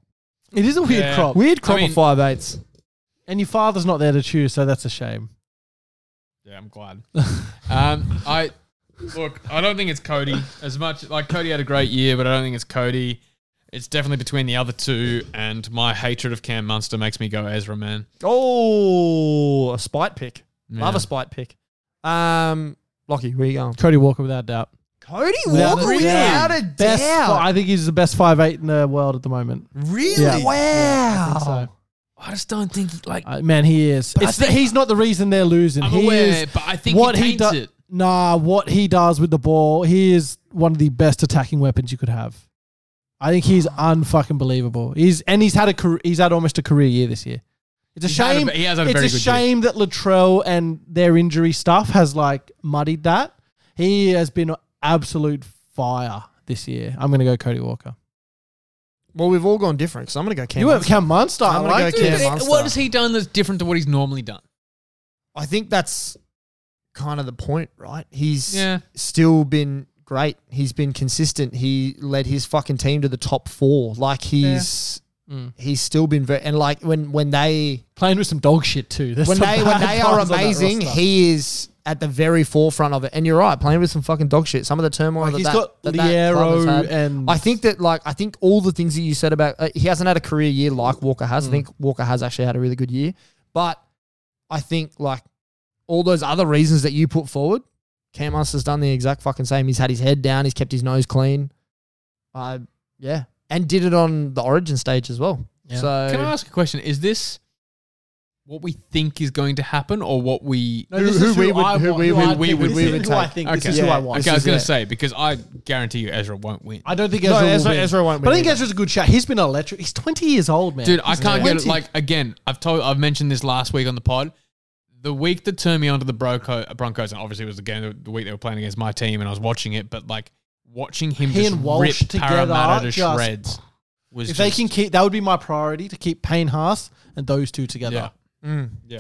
B: It is a weird
C: Yeah.
B: crop,
I: Weird crop
C: I mean-
I: of five eighths.
B: and your father's not there to choose, so that's a shame.
C: yeah, I'm glad. um, I look. I don't think it's Cody as much. Like Cody had a great year, but I don't think it's Cody. It's definitely between the other two, and my hatred of Cam Munster makes me go Ezra, man.
I: Oh, a spite pick. Love
C: Yeah.
I: a spite pick. Um, Lockie, where you going?
B: Cody Walker, without doubt,
I: Cody
B: Without a doubt. best. fi- I think he's the best five eight in the world at the moment.
C: Mm.
I: Really?
B: Yeah.
I: Wow.
B: I think so.
C: I just don't think like
B: Uh, man, he is.
C: Oh. I
B: It's the,
C: think-
B: he's not the reason they're losing.
C: I'm
B: he
C: aware,
B: is,
C: but I think he taints
B: does.
C: it.
B: Nah, what he does with the ball, he is one of the best attacking weapons you could have. I think he's
I: Ah.
B: unfucking believable. He's and he's had a career, he's had almost a career year this year. It's a
C: He's had a-
B: shame.
C: he has had a
B: it's
C: very
B: a
C: good
B: shame that Latrell and their injury stuff has like muddied that. He has been absolute fire this year. I'm gonna go Cody Walker.
I: Well, we've all gone different, so I'm going to go Cam.
B: you went
I: Munster.
B: Cam Munster. I
I: I'm gonna
B: like
I: go
B: it.
I: Cam
C: It-
I: Munster.
C: What has he done that's different to what he's normally done?
I: I think that's kind of the point, right? He's
C: Yeah.
I: still been great. He's been consistent. He led his fucking team to the top four. Like he's
B: Mm.
I: he's still been very and like when when they
B: Playing with some dog shit too. There's
I: when
B: some
I: they when
B: bad
I: they are
B: guys on that
I: amazing,
B: roster.
I: he is at the very forefront of it. And you're right, playing with some fucking dog shit. Some of the turmoil
B: Like,
I: that
B: he's
I: that,
B: got
I: that that club has
B: Liero
I: had.
B: and-
I: I think that like I think all the things that you said about uh, he hasn't had a career year like Walker has.
B: Mm.
I: I think Walker has actually had a really good year, but I think like all those other reasons that you put forward, Cam Munster's done the exact fucking same. He's had his head down. He's kept his nose clean. I yeah, and did it on the Origin stage as well. So
C: Can I ask a question? Is this what we think is going to happen or what we
B: No, this is who I want, who I
C: we
B: think-
C: would
B: this is
C: take.
B: who I think. This is who I want.
C: Okay, I was
B: This
C: going to
B: is it.
C: say because I guarantee you Ezra won't win.
B: I don't think Ezra, will
I: Ezra-
B: win.
I: Ezra won't
B: But I
I: win
B: think
I: either.
B: Ezra's a good shot. He's been electric. He's 20 years old, man.
C: Dude, I can't get it.
B: 20.
C: Like again, I've told, I've mentioned this last week on the pod. The week that turned me onto the Bronco, Broncos, and obviously it was the game the week they were playing against my team, and I was watching it. But like watching him
B: He
C: just
B: and Walsh
C: rip
B: together,
C: Parramatta to
B: just-
C: shreds was
B: if
C: just,
B: they can keep, that would be my priority to keep Payne Haas and those two together.
C: yeah.
B: Mm.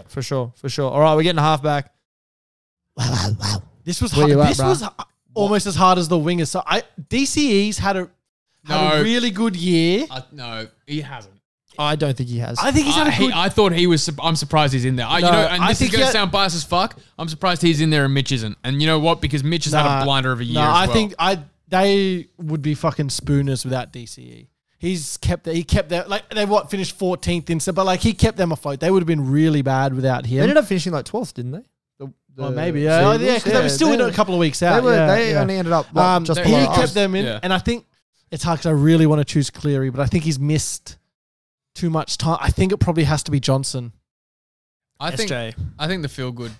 I: For sure, for sure. All right, we're getting a half back.
B: This was
I: Where
B: hard.
I: you at,
B: this
I: bruh?
B: was almost as hard as the wingers. So I DCE's had a had
C: No.
B: a really good year.
C: Uh, no, he hasn't.
I: I don't think he has.
B: I think Uh, he's had
C: I,
B: a
C: Uh, he-
B: good.
C: I thought he was. I'm surprised he's in there. I, you
B: No,
C: know, and
B: I
C: this is
B: think
C: going
B: he
C: to
B: had-
C: sound biased as fuck. I'm surprised he's in there and Mitch isn't. And you know what? Because Mitch has had
B: Nah,
C: a blinder of a year.
B: No,
C: as
B: I
C: well.
B: think I they would be fucking spooners without DCE. He's kept that. He kept that. Like they what finished 14th in, so- but like he kept them afloat. They would have been really bad without
I: they
B: him.
I: ended up finishing like twelfth, didn't they? The,
B: Well,
I: the
B: maybe yeah, oh,
I: Seagulls?
B: yeah, 'cause they were still in a couple of weeks out.
I: They, were,
B: yeah,
I: they
B: yeah.
I: only ended up like,
B: um,
I: just
B: he
I: below
C: like
B: kept
I: us.
B: them in,
C: Yeah.
B: and I think it's hard because I really want to choose Cleary, but I think he's missed too much time. I think it probably has to be Johnson.
C: I think.
B: SJ.
C: I think the feel good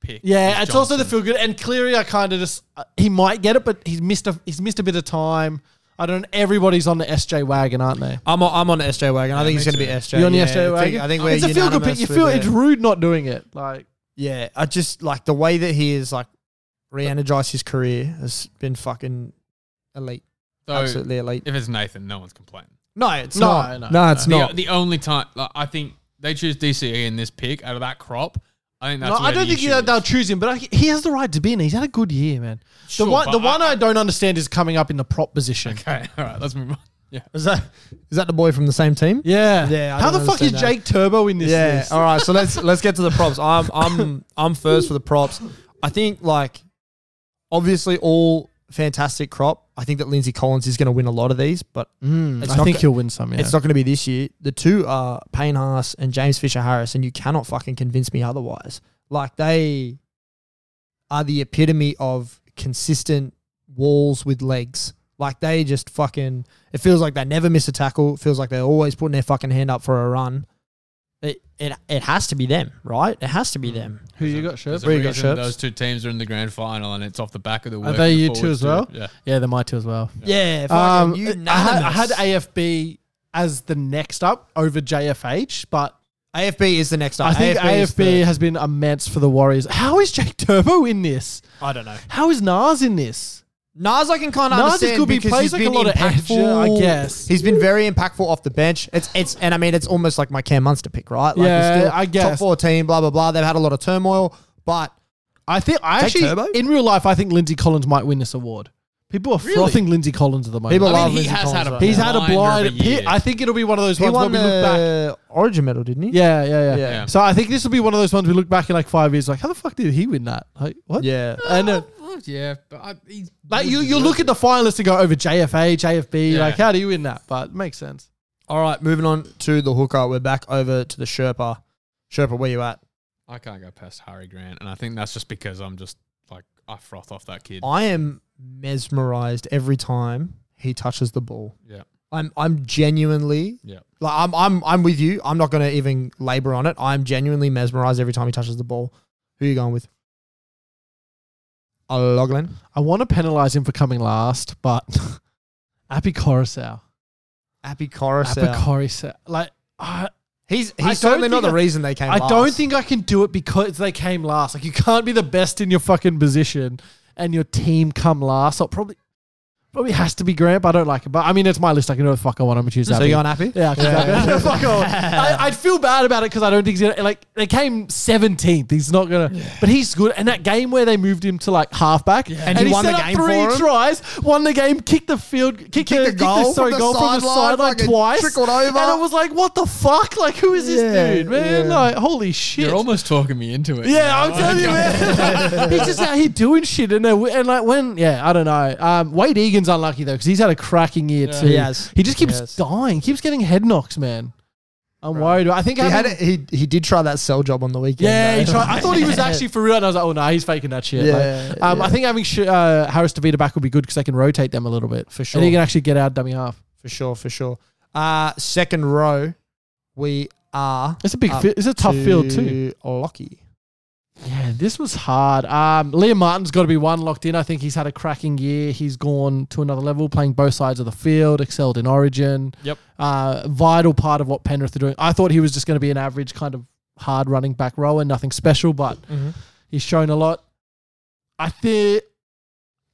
C: pick.
B: Yeah,
C: is
B: it's also the
C: Johnson.
B: feel good, and Cleary, I kind of just uh, he might get it, but he's missed a he's missed a bit of time. I don't. Everybody's on the SJ wagon, aren't they?
I: I'm on, I'm on SJ wagon. I think
C: me
I: it's going to be
C: too.
I: SJ.
B: You're on the
I: yeah.
B: SJ
I: I think-
B: wagon. Oh,
I: I think we're
B: it's a feel good pick.
I: unanimous
B: You
I: with
B: feel
I: the-
B: it's rude not doing it. Like
I: Yeah, I just like the way that he is like re-energized his career has been fucking elite,
C: So
I: absolutely elite.
C: if it's Nathan, no one's complaining.
I: No, it's
B: No,
I: not.
B: no,
I: it's
C: The,
I: not.
C: the only time like, I think they choose DCE in this pick out of that crop. I think that's.
B: No, I
C: where
B: don't
C: the
B: think
C: issue
B: they'll,
C: is.
B: they'll choose him, but I, he has the right to be in. He's had a good year, man.
C: Sure,
B: the one, the
C: but
B: one
C: I-
B: I don't understand is coming up in the prop position.
C: Okay, all right, let's move on. Yeah,
I: Is that is that the boy from the same team?
B: Yeah.
I: Yeah, I
B: How the
I: don't
B: fuck is
I: understand that.
B: Jake Turbo in this?
I: Yeah.
B: list?
I: All right. So let's let's get to the props. I'm I'm I'm first for the props. I think like obviously all fantastic crop. I think that Lindsay Collins is going to win a lot of these, but it's
B: I
I: not
B: think
I: go-
B: he'll win some. Yeah.
I: it's not going to be this year. The two are Payne Haas and James Fisher Harris, and you cannot fucking convince me otherwise. Like they are the epitome of consistent walls with legs. Like they just fucking. It feels like they never miss a tackle. It feels like they're always putting their fucking hand up for a run. It it it has to be them, right? It has to be them.
B: Who you got,
C: There's
B: Sherp?
C: a
I: Where you got
C: reason
I: Sherps?
C: Those two teams are in the grand final, and it's off the back of the.
B: Are
C: Work
B: they
C: the
B: you two
C: forwards
B: as well?
C: do. Yeah.
B: Yeah, they're my two as well.
I: Yeah,
B: Um,
I: fucking
B: I, had, I had
I: unanimous.
B: AFB as the next up over JFH, but
I: AFB is the next up.
B: I think AFB,
I: is the-
B: has been immense for the Warriors. How is Jake Turbo in this?
I: I don't know.
B: How is Nas in this?
I: Nas, I can kind of
B: Nas
I: understand
B: could be-
I: because
B: plays
I: he's
B: like a
I: been
B: lot of
I: impactful.
B: action, I guess.
I: he's been very impactful off the bench. It's it's and I mean it's almost like my Cam Munster pick, right? Like
B: Yeah,
I: he's still
B: I
I: top
B: guess.
I: fourteen, blah blah blah. They've had a lot of turmoil, but
B: I think I
I: Jake
B: actually
I: Turbo?
B: in real life I think Lindsay Collins might win this award. People are frothing Lindsay Collins at the moment.
I: People
C: I
I: love
C: mean, he
I: Lindsay
C: has
I: Collins
C: had a.
I: right now.
B: He's had a
C: blinder
B: blind
C: of a year.
B: pit. I think it'll be one of those
I: he
B: ones where
I: won
B: we look back.
I: the Origin medal, didn't he?
B: Yeah, yeah, yeah,
I: Yeah.
B: So I think this will be one of those ones we look back in like five years, like how the fuck did he win that? Like what?
I: yeah.
B: And uh,
C: Oh, yeah, but I, he's
B: like you, you look at the finalists and go over JFA, JFB.
C: Yeah.
B: Like how do you win that? But it makes sense.
I: All right, moving on to the hooker. We're back over to the Sherpa. Sherpa, where you at?
C: I can't go past Harry Grant, and I think that's just because I'm just like I froth off that kid.
I: I am mesmerized every time he touches the ball.
C: Yeah.
I: I'm I'm genuinely
C: Yeah.
I: Like I'm I'm I'm with you. I'm not gonna even labor on it. I'm genuinely mesmerized every time he touches the ball. Who are you going with? Oh, Loglin.
B: I want to penalize him for coming last, but Appy Coruscant.
I: Happy
B: Appy
I: Coruscant.
B: Coruscant. Like I,
I: he's
B: I don't
I: he's certainly not
B: think
I: the
B: I-
I: reason they came.
B: I
I: last.
B: don't think I can do it because they came last. Like you can't be the best in your fucking position and your team come last. So it probably probably has to be Grant, but I don't like it. But I mean it's my list. I can do what the fuck I want. I'm gonna choose
I: so.
B: that.
I: You going happy?
B: Yeah, I'll choose Appy. Fuck off. oh, I, I'd feel bad about it because I don't think he's gonna, like they came seventeenth. He's not gonna, but he's good. And that game where they moved him to like halfback,
I: And he won the game
B: three
I: for him.
B: tries, won the game, kicked the field, kicked, the, kicked
I: goal
B: sorry,
I: from the
B: goal from the
I: sideline,
B: sideline
I: fucking
B: twice,
I: trickled over.
B: and it was like, what the fuck? Like, who is this
I: Yeah,
B: dude, man?
I: yeah.
B: Like, holy shit!
C: You're almost talking me into it.
B: yeah, I'm telling you, man. he's just out here doing shit, and, uh, and like when, yeah, I don't know. Um, Wade Egan's unlucky though because he's had a cracking year too.
I: He has.
B: He just keeps
I: Yes.
B: dying, keeps getting head knocks, man. I'm worried. I think
I: He
B: I
I: had it, he he did try that sell job on the weekend.
B: yeah, he
I: though.
B: tried. I thought he was actually for real, and I was like, oh no, he's faking that shit. Like,
I: Yeah,
B: um, I think having Sh- uh, Harris Davida back would be good because they can rotate them a little bit
I: For
B: and he
I: sure.
B: can actually get out dummy half.
I: for sure, for sure. Uh second row, we are
B: It's a big. fi- it's a tough field too.
I: Lockie.
B: Yeah, this was hard. Um, Liam Martin's got to be one locked in. I think he's had a cracking year. He's gone to another level, playing both sides of the field, excelled in Origin.
C: Yep.
B: Uh, vital part of what Penrith are doing. I thought he was just going to be an average kind of hard running back rower, nothing special, but
I: Mm-hmm.
B: he's shown a lot. I think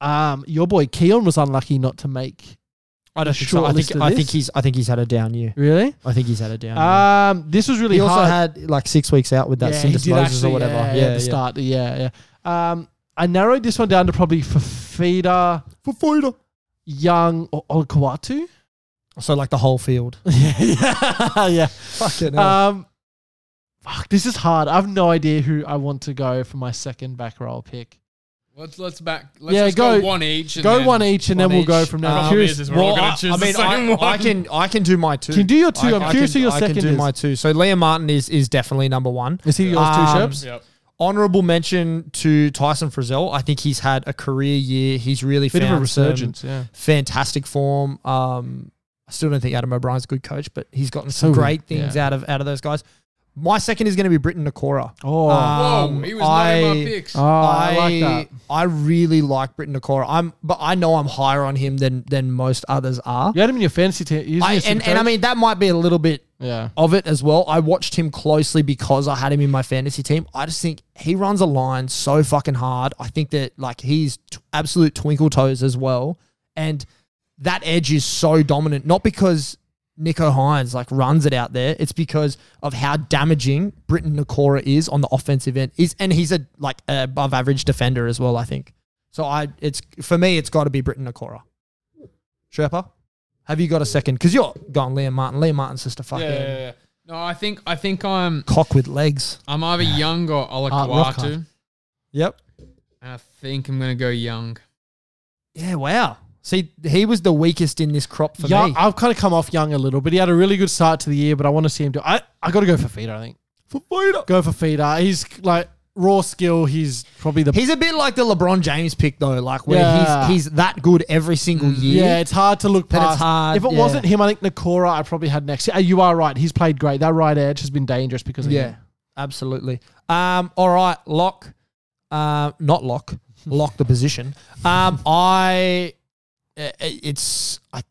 B: um, your boy Keon was unlucky not to make.
I: I don't
B: think so.
I: sure. I
B: List
I: think
B: of
I: I
B: this?
I: think he's I think he's had a down year.
B: Really?
I: I think he's had a down year.
B: Um, this was really
I: He also
B: hard.
I: had like six weeks out with that
B: he
I: Cinder
B: did
I: Moses or
B: actually,
I: whatever.
B: Yeah,
I: Yeah,
B: at the start. Yeah, yeah. Um, I narrowed this one down to probably Fafita,
I: start.
B: Young, or Olkwatu.
I: So like the whole field.
B: yeah, yeah.
I: Fucking
B: Um, fuck, this is hard. I have no idea who I want to go for my second back roll pick.
C: Let's let's back. Let's
B: Yeah,
C: just go,
B: go-
C: one each. And
B: Go
C: then-
B: one each, and
I: One
B: then we'll go
I: each.
B: from
I: Um,
B: now.
C: Problem is,
B: Curious.
C: is we're all gonna choose the same one.
I: I can I can do my two.
B: Can you do your two?
I: I,
B: I'm curious
I: can,
B: who your
I: I
B: second
I: can do
B: is.
I: my two. So Liam Martin is is definitely number one.
B: Is he yours two,
I: Um,
B: Sheps?
C: Yep.
I: Honorable mention to Tyson Frizzell. I think he's had a career year. He's really
B: Bit of
I: found
B: a
I: some
B: resurgence, yeah.
I: fantastic form. Um, I still don't think Adam O'Brien's a good coach, but he's gotten
B: So
I: some great
B: good,
I: things
B: yeah.
I: out of out of those guys. My second is going to be Britton Nakora.
B: Oh,
C: Whoa,
I: Um,
C: he was not in
I: I-
C: my picks.
B: oh, I, like that.
I: I really like Britton Nakora. I'm, but I know I'm higher on him than than most others are.
B: You had him in your fantasy team. He's in
I: I,
B: your
I: and,
B: super
I: and I
B: coach.
I: mean that might be a little bit
B: yeah.
I: of it as well. I watched him closely because I had him in my fantasy team. I just think he runs a line so fucking hard. I think that like he's t- absolute twinkle toes as well, and that edge is so dominant. Not because Nico Hines like runs it out there. It's because of how damaging Britton Nakora is on the offensive end. Is and he's a like above average defender as well. I think. So I it's for me it's got to be Britton Nakora. Sherpa, have you got a second? Because you're gone, Liam Martin. Liam Martin's just a
C: Yeah,
I: fucking
C: yeah, yeah. No, I think I think I'm
I: cock with legs.
C: I'm either young or
B: rock hard.
C: Olakwatu.
I: Yep.
C: I think I'm gonna go young.
I: Yeah. Wow. See, he was the weakest in this crop for
B: Young,
I: me.
B: I've kind of come off young a little, but he had a really good start to the year. But I want to see him do. I I got to go for Feeder. I think go for Feeder. He's like raw skill. He's probably the
I: He's a bit like the LeBron James pick though, like where
B: Yeah.
I: he's he's that good every single year.
B: yeah. It's hard to look
I: Then
B: past.
I: it's hard,
B: If it
I: yeah.
B: wasn't him, I think Nakora. I probably had next. Uh, You are right. He's played great. That right edge has been dangerous because of
I: Yeah,
B: him.
I: absolutely. Um, all right, lock. Uh, not lock. Lock the position. Um, I. i- It's I.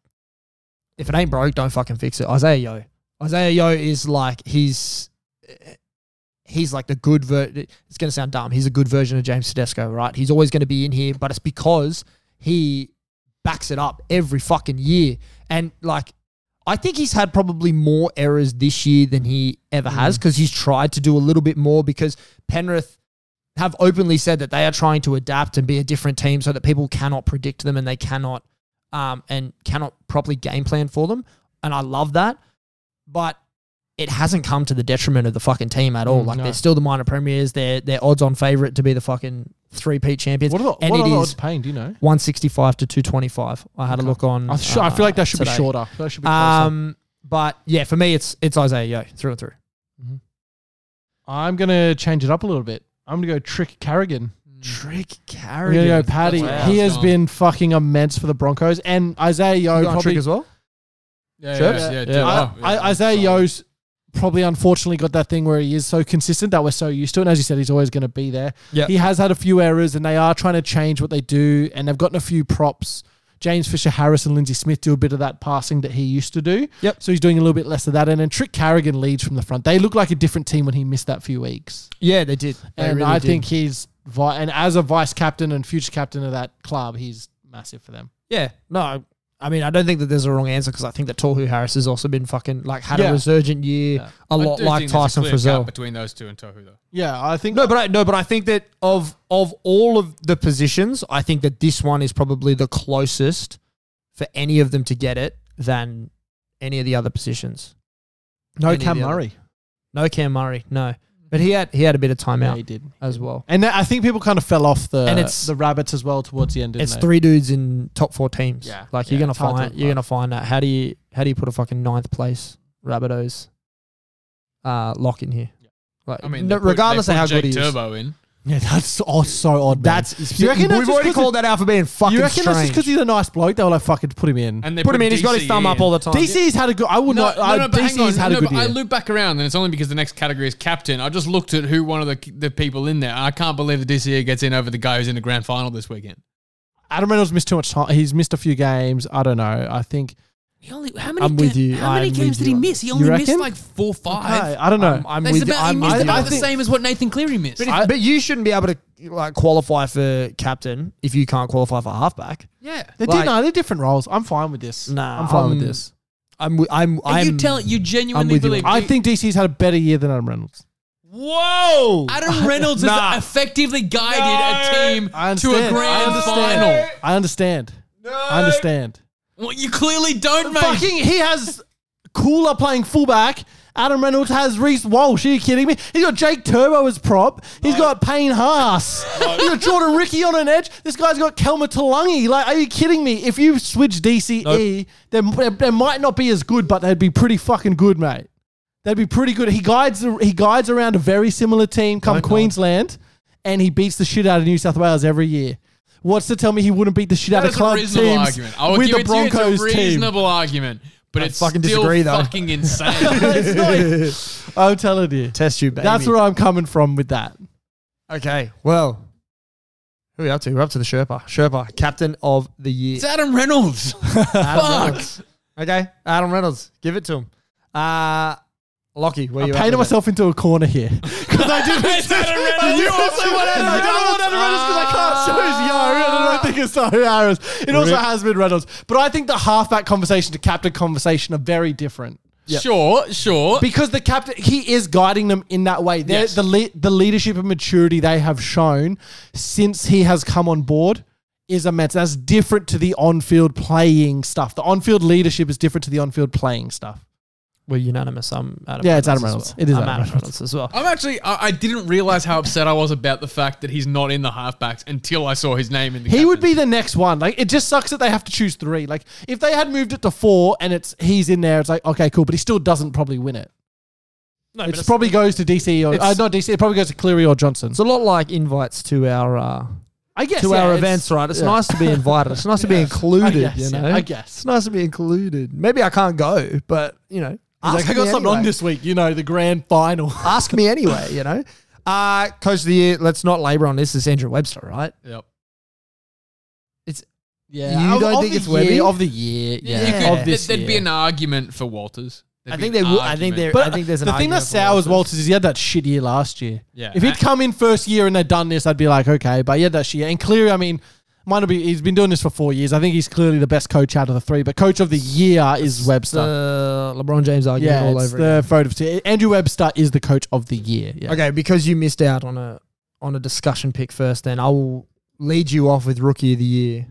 I: If it ain't broke, don't fucking fix it. Isaiah Yo. Isaiah Yo is like he's. uh, He's like the good ver. It's gonna sound dumb. He's a good version of James Tedesco, right? He's always gonna be in here, but it's because he backs it up every fucking year. And like, I think he's had probably more errors this year than he ever
B: Mm.
I: has because he's tried to do a little bit more because Penrith have openly said that they are trying to adapt and be a different team so that people cannot predict them and they cannot um, and cannot properly game plan for them. And I love that. But it hasn't come to the detriment of the fucking team at all.
B: Mm,
I: like
B: no.
I: they're still the minor premiers. They're they're odds on favorite to be the fucking three peat champions.
B: What are the,
I: and
B: what
I: it
B: are the
I: is-
B: odds paying? Do you know?
I: 165 to 225. I had a look on.
B: I, sh- I feel like that should
I: uh,
B: be shorter. That should be closer.
I: Um, but yeah, for me, it's it's Isaiah Yo through and through.
B: I'm gonna change it up a little bit. I'm gonna go Trick Carrigan.
I: Mm. Trick
B: I'm
I: carry.
B: gonna go Paddy.
C: That's where I
B: He
C: was
B: has
C: going.
B: been fucking immense for the Broncos and Isaiah Yo probably
I: as well.
C: Yeah,
I: Sure.
C: yeah, yeah,
I: Yeah.
C: do
I: Yeah.
B: I,
C: that.
B: I, Isaiah Yo's probably unfortunately got that thing where he is so consistent that we're so used to. it. And as you said, he's always going to be there.
I: Yeah.
B: He has had a few errors and they are trying to change what they do. And they've gotten a few props. James Fisher Harris and Lindsay Smith do a bit of that passing that he used to do.
I: Yep.
B: So he's doing a little bit less of that. And then Trick Carrigan leads from the front. They look like a different team when he missed that few weeks.
I: Yeah, they did. They
B: and
I: really
B: I
I: did.
B: think he's, vi- and as a vice captain and future captain of that club, he's massive for them.
I: Yeah, no, I mean, I don't think that there's a wrong answer because I think that Torhu Harris has also been fucking like had
B: Yeah.
I: a resurgent year, a
C: I
I: lot
C: do
I: like
C: think there's a
I: Tyson
C: clear cut
I: Frizzell.
C: Between those two and Tohu, though.
B: Yeah, I think.
I: No, but I, no, but I think that of of all of the positions, I think that this one is probably the closest for any of them to get it than any of the other positions.
B: no
I: Any of
B: Cam
I: the other-
B: Murray.
I: No Cam Murray, no, but he had he had a bit of time
B: Yeah,
I: out
B: he did.
I: as well.
B: And that, I think people kind of fell off the
I: And it's-
B: the rabbits as well towards the end. Didn't
I: It's
B: they?
I: three dudes in top four teams.
B: Yeah.
I: like
B: Yeah,
I: you're gonna
B: it's hard to
I: find
B: look
I: you're
B: like.
I: gonna find that. How do you how do you put a fucking ninth place Rabbitohs uh, lock in here? Like,
C: I mean,
I: no-
C: they put-
I: regardless
C: they
I: of
C: put
I: how
C: Jake
I: good he is,
C: Turbo in.
B: Yeah, that's oh, so odd. man.
I: That's
B: you reckon that's
I: we've
B: just
I: already
B: 'cause
I: called
B: it-
I: that out for being fucking
B: You reckon that's just
I: strange.
B: because he's a nice bloke? They were like, "Fuck it, put him in."
C: And they
I: Put him
C: put
I: in. He's got his
C: DC
I: thumb up
C: in.
I: all the time.
B: DC's had a good. I would
C: No,
B: not.
C: no,
I: uh,
B: I,
C: no, but hang on.
B: DC's had
C: No,
B: a good
C: but I
B: year.
C: loop back around, and it's only because the next category is captain. I just looked at who one of the the people in there. and I can't believe the DCE gets in over the guy who's in the grand final this weekend.
B: Adam Reynolds missed too much time. He's missed a few games. I don't know. I think
F: He only, how many,
B: I'm with
F: ga-
B: you.
F: How many
B: I'm
F: games
B: with
F: did he
B: you.
F: miss? He
B: You
F: only missed
B: reckon?
F: like four or five.
B: I, I don't know.
I: I'm, I'm
F: That's
I: with you.
F: about, he
I: I'm
F: missed
I: with you.
F: about
B: I
F: the
B: think-
F: same as what Nathan Cleary missed.
I: But, if- but you shouldn't be able to like qualify for captain if you can't qualify for halfback.
F: yeah.
B: They
I: Like-
B: did, no, they're different roles. I'm fine with this.
I: Nah,
B: I'm fine with
F: um,
I: I'm-
B: this.
I: I'm wi- I'm
F: Are
I: I'm
F: you telling you genuinely
I: with you.
F: believe?
B: I think DC's had a better year than Adam Reynolds.
I: Whoa!
F: Adam Reynolds
I: Nah.
F: has effectively guided
B: I
F: a team to a
B: understand. I
F: grand
B: understand.
F: final.
B: I understand. I understand.
F: Well, you clearly don't, mate.
B: Fucking, he has Cooler playing fullback. Adam Reynolds has Reese Walsh. Are you kidding me? He's got Jake Turbo as prop. He's got Payne Haas. He's got Jordan Ricky on an edge. This guy's got Kelma Talangi. Like, are you kidding me? If you switch DCE, then they, they might not be as good, but they'd be pretty fucking good, mate. They'd be pretty good. He guides he guides around a very similar team come Queensland, and he beats the shit out of New South Wales every year. What's to tell me he wouldn't beat the shit out of
C: That is a
B: club
C: reasonable
B: teams
C: argument. I will
B: with
C: give
B: the
C: it to you. It's
B: Broncos
C: a
B: team?
C: reasonable argument, but it's
I: fucking
C: still
I: disagree, though.
C: fucking insane.
B: It's not- I'm telling you.
I: Test you, baby.
B: That's where I'm coming from with that.
I: Okay. Well, who are we up to? We're up to the Sherpa. Sherpa, captain of the year.
F: It's Adam Reynolds.
I: Adam
F: fuck.
I: Reynolds. Okay, Adam Reynolds. Give it to him. Uh Lockie, where you
B: I'm
I: at? with
B: painting
I: it?
B: myself into a corner here. Because I didn't. You also want Adam Reynolds. I want Adam Reynolds because I can't show his yo. And I don't think it's so Harris. It also has been Reynolds. But I think the halfback conversation to captain conversation are very different.
C: Sure, sure.
B: Because the captain, he is guiding them in that way. They're-
C: Yes.
B: The le- the leadership and maturity they have shown since he has come on board is immense. That's different to the on-field playing stuff. The on-field leadership is different to the on-field playing stuff.
I: We're unanimous. I'm Adam.
B: Yeah, it's Adam
I: as
B: Reynolds.
I: well.
B: It is
I: I'm
B: Adam
I: Adam
B: Reynolds.
I: Reynolds Oh, as well.
C: I'm actually, I, I didn't realize how upset I was about the fact that he's not in the halfbacks until I saw his name in the.
B: He would be
C: captains.
B: the next one. Like it just sucks that they have to choose three. Like if they had moved it to four and it's he's in there, it's like okay, cool, but he still doesn't probably win it. No, it probably goes to DC or uh,
I: It's-
B: not DC. It probably goes to Cleary or Johnson.
I: It's a lot like invites to our uh,
B: I guess
I: to
B: yeah,
I: our
B: it's-
I: events, right? It's
B: yeah.
I: nice to be invited. It's nice to be
B: I
I: included.
B: guess,
I: you
B: yeah,
I: know,
B: I
I: it's
B: guess.
I: nice to be included. Maybe I can't go, but you know, ask
B: Like, I got
I: me
B: something on
I: anyway.
B: this week. You know, the grand final.
I: Ask me anyway. You know, uh, coach of the year. Let's not labor on this. Is Andrew Webster, right?
C: Yep.
B: Yeah,
I: You
B: of-
I: don't
B: of
I: think
B: the
I: it's Webby?
B: year- of the year? Yeah,
I: You could-
B: of
C: There-
B: this
C: There'd
B: year.
C: be an argument for Walters. There'd
I: I
C: be
I: think
C: an
I: they. Would, I think
C: argument.
I: there.
B: But
I: I think there's an
B: the thing that
I: argument for
B: sours
I: Walters.
B: Walters is he had that shit year last year.
C: Yeah.
B: If he'd come in first year and they'd done this, I'd be like, okay. But he had that shit year. And Cleary, I mean, might not be. He's been doing this for four years. I think he's clearly the best coach out of the three. But coach of the year is Webster.
I: the LeBron James argument
B: Uh, yeah,
I: uh, all
B: it's
I: over
B: the vote of Andrew Webster is the coach of the year. Yeah.
I: Okay, because you missed out on a on a discussion pick first, then I will lead you off with rookie of the year.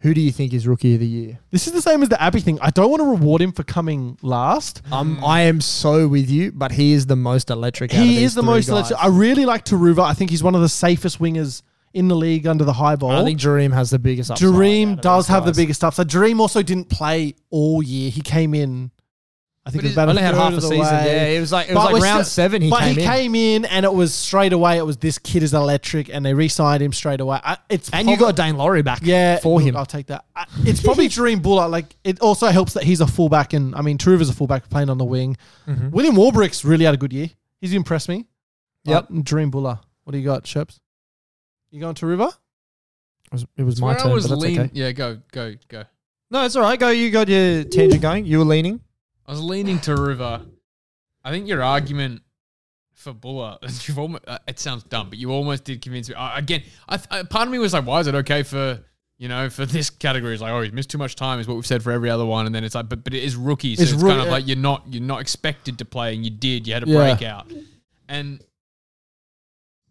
I: Who do you think is rookie of the year?
B: This is the same as the Abbey thing. I don't want to reward him for coming last.
I: Um, I am so with you, but he is the most electric. out of
B: He
I: these
B: is the
I: three
B: most
I: guys.
B: electric. I really like Taruva. I think he's one of the safest wingers in the league under the high ball.
I: I think Dream has the biggest. upside out
B: Dream
I: of
B: does
I: these
B: have the
I: guys.
B: biggest upside. Dream also didn't play all year. He came in, I think
C: But
B: it was
C: he
B: about
I: Only
B: a
I: had
B: third
I: half
B: of
I: a
B: the
I: season.
B: Way.
I: Yeah, it was like
B: But
I: it was like
B: we're
I: round
B: still-
I: seven. He
B: but
I: came
B: he
I: in.
B: came in and it was straight away. It was this kid is electric, and they re-signed him straight away. I, it's
I: and you
B: prob-
I: got Dane Laurie back.
B: yeah
I: for
B: look,
I: him.
B: I'll take that. I, it's probably Dream Buller. Like it also helps that he's a fullback, and I mean Truva's a fullback playing on the wing.
I: Mm-hmm.
B: William Warbrick's really had a good year. He's impressed me.
I: Yep.
B: But Dream Buller. What do you got, Sheps? You going to River?
I: It was, it was
C: Where
I: my
C: I
I: turn,
C: was
I: but that's
C: lean-
I: okay.
C: Yeah, go, go, go.
I: No, it's all right. Go. You got your tangent going. You were leaning.
C: I was leaning to River. I think your argument for Buller, you've almost, uh, it sounds dumb, but you almost did convince me. I again, I, I, part of me was like, why is it okay for, you know, for this category? It's like, oh, he's missed too much time, is what we've said for every other one. And then it's like, but, but it is rookie. So
B: It's
C: it's,
B: roo-
C: kind of
B: yeah.
C: like you're not, you're not expected to play and you did. You had a
B: Yeah.
C: breakout. And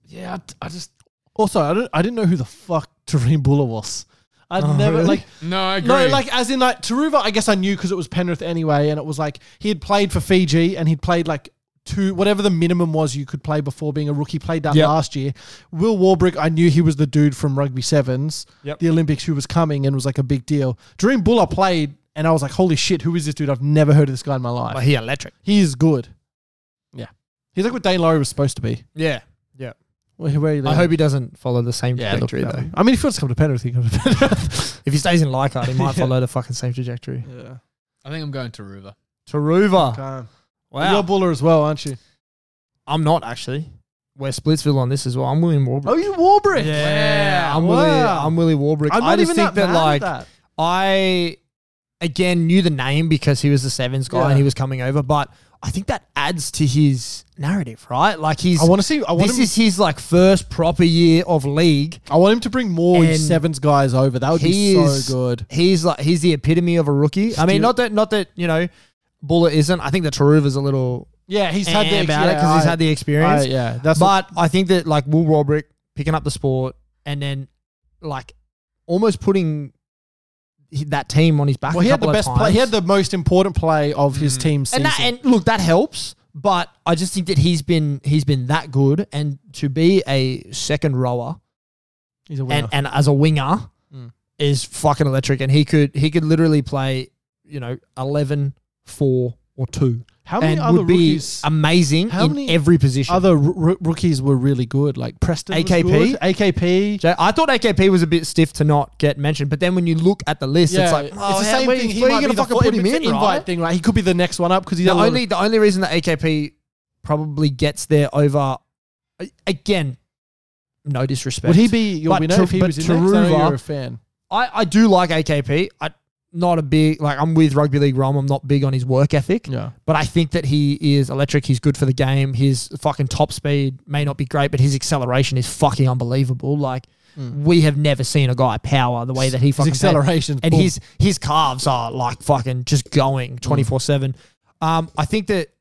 C: yeah, I, I just,
B: Also, I don't. I didn't know who the fuck Tareem Buller was. I would never
I: Oh, really?
B: like.
C: no, I agree.
B: No, like as in like Taruva. I guess I knew because it was Penrith anyway, and it was like he had played for Fiji and he'd played like two whatever the minimum was you could play before being a rookie. Played that
I: Yep.
B: last year. Will Warbrick, I knew he was the dude from Rugby Sevens,
I: Yep.
B: the Olympics, who was coming and was like a big deal. Dream Buller played, and I was like, holy shit, who is this dude? I've never heard of this guy in my life.
I: But he electric.
B: he is good. Yeah, he's like what Dane Laurie was supposed to be.
I: Yeah. Yeah.
B: Where, where are you
I: I
B: leaning?
I: hope he doesn't follow the same
B: Yeah, look, uh,
I: trajectory
B: that
I: though.
B: one. I mean, if he wants to come to Penrith, he comes to Penrith.
I: If he stays in Leichhardt, he might
B: Yeah.
I: follow the fucking same trajectory.
B: yeah.
C: I think I'm going to Ruva.
I: Taruva. Wow.
B: You're a buller as well, aren't you?
I: I'm not actually. We're Splitsville on this as well. I'm William Oh, Warbrick.
B: you Warbrick.
I: yeah. I'm Willie. I'm Willie Warbrick.
B: I'm not
I: I just
B: even
I: think
B: that
I: that,
B: mad at
I: like
B: that.
I: I again knew the name because he was the sevens guy
B: Yeah.
I: and he was coming over, but I think that adds to his narrative, right? Like he's
B: I want to see. I want
I: this
B: him.
I: is his like first proper year of league.
B: I want him to bring more
I: And
B: sevens guys over. That would be
I: He
B: so
I: is
B: good.
I: He's like he's the epitome of a rookie. I mean,
B: Still-
I: not that not that you know, Bullet isn't. I think that Taruva's a little
B: Yeah, he's
I: had the about it
B: yeah,
I: because he's
B: I-
I: had the experience.
B: I- yeah, that's what-
I: but I think that like Will Robrick picking up the sport and then like almost putting he- that team on his back.
B: well,
I: a
B: he had the
I: couple of
B: best play. He
I: times.
B: had the most important play of his team season.
I: and that, and look that helps. But I just think that he's been he's been that good, and to be a second rower
B: he's a winner.
I: and, and as a winger
B: Mm.
I: is fucking electric. And he could he could literally play you know 11, 4, or two.
B: how many
I: and
B: other
I: would be
B: rookies?
I: amazing
B: how
I: in
B: many
I: every position.
B: other r- r- rookies were really good, like Preston, was
I: AKP?
B: good. AKP.
I: So I thought AKP was a bit stiff to not get mentioned, but then when you look at the list, it's like, oh,
B: it's the same
I: where,
B: thing.
I: where
B: might be
I: you gonna
B: the
I: fucking
B: fo-
I: put him
B: it's
I: in,
B: an invite
I: right?
B: thing, right? He could be the next one up because he's
I: The only the only reason that AKP probably gets there over a- again, no disrespect.
B: Would he be your
I: But
B: winner
I: Tar-
B: if he
I: but
B: was in there? 'Cause I know
I: Taruva-
B: You're a fan.
I: I, I do like AKP. I not a big like I'm with rugby league Rom. I'm not big on his work ethic.
B: Yeah.
I: But I think that he is electric. He's good for the game. His fucking top speed may not be great, but his acceleration is fucking unbelievable. Like we have never seen a guy power the way that he fucking
B: acceleration's
I: and
B: boom. Mm.
I: his his calves are like fucking just going twenty four seven. Um, I think that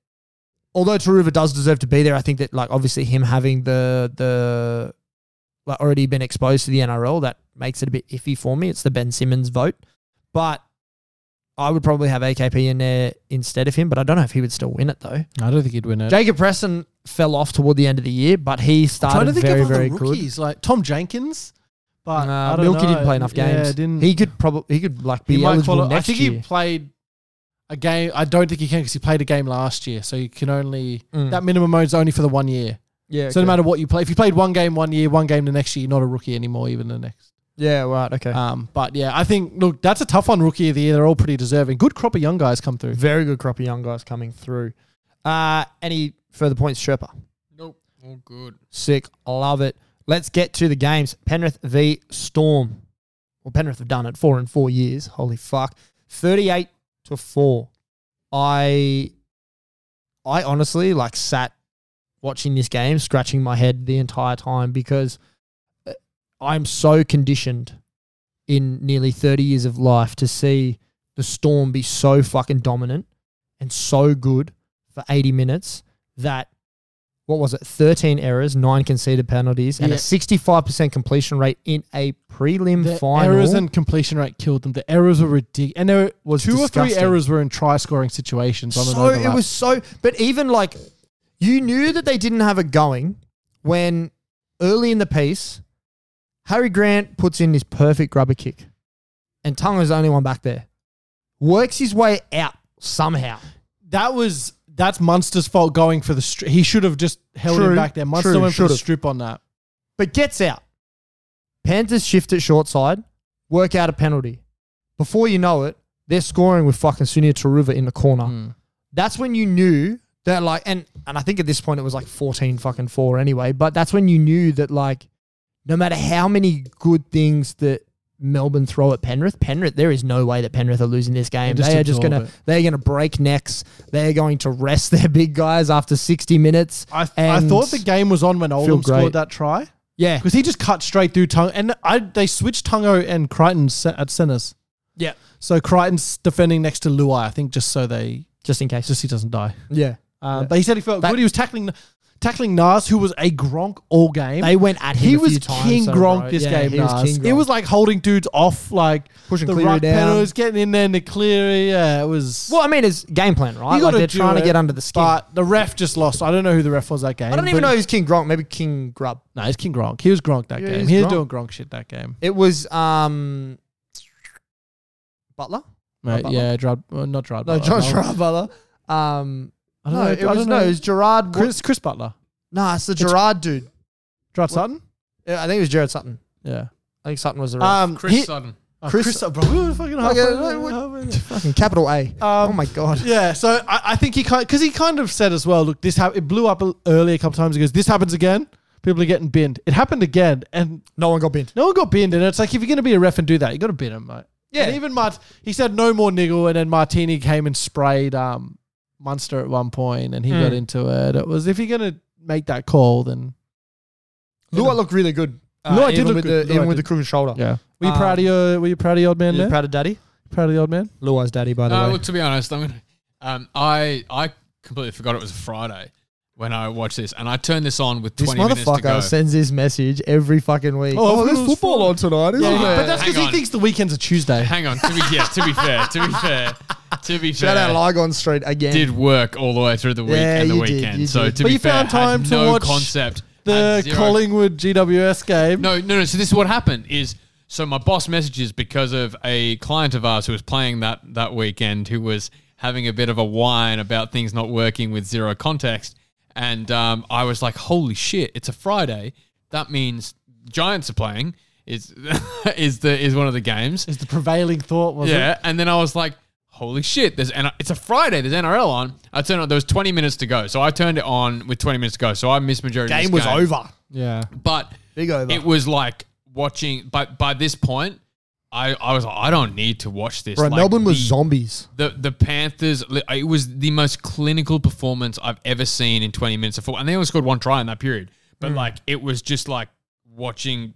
I: although Taruva does deserve to be there, I think that like obviously him having the the like already been exposed to the NRL that makes it a bit iffy for me. It's the Ben Simmons vote, but I would probably have AKP in there instead of him. But I don't know if he would still win it though.
B: I don't think he'd win it.
I: Jacob Preston fell off toward the end of the year, but he
B: trying
I: started
B: to think
I: very
B: of other
I: very good.
B: rookies like Tom Jenkins, but I
I: Uh,
B: don't
I: Milky
B: know.
I: didn't play enough games.
B: Yeah, didn't.
I: He could probably he could like be
B: He might
I: eligible
B: quali-
I: next
B: I think
I: year.
B: he played a game. I don't think he can because he played a game last year, so you can only
I: Mm.
B: that minimum mode's only for the one year.
I: yeah,
B: So no
I: okay.
B: matter what you play, if you played one game one year, one game the next year, you're not a rookie anymore. Even the next.
I: Yeah, right. Okay.
B: Um, but yeah, I think look, that's a tough one. Rookie of the year, they're all pretty deserving. Good crop of young guys come through.
I: Very good crop of young guys coming through. Uh, any further points, Sherpa?
C: Nope. All good.
I: Sick. Love it. Let's get to the games. Penrith v Storm. Well, Penrith have done it four in four years. Holy fuck. 38 to 4. I I honestly like sat watching this game, scratching my head the entire time because uh, I'm so conditioned in nearly 30 years of life to see the Storm be so fucking dominant and so good for 80 minutes that what was it? 13 errors, nine conceded penalties, and a
B: Yeah.
I: 65% completion rate in a prelim
B: The
I: Mm, final.
B: errors and completion rate killed them. The errors were ridiculous, and there was two or three
I: disgusting.
B: errors were in try scoring situations. On an
I: so it
B: overlap.
I: was so but even like you knew that they didn't have it going when early in the piece harry grant puts in this perfect rubber kick and tonga's the only one back there works his way out somehow
B: that was that's Munster's fault going for the strip. He should have just held
I: True,
B: him back there. Munster
I: true,
B: went for the
I: should've.
B: strip on that.
I: but gets out panthers shift it short side work out a penalty before you know it they're scoring with fucking Sunia Taruva in the corner.
B: Hmm.
I: That's when you knew that like and and I think at this point it was like 14 fucking 4 anyway, but that's when you knew that like no matter how many good things that Melbourne throw at Penrith, Penrith, there is no way that Penrith are losing this game.
B: They just
I: They are just
B: absorb
I: gonna
B: it.
I: they're gonna break necks. They're going to rest their big guys after 60 minutes.
B: I, I
I: and-
B: thought the game was on when Oldham
I: great.
B: scored that try
I: Yeah.
B: because he just cut straight through Tongue and I they switched Tungo and Crichton se- at centers.
I: Yeah.
B: So Crichton's defending next to Luai, I think, just so they
I: Just in case.
B: just he doesn't die.
I: yeah.
B: Um, But he said he felt
I: That-
B: good. He was tackling tackling Nas, who was a Gronk all game.
I: They went at him.
B: he
I: a
B: was
I: few times,
B: King
I: so,
B: Gronk
I: right.
B: this
I: Yeah,
B: game.
I: he was
B: Nas.
I: King
B: It
I: Gronk.
B: was like holding dudes off, like
I: Pushing
B: the
I: Cleary
B: ruck
I: down.
B: penalties, getting in there and the Cleary. Yeah, it was.
I: Well, I mean, it's game plan, right?
B: You
I: Like
B: gotta
I: they're
B: do
I: trying
B: it,
I: to get under the skin.
B: But the ref just lost. I don't know who the ref was that game.
I: I don't even
B: but-
I: know who's King Gronk. Maybe King Grub.
B: No, it's King Gronk. He was Gronk that
I: Yeah,
B: game.
I: he's
B: He was
I: Gronk.
B: doing Gronk shit that game.
I: It was um, Butler.
B: Mate,
I: Butler?
B: yeah, Gerard, well, not Gerard.
I: No,
B: Butler.
I: Oh, John Gerard Butler. Um,
B: I don't
I: no,
B: know.
I: it
B: I
I: was
B: don't
I: no,
B: know.
I: it was Gerard.
B: Chris, Chris Butler.
I: no, it's the Gerard dude.
B: Gerard Sutton?
I: Yeah, I think it was Jared Sutton.
B: Yeah.
I: I think Sutton was the ref.
B: Um,
C: Chris
B: he-
C: Sutton.
B: oh,
I: Chris-
B: Chris, Sutton, bro, we were fucking halfway
I: Okay,
B: there,
I: what-
B: halfway there. Um,
I: fucking capital A. oh my god.
B: Yeah, so I, I think he kind because he kind of said as well. Look, this hap- it blew up a- early a couple times. He goes, "This happens again. People are getting binned. It happened again, and
I: No one got binned.
B: no one got binned. And it's like if you're going to be a ref and do that, you got to bin him, mate.
I: Yeah.
B: And even Mart, he said no more niggle, and then Martini came and sprayed um Munster at one point, and he
C: Hmm.
B: got into it. It was if you're going to make that call, then
I: Lua looked really good. Uh,
B: Lua did
I: even
B: look
I: with
B: good.
I: The,
B: Lua
I: even with the
B: did.
I: crooked shoulder.
B: yeah. Were you
I: Um,
B: proud of your Were you proud of the old man?
I: Are you
B: There?
I: proud of Daddy?
B: proud of the old man.
I: Lua's daddy, by the
C: No,
I: way.
C: look, Uh, to be honest, I'm gonna, um, I I completely forgot it was Friday when I watched this, and I turned this on with
I: this
C: 20 minutes to go.
I: motherfucker sends this message every fucking week.
B: Oh,
I: Oh,
B: it
I: there's
B: was
I: football on tonight, isn't
C: Yeah,
I: there?
B: But that's
C: hang
B: because he
C: on.
B: thinks the weekend's a Tuesday.
C: Hang on, to be yeah, to be fair, to be fair, to be fair,
I: Shout out Ligon Street again.
C: did work all the way through the week
I: Yeah,
C: and the
I: you did,
C: weekend.
I: you
C: so
I: did.
C: to
B: But
C: be
B: you
C: fair,
B: found time
C: had
B: to
C: no
B: watch
C: concept.
B: The
C: had zero-
B: Collingwood GWS game.
C: No, no, no. So this is what happened is so my boss messages because of a client of ours who was playing that that weekend who was having a bit of a whine about things not working with zero context, and um, I was like, "Holy shit! It's a Friday. That means Giants are playing." Is is the is one of the games?
B: is the prevailing thought was
C: yeah, and then I was like, "Holy shit! There's N- it's a Friday. There's NRL on." I turned on. There was 20 minutes to go, so I turned it on with 20 minutes to go. So I missed majority. of
I: Game
C: this
I: was over.
B: yeah
C: but
I: Big over.
C: it was like watching. But by this point, I I was like, I don't need to watch this.
I: Bro,
C: Like,
I: Melbourne was
C: the-
I: zombies.
C: the the Panthers. It was the most clinical performance I've ever seen in twenty minutes of football, and they only scored one try in that period. But
I: Mm.
C: like, it was just like watching.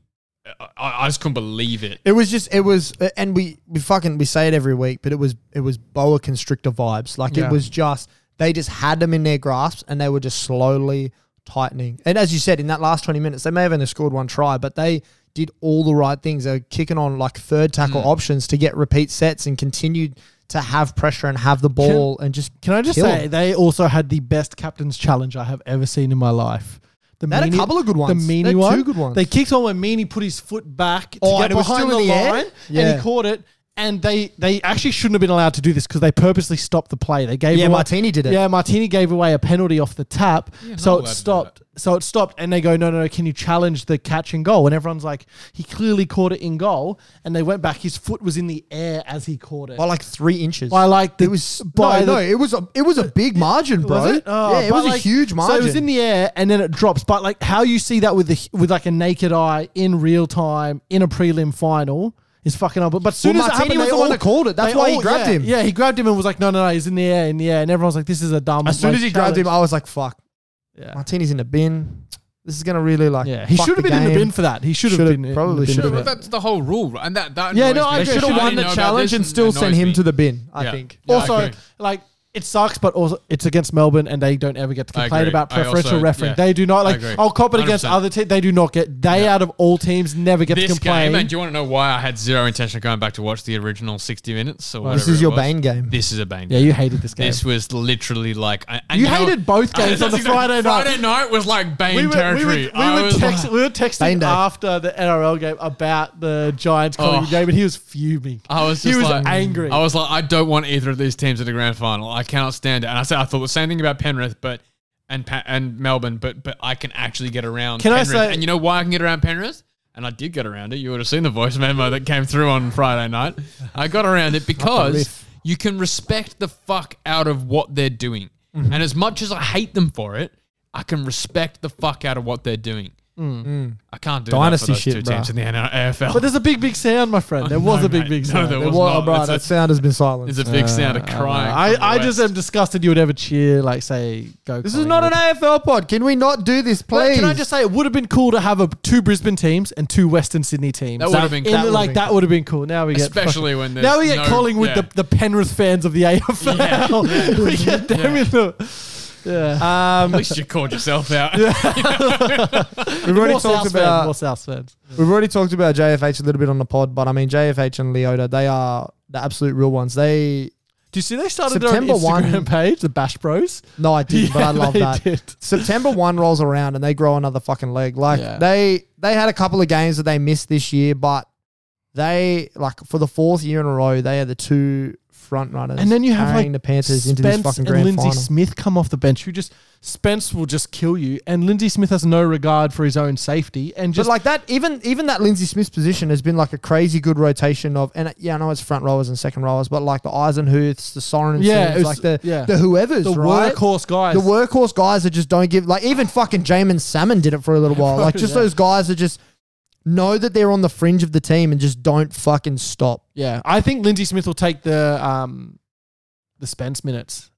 C: I, I just couldn't believe it.
I: It was just it was uh, and we we fucking we say it every week, but it was it was boa constrictor vibes. Like
B: Yeah.
I: it was just they just had them in their grasps and they were just slowly tightening. And as you said, in that last twenty minutes, they may have only scored one try, but they did all the right things. They were kicking on like third tackle options to get repeat sets and continued to have pressure and have the ball and just
B: can i just
I: Kill
B: say
I: 'em.
B: they also had the best captain's challenge i have ever seen in my life the
I: They had a
B: Meany-
I: couple of good ones.
B: The
I: They
B: Meany
I: had two
B: one.
I: good ones.
B: They kicked on when Meany put his foot back to
I: Oh,
B: get
I: and it was
B: behind
I: still in
B: the,
I: the air?
B: line, and
I: Yeah.
B: he caught it. And they they actually shouldn't have been allowed to do this because they purposely stopped the play. They gave
I: Yeah,
B: away-
I: Martini did it.
B: Yeah, Martini gave away a penalty off the tap, so
C: allowed
B: it
C: to do
B: stopped. So it stopped, and they go, no, no, no. Can you challenge the catch and goal? And everyone's like, he clearly caught it in goal, and they went back. His foot was in the air as he caught it.
I: by like three inches.
B: By like the-
I: it was
B: by
I: no, no,
B: the-
I: it was a it was a big margin, bro.
B: Was it? Oh,
I: yeah, it
B: but
I: was a
B: like-
I: huge margin.
B: So it was in the air and then it drops. But like how you see that with the with like a naked eye in real time in a prelim final is fucking up. But as soon
I: Well,
B: as it
I: Martini
B: happened,
I: was
B: they
I: the one
B: all-
I: that called it. That's
B: they
I: why he grabbed
B: yeah,
I: him.
B: Yeah, he grabbed him and was like, no, no, no, he's in the air, in the air, and everyone's like, this is a dumb.
I: as soon
B: like,
I: as he grabbed him,
B: challenge.
I: I was like, "Fuck,
B: Yeah.
I: Martini's in the bin. This is gonna really like.
B: yeah, he
I: fuck
B: should have
I: the
B: been in the
I: game."
B: bin for that. He should have
I: Should've-
B: been in-
I: probably
B: in the bin
I: should've
B: for
C: But
B: that.
C: that's the whole rule, and that that
B: Yeah,
C: annoys
B: no, I
C: me.
B: agree.
I: They should
B: I
I: have
B: didn't
I: won the challenge and still sent him to the bin. I
C: Yeah.
I: think.
C: Yeah, I
B: also,
C: agree.
B: like it's sucks, but also it's against Melbourne, and they don't ever get to
C: I
B: complain
C: agree.
B: about
C: I
B: preferential
C: also-
B: refereeing.
C: yeah.
B: They do
C: I
B: not like.
C: agree.
B: I'll cop it against
C: 100%.
B: other teams. They do not get. They out of all teams never get to
C: This
B: complain.
C: game, and do you want to know why I had zero intention of going back to watch the original 60 minutes? Or
I: This
C: whatever
I: is
C: it
I: your
C: was?
I: Bane game.
C: This is a Bane
B: yeah,
C: game.
B: you hated this game.
C: This was literally like I, and
B: You
C: know-
B: hated both games on the
C: That's exactly-
B: Friday night.
C: Friday night was like Bane
B: we were, we were,
C: territory.
B: we
C: I
B: were,
C: was
B: text, we were texting
I: Bane day.
B: after the NRL game about the Giants Collingwood
C: Oh.
B: game, and he was fuming.
C: I was
B: he
C: just
B: was
C: like
B: angry.
C: I was like, I don't want either of these teams in the grand final. I cannot stand it. And I said, I thought the same thing about Penrith, but and pa- and Melbourne, but but I can actually get around.
B: Can I
C: Penrith.
B: say-
C: And you know why I can get around Penrith? And I did get around it. You would have seen the voice memo that came through on Friday night. I got around it because you can respect the fuck out of what they're doing.
B: Mm-hmm.
C: And as much as I hate them for it, I can respect the fuck out of what they're doing.
B: Mm.
C: I can't do that
I: Dynasty
C: for those
I: shit,
C: two
I: bruh.
C: teams in the AFL.
B: but there's a big, big sound, my friend. There was
C: Oh, No,
B: a big,
C: mate.
B: big
C: No,
B: sound.
C: there
B: There
C: was
B: was-
I: Well,
C: not.
I: bro,
C: It's
I: that
C: a-
I: sound has been silenced.
C: There's a big sound of crying.
B: I,
C: from the
B: I just
C: West.
B: am disgusted you would ever cheer, like, say, go.
I: this is not an AFL pod. Can we not do this,
B: But
I: please?
B: Can I just say it would have been cool to have a, two Brisbane teams and two Western Sydney teams.
C: That would have been
B: In-
C: cool. That would
B: like
I: have been
B: that would have been cool. Now we get
C: Especially
B: fucking-
C: when there's
B: now we get
C: no-
B: Collingwood,
C: yeah.
B: the, the Penrith fans of the AFL. we get them in the yeah.
I: Uh,
C: At least you called yourself out.
I: we've already
B: more
I: talked
B: South fans, more
I: about
B: South fans.
I: we've already talked about JFH a little bit on the pod, but I mean JFH and Leota, they are the absolute real ones. They
B: Do you see they started
I: September
B: their own Instagram
I: 1.
B: page, the Bash Bros?
I: No, I didn't, but
B: Yeah,
I: I love
B: they
I: that.
B: did.
I: September one rolls around and they grow another fucking leg. Like
B: Yeah.
I: they they had a couple of games that they missed this year, but they like for the fourth year in a row, they are the two front runners.
B: And then you have
I: carrying
B: like
I: the Panthers into this
B: Spence
I: fucking
B: and
I: grand
B: Lindsay
I: final.
B: Smith come off the bench. Who just Spence will just kill you, and Lindsay Smith has no regard for his own safety, and
I: but
B: just
I: like that, even even that Lindsay Smith's position has been like a crazy good rotation of, and yeah, I know it's front rollers and second rollers, but like the Eisenhuths, the Sorensens,
B: Yeah, it was-
I: like the
B: yeah.
I: the whoever's,
B: the
I: right?
B: workhorse guys.
I: The workhorse guys that just don't give like even fucking Jamin Salmon did it for a little while. Like just
B: Yeah.
I: those guys that just know that they're on the fringe of the team and just don't fucking stop.
B: yeah, I think Lindsay Smith will take the um the Spence minutes.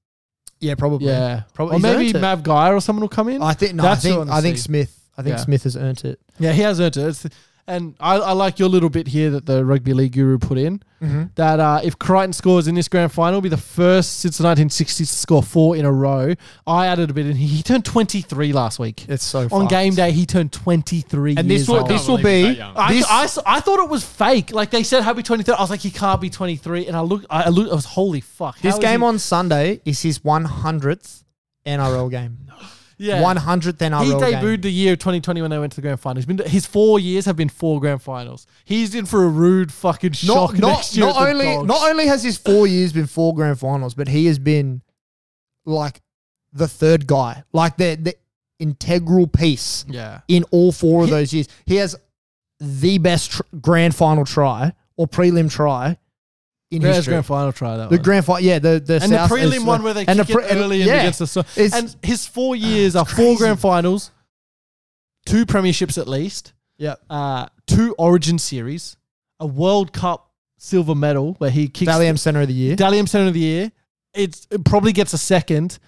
I: Yeah, probably.
B: Yeah,
I: Probably
B: Or
I: he's
B: maybe
I: earned it.
B: Mav Guy or someone will come in.
I: I think no,
B: That's
I: I
B: who I
I: think
B: wanna
I: I think
B: see.
I: Smith. I think
B: Yeah.
I: Smith has earned it.
B: yeah, he has earned it. It's- and I, I like your little bit here that the rugby league guru put in.
I: Mm-hmm.
B: that uh, if Crichton scores in this grand final, it'll be the first since the 1960s to score four in a row. I added a bit in. He, he turned 23 last week.
I: It's so
B: On
I: fucked.
B: game day, he turned 23
I: And
B: years
I: this will
B: old.
I: this will
C: believe
I: be
C: he's that young.
B: I,
I: this,
B: I, I thought it was fake. Like they said, happy 23. I was like, he can't be 23. And I looked, I, I looked, I was, holy fuck.
I: this
B: how is
I: game
B: he-
I: on Sunday is his 100th NRL game.
B: yeah.
I: 100th NRL
B: He
I: game.
B: debuted the year of 2020 when they went to the grand final. He's been, his four years have been four grand finals. He's in for a rude fucking shock
I: not, not,
B: next year.
I: not
B: at the
I: only
B: Dogs.
I: not only has his four years been four grand finals, but he has been like the third guy, like the the integral piece
B: yeah.
I: in all four of
B: He-
I: those years. He has the best tr- grand final try or prelim try in
B: There's
I: history.
B: grand final try that
I: the
B: one.
I: grand final, yeah, the the
B: and the
I: South-
B: prelim
I: it's-
B: one where they kick
I: pre-
B: it early and,
I: yeah.
B: against the Sun.
I: It's- Ah,
B: And his four years are four
I: crazy.
B: grand finals, two premierships at least,
I: yeah.
B: uh, two Origin series, a World Cup silver medal where he kicks
I: Valium Center of the Year.
B: Dalium Center of the Year. It's, it probably gets a second.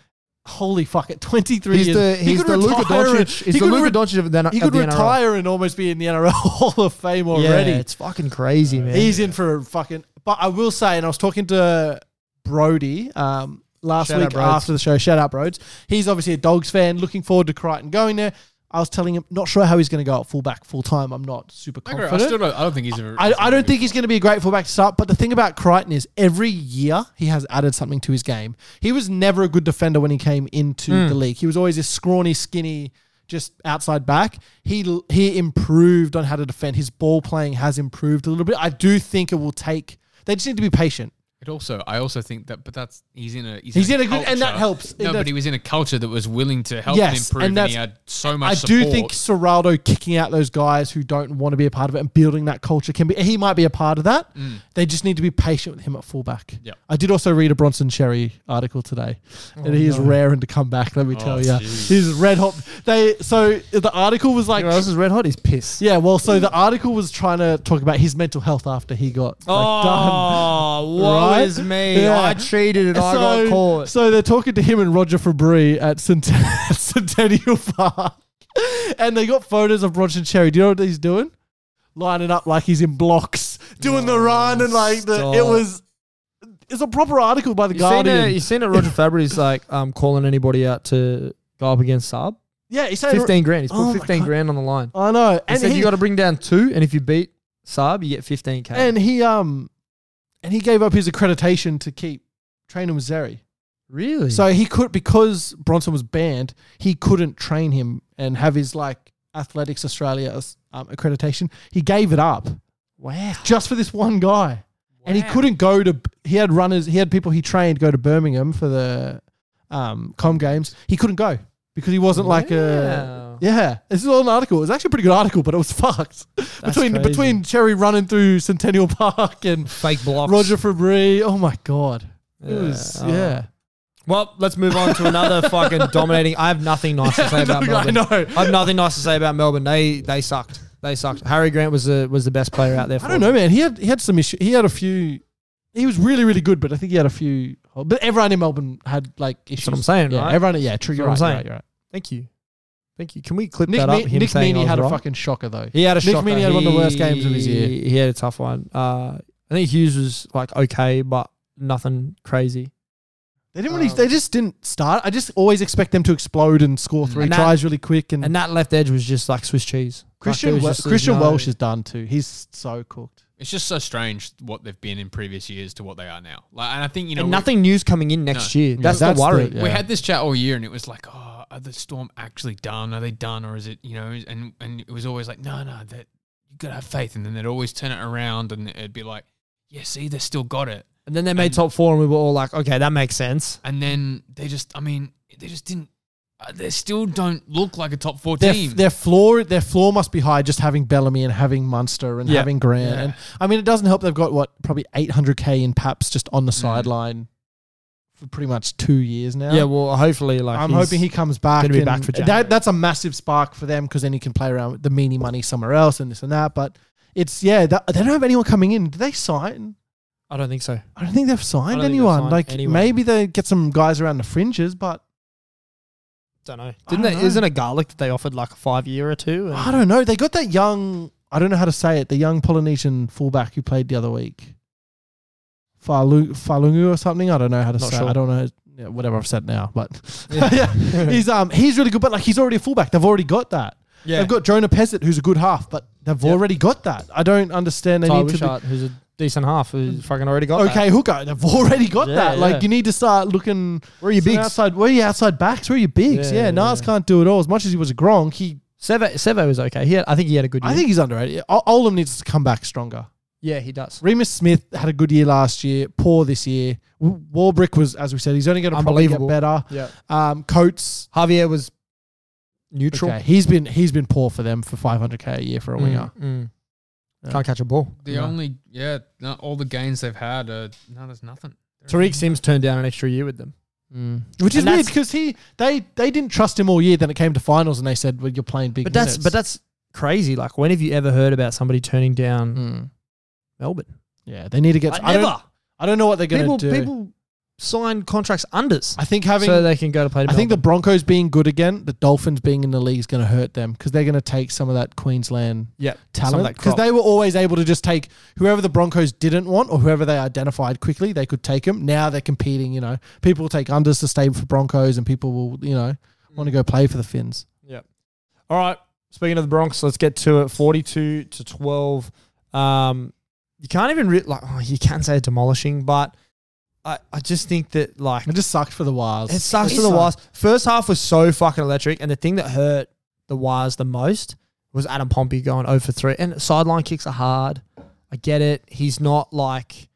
B: Holy fuck! At twenty three
I: He's
B: years,
I: the
B: he
I: he's
B: could
I: the Luka
B: retire and-
I: Doncic. He's
B: he
I: the
B: could
I: Luka
B: re-
I: Doncic of the, N-
B: He
I: of
B: could
I: the NRL.
B: retire and almost be in the NRL Hall of Fame already.
I: Yeah, it's fucking crazy, man.
B: He's in for a fucking. But I will say, and I was talking to Brody um, last
I: Shout out
B: week
I: Broads.
B: after the show. Shout out Broads. He's obviously a Dogs fan. Looking forward to Crichton going there. I was telling him, not sure how he's going to go at fullback full time. I'm not super
C: I, agree. I
B: confident. I,
C: still don't, I don't think he's a.
B: I, don't think he's going to be a great fullback to start. But the thing about Crichton is every year he has added something to his game. He was never a good defender when he came into the league. He was always this scrawny, skinny, just outside back. He he improved on how to defend. His ball playing has improved a little bit. I do think it will take. They just need to be patient.
C: It also, I also think that, but that's he's in a he's,
B: He's in a
C: culture.
B: good- and that helps. It
C: No,
B: does.
C: but he was in a culture that was willing to help
B: Yes,
C: and improve,
B: and
C: and,
B: that's-
C: he had so much.
B: I
C: support.
B: do think Serraldo kicking out those guys who don't want to be a part of it and building that culture can be. He might be a part of that.
I: Mm.
B: They just need to be patient with him at fullback.
C: Yep.
B: I did also read a Bronson Cherry article today,
I: Oh,
B: and he is raring to come back. Let me tell you, he's red hot. They so the article was like.
I: You know, this is red hot. He's pissed.
B: yeah, well, so the article was trying to talk about his mental health after he got like, done.
I: Oh,
B: Right?
I: woe is me.
B: Yeah.
I: I cheated and I got caught.
B: So they're talking to him and Roger Fabry at Cent- Centennial Park. And they got photos of Roger Cherry. Do you know what he's doing? Lining up like he's in blocks, doing the run, and like the, it
I: stop.
B: was. It's a proper article by the
I: You seen
B: Guardian.
I: it? You seen it? Roger Fabry's like um, calling anybody out to go up against Saab.
B: yeah, he's saying
I: Fifteen grand. He's put
B: Oh my
I: fifteen
B: God.
I: grand on the line.
B: I know,
I: He
B: and
I: said
B: he,
I: you got to bring down two, and if you beat Saab, you get fifteen k.
B: and he um, and he gave up his accreditation to keep training with Zeri.
I: really,
B: So he could because Bronson was banned, he couldn't train him and have his like Athletics Australia um, accreditation. He gave it up
I: wow.
B: just for this one guy, and he couldn't go to. He had runners, he had people he trained go to Birmingham for the um, Com Games. He couldn't go because he wasn't like a
I: Wow.
B: yeah. This is all an article. It was actually a pretty good article, but it was fucked between
I: crazy.
B: between Cherry running through Centennial Park and
I: Fake blocks.
B: Roger Fabry. Oh my god, it
I: Yeah,
B: was
I: oh.
B: yeah.
I: Well, let's move on to another fucking dominating. I have nothing nice to say about
B: I
I: Melbourne.
B: know.
I: I have nothing nice to say about Melbourne. They they sucked. They sucked. Harry Grant was the was the best player out there. For
B: I don't know, man. He had he had some issue. He had a few. He was really really good, but I think he had a few. But everyone in Melbourn had like issues.
I: what I'm saying,
B: Yeah,
I: right?
B: everyone. Yeah, true. You're right,
I: That's
B: you're
I: what
B: right.
I: I'm saying.
B: You're right.
I: Thank you, thank you. Can we clip
B: Nick,
I: that up?
B: Me-
I: Him
B: Nick
I: saying I
B: Meaney
I: was
B: had a
I: wrong?
B: fucking shocker though.
I: He had a
B: Nick
I: shocker.
B: Meaney had one of the worst games of his year.
I: He he had a tough one. Uh, I think Hughes was like okay, but nothing crazy.
B: They didn't really.
I: Um,
B: they just didn't start. I just always expect them to explode and score three
I: Mm, And that-
B: tries really quick. And,
I: And that left edge was just like Swiss cheese. Like, there
B: Christian
I: was
B: Wel-
I: just-
B: Christian
I: no-
B: Welsh is done too. He's so cooked.
C: it's just so strange what they've been in previous years to what they are now. Like, and I think you know
I: and
C: we-
I: nothing new's coming in next
C: No.
I: year. That's,
B: that's
I: the worry.
B: the-
C: We
B: Yeah.
C: had this chat all year, and it was like, oh, are the storm actually done? Are they done, or is it you know? is- And and it was always like, no, no, that you gotta have faith, and then they'd always turn it around, and it'd be like, yeah, see, they still got it,
I: And then they made top four, and we were all like, okay, that makes sense.
F: and then they just, I mean, they just didn't. uh, They still don't look like a top four
B: Their,
F: team.
B: their floor, their floor must be high. Just having Bellamy and having Munster and
I: Yeah.
B: having Grant, and I mean, it doesn't help. They've got what probably 800k in Paps just on the
I: Mm.
B: sideline for pretty much two years now.
I: Yeah, well, hopefully, like
B: I'm
I: he's-
B: hoping he comes back.
I: gonna be
B: and
I: back for January.
B: that, That's a massive spark for them because then he can play around with the meanie money somewhere else and this and that. But it's yeah, that, they don't have anyone coming in. Do they sign?
I: I don't think so.
B: I don't think they've signed
I: think they've
B: anyone.
I: signed
B: like
I: anyone.
B: maybe they get some guys around the fringes, but
I: Don't know. Didn't
B: don't
I: they?
B: know.
I: Isn't it garlic that they offered like a five year or two? And
B: I don't know. They got that young. I don't know how to say it. The young Polynesian fullback who played the other week, Falu Falungu or something. I don't know how to
I: Not
B: say. it.
I: sure.
B: I don't know. Yeah, whatever I've said now, but yeah. he's um he's really good. But like he's already a fullback. They've already got that.
I: Yeah.
B: They've got Jonah Pezzett, who's a good half, but they've already got that. I don't understand. They
I: Ty
B: need to be-
I: Wishart, who's a decent half, who's fucking already got.
B: okay hooker. They've already got
I: Yeah,
B: that.
I: yeah.
B: Like you need to start looking.
I: Where are your
B: some
I: bigs?
B: Outside, where are your outside backs? Where are your bigs?
I: Yeah,
B: Yeah,
I: yeah,
B: Nas
I: yeah.
B: can't do it all. As much as he was a Gronk, he
I: Sevo Sevo is okay. He had, I think he had a good year.
B: I think he's underrated. O- Olam needs to come back stronger.
I: yeah, he does.
B: Remus Smith had a good year last year, poor this year. W- Warbrick was, as we said, he's only going to probably get
I: Unbelievable.
B: better.
I: Yeah.
B: Um, Coates,
I: Javier was neutral.
B: okay, he's been he's been poor for them for 500k a year for a winger.
I: Mm, mm.
B: Yeah.
I: Can't catch a ball.
C: The only, yeah, no, all the gains they've had are, no, there's nothing.
I: Tariq Sims turned down an extra year with
B: Which
I: them.
B: is
I: Mm. And
B: weird
I: that's-
B: because he they they didn't trust him all year. Then it came to finals and they said, "Well, you're playing big."
I: But that's but that's crazy. Like, when have you ever heard about somebody turning down mm. Melbourne?
B: yeah, they need to get. I, don't, I don't know what they're going
I: People
B: to do.
I: people sign contracts unders
B: I think having
I: so they can go to play. To
B: I think the Broncos being good again, the Dolphins being in the league is going to hurt them because they're going to take some of that Queensland
I: yeah
B: talent because they were always able to just take whoever the Broncos didn't want or whoever they identified quickly. They could take them. Now they're competing. You know, people will take unders to stay for Broncos, and people will you know want to go play for the Finns.
I: All right. Speaking of the Bronx, let's get to it. Forty-two to twelve. Um, you can't even re- like oh, you can say demolishing, but I, I just think that like
B: It just sucked for the Wars.
I: it sucks for the Wires. First half was so fucking electric, and the thing that hurt the Wires the most was Adam Pompey going 0 for 3. And sideline kicks are hard. I get it. He's not like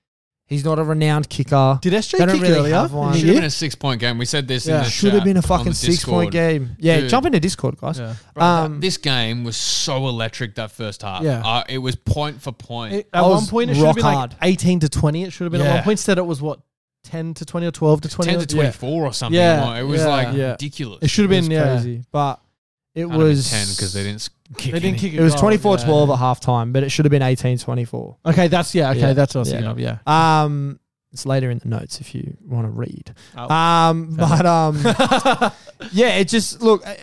I: he's not a renowned kicker.
B: Did SJ
I: They don't
B: kick
I: really
B: earlier?
I: have one.
B: in the
C: Should have
B: year?
C: been a six point game. We said this in
B: Yeah.
C: the
I: Should have
C: chat
I: been a
C: on the
I: fucking six
C: Discord.
I: point game. Yeah,
C: Dude.
I: jump into Discord, guys.
B: Yeah.
I: Um,
C: this game was so electric that first half.
B: Yeah.
C: Uh, it was point for point.
B: It-
I: I
B: at one
I: was
B: point, it should have
I: rock
B: been like
I: hard.
B: 18 to 20. It should have been at
C: Yeah.
B: one point. Instead, it was what 10 to 20 or 12 to 20.
C: ten to
B: Yeah.
C: twenty four or something.
B: Yeah,
C: Like, it was
B: yeah.
C: like
I: Yeah.
C: ridiculous.
B: It should have
I: it was
B: been yeah.
I: crazy. But it
C: Can't have been
I: was
C: ten because they didn't s- kick.
B: They didn't
C: any.
B: kick
I: It was
B: goal,
I: 24
B: Oh, yeah.
I: 12 at halftime, but it should have been 18 24.
B: Okay, that's yeah. Okay,
I: Yeah.
B: that's what I was
I: Yeah.
B: thinking of. Yeah.
I: Um, it's later in the notes if you want to read.
B: Oh.
I: Um, but um, yeah, it just look. uh,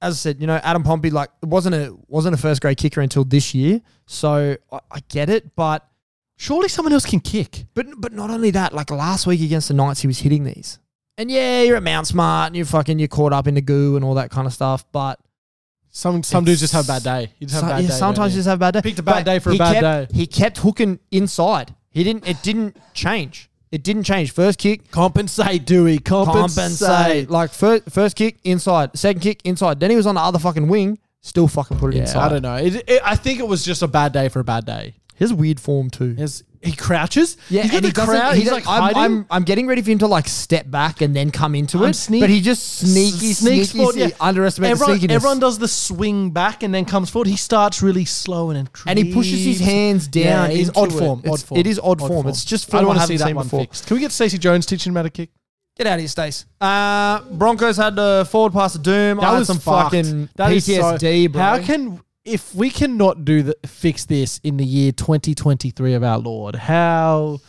I: As I said, you know, Adam Pompey like wasn't a wasn't a first grade kicker until this year, so I, I get it. But
B: Surely someone else can kick.
I: but but not only that, like last week against the Knights, he was hitting these. And yeah, you're at Mount Smart and you're fucking you're caught up in the goo and all that kind of stuff. But
B: Some some dudes just have bad day. You just
I: so-
B: have bad
I: yeah,
B: day. don't
I: sometimes
B: you?
I: you just have a bad day.
B: Picked a bad day for a
I: he
B: bad
I: kept-
B: day.
I: He kept hooking inside. He didn't. It didn't change. It didn't change. First kick,
B: Compensate, Dewey. Compensate.
I: compensate. Like first, first kick inside, second kick inside. Then he was on the other fucking wing, still fucking put it
B: Yeah,
I: inside.
B: I don't know. It, it, I think it was just a bad day for a bad day.
I: His weird form too.
B: His, he crouches.
I: Yeah,
B: he's got
I: and
B: the
I: he doesn't-
B: crowd.
I: he
B: he's
I: doesn't-
B: like
I: I'm,
B: hiding.
I: I'm, I'm getting ready for him to like step back and then come into
B: I'm
I: it.
B: sneak-
I: but he just sneaky,
B: sneaks
I: sneaky,
B: forward, yeah.
I: sneaky underestimates
B: everyone,
I: the sneakiness.
B: everyone does the swing back and then comes forward. He starts really slow and then
I: and he pushes his
B: creeps.
I: hands down.
B: Yeah, he's
I: into
B: odd
I: it.
B: form.
I: It's-
B: odd form.
I: It is odd, form. It's just form
B: I
I: I
B: don't want to
I: haven't
B: see that
I: seen
B: one
I: before.
B: fixed. Can we get Stacey Jones teaching him how to kick?
I: Get out of here, Stace. Uh, Broncos had a forward pass to Doom. I
B: That
I: had
B: was
I: some
B: fucked.
I: fucking
B: That is so-
I: PTSD, bro.
B: How can if we cannot do the, fix this in the year 2023 of our Lord? How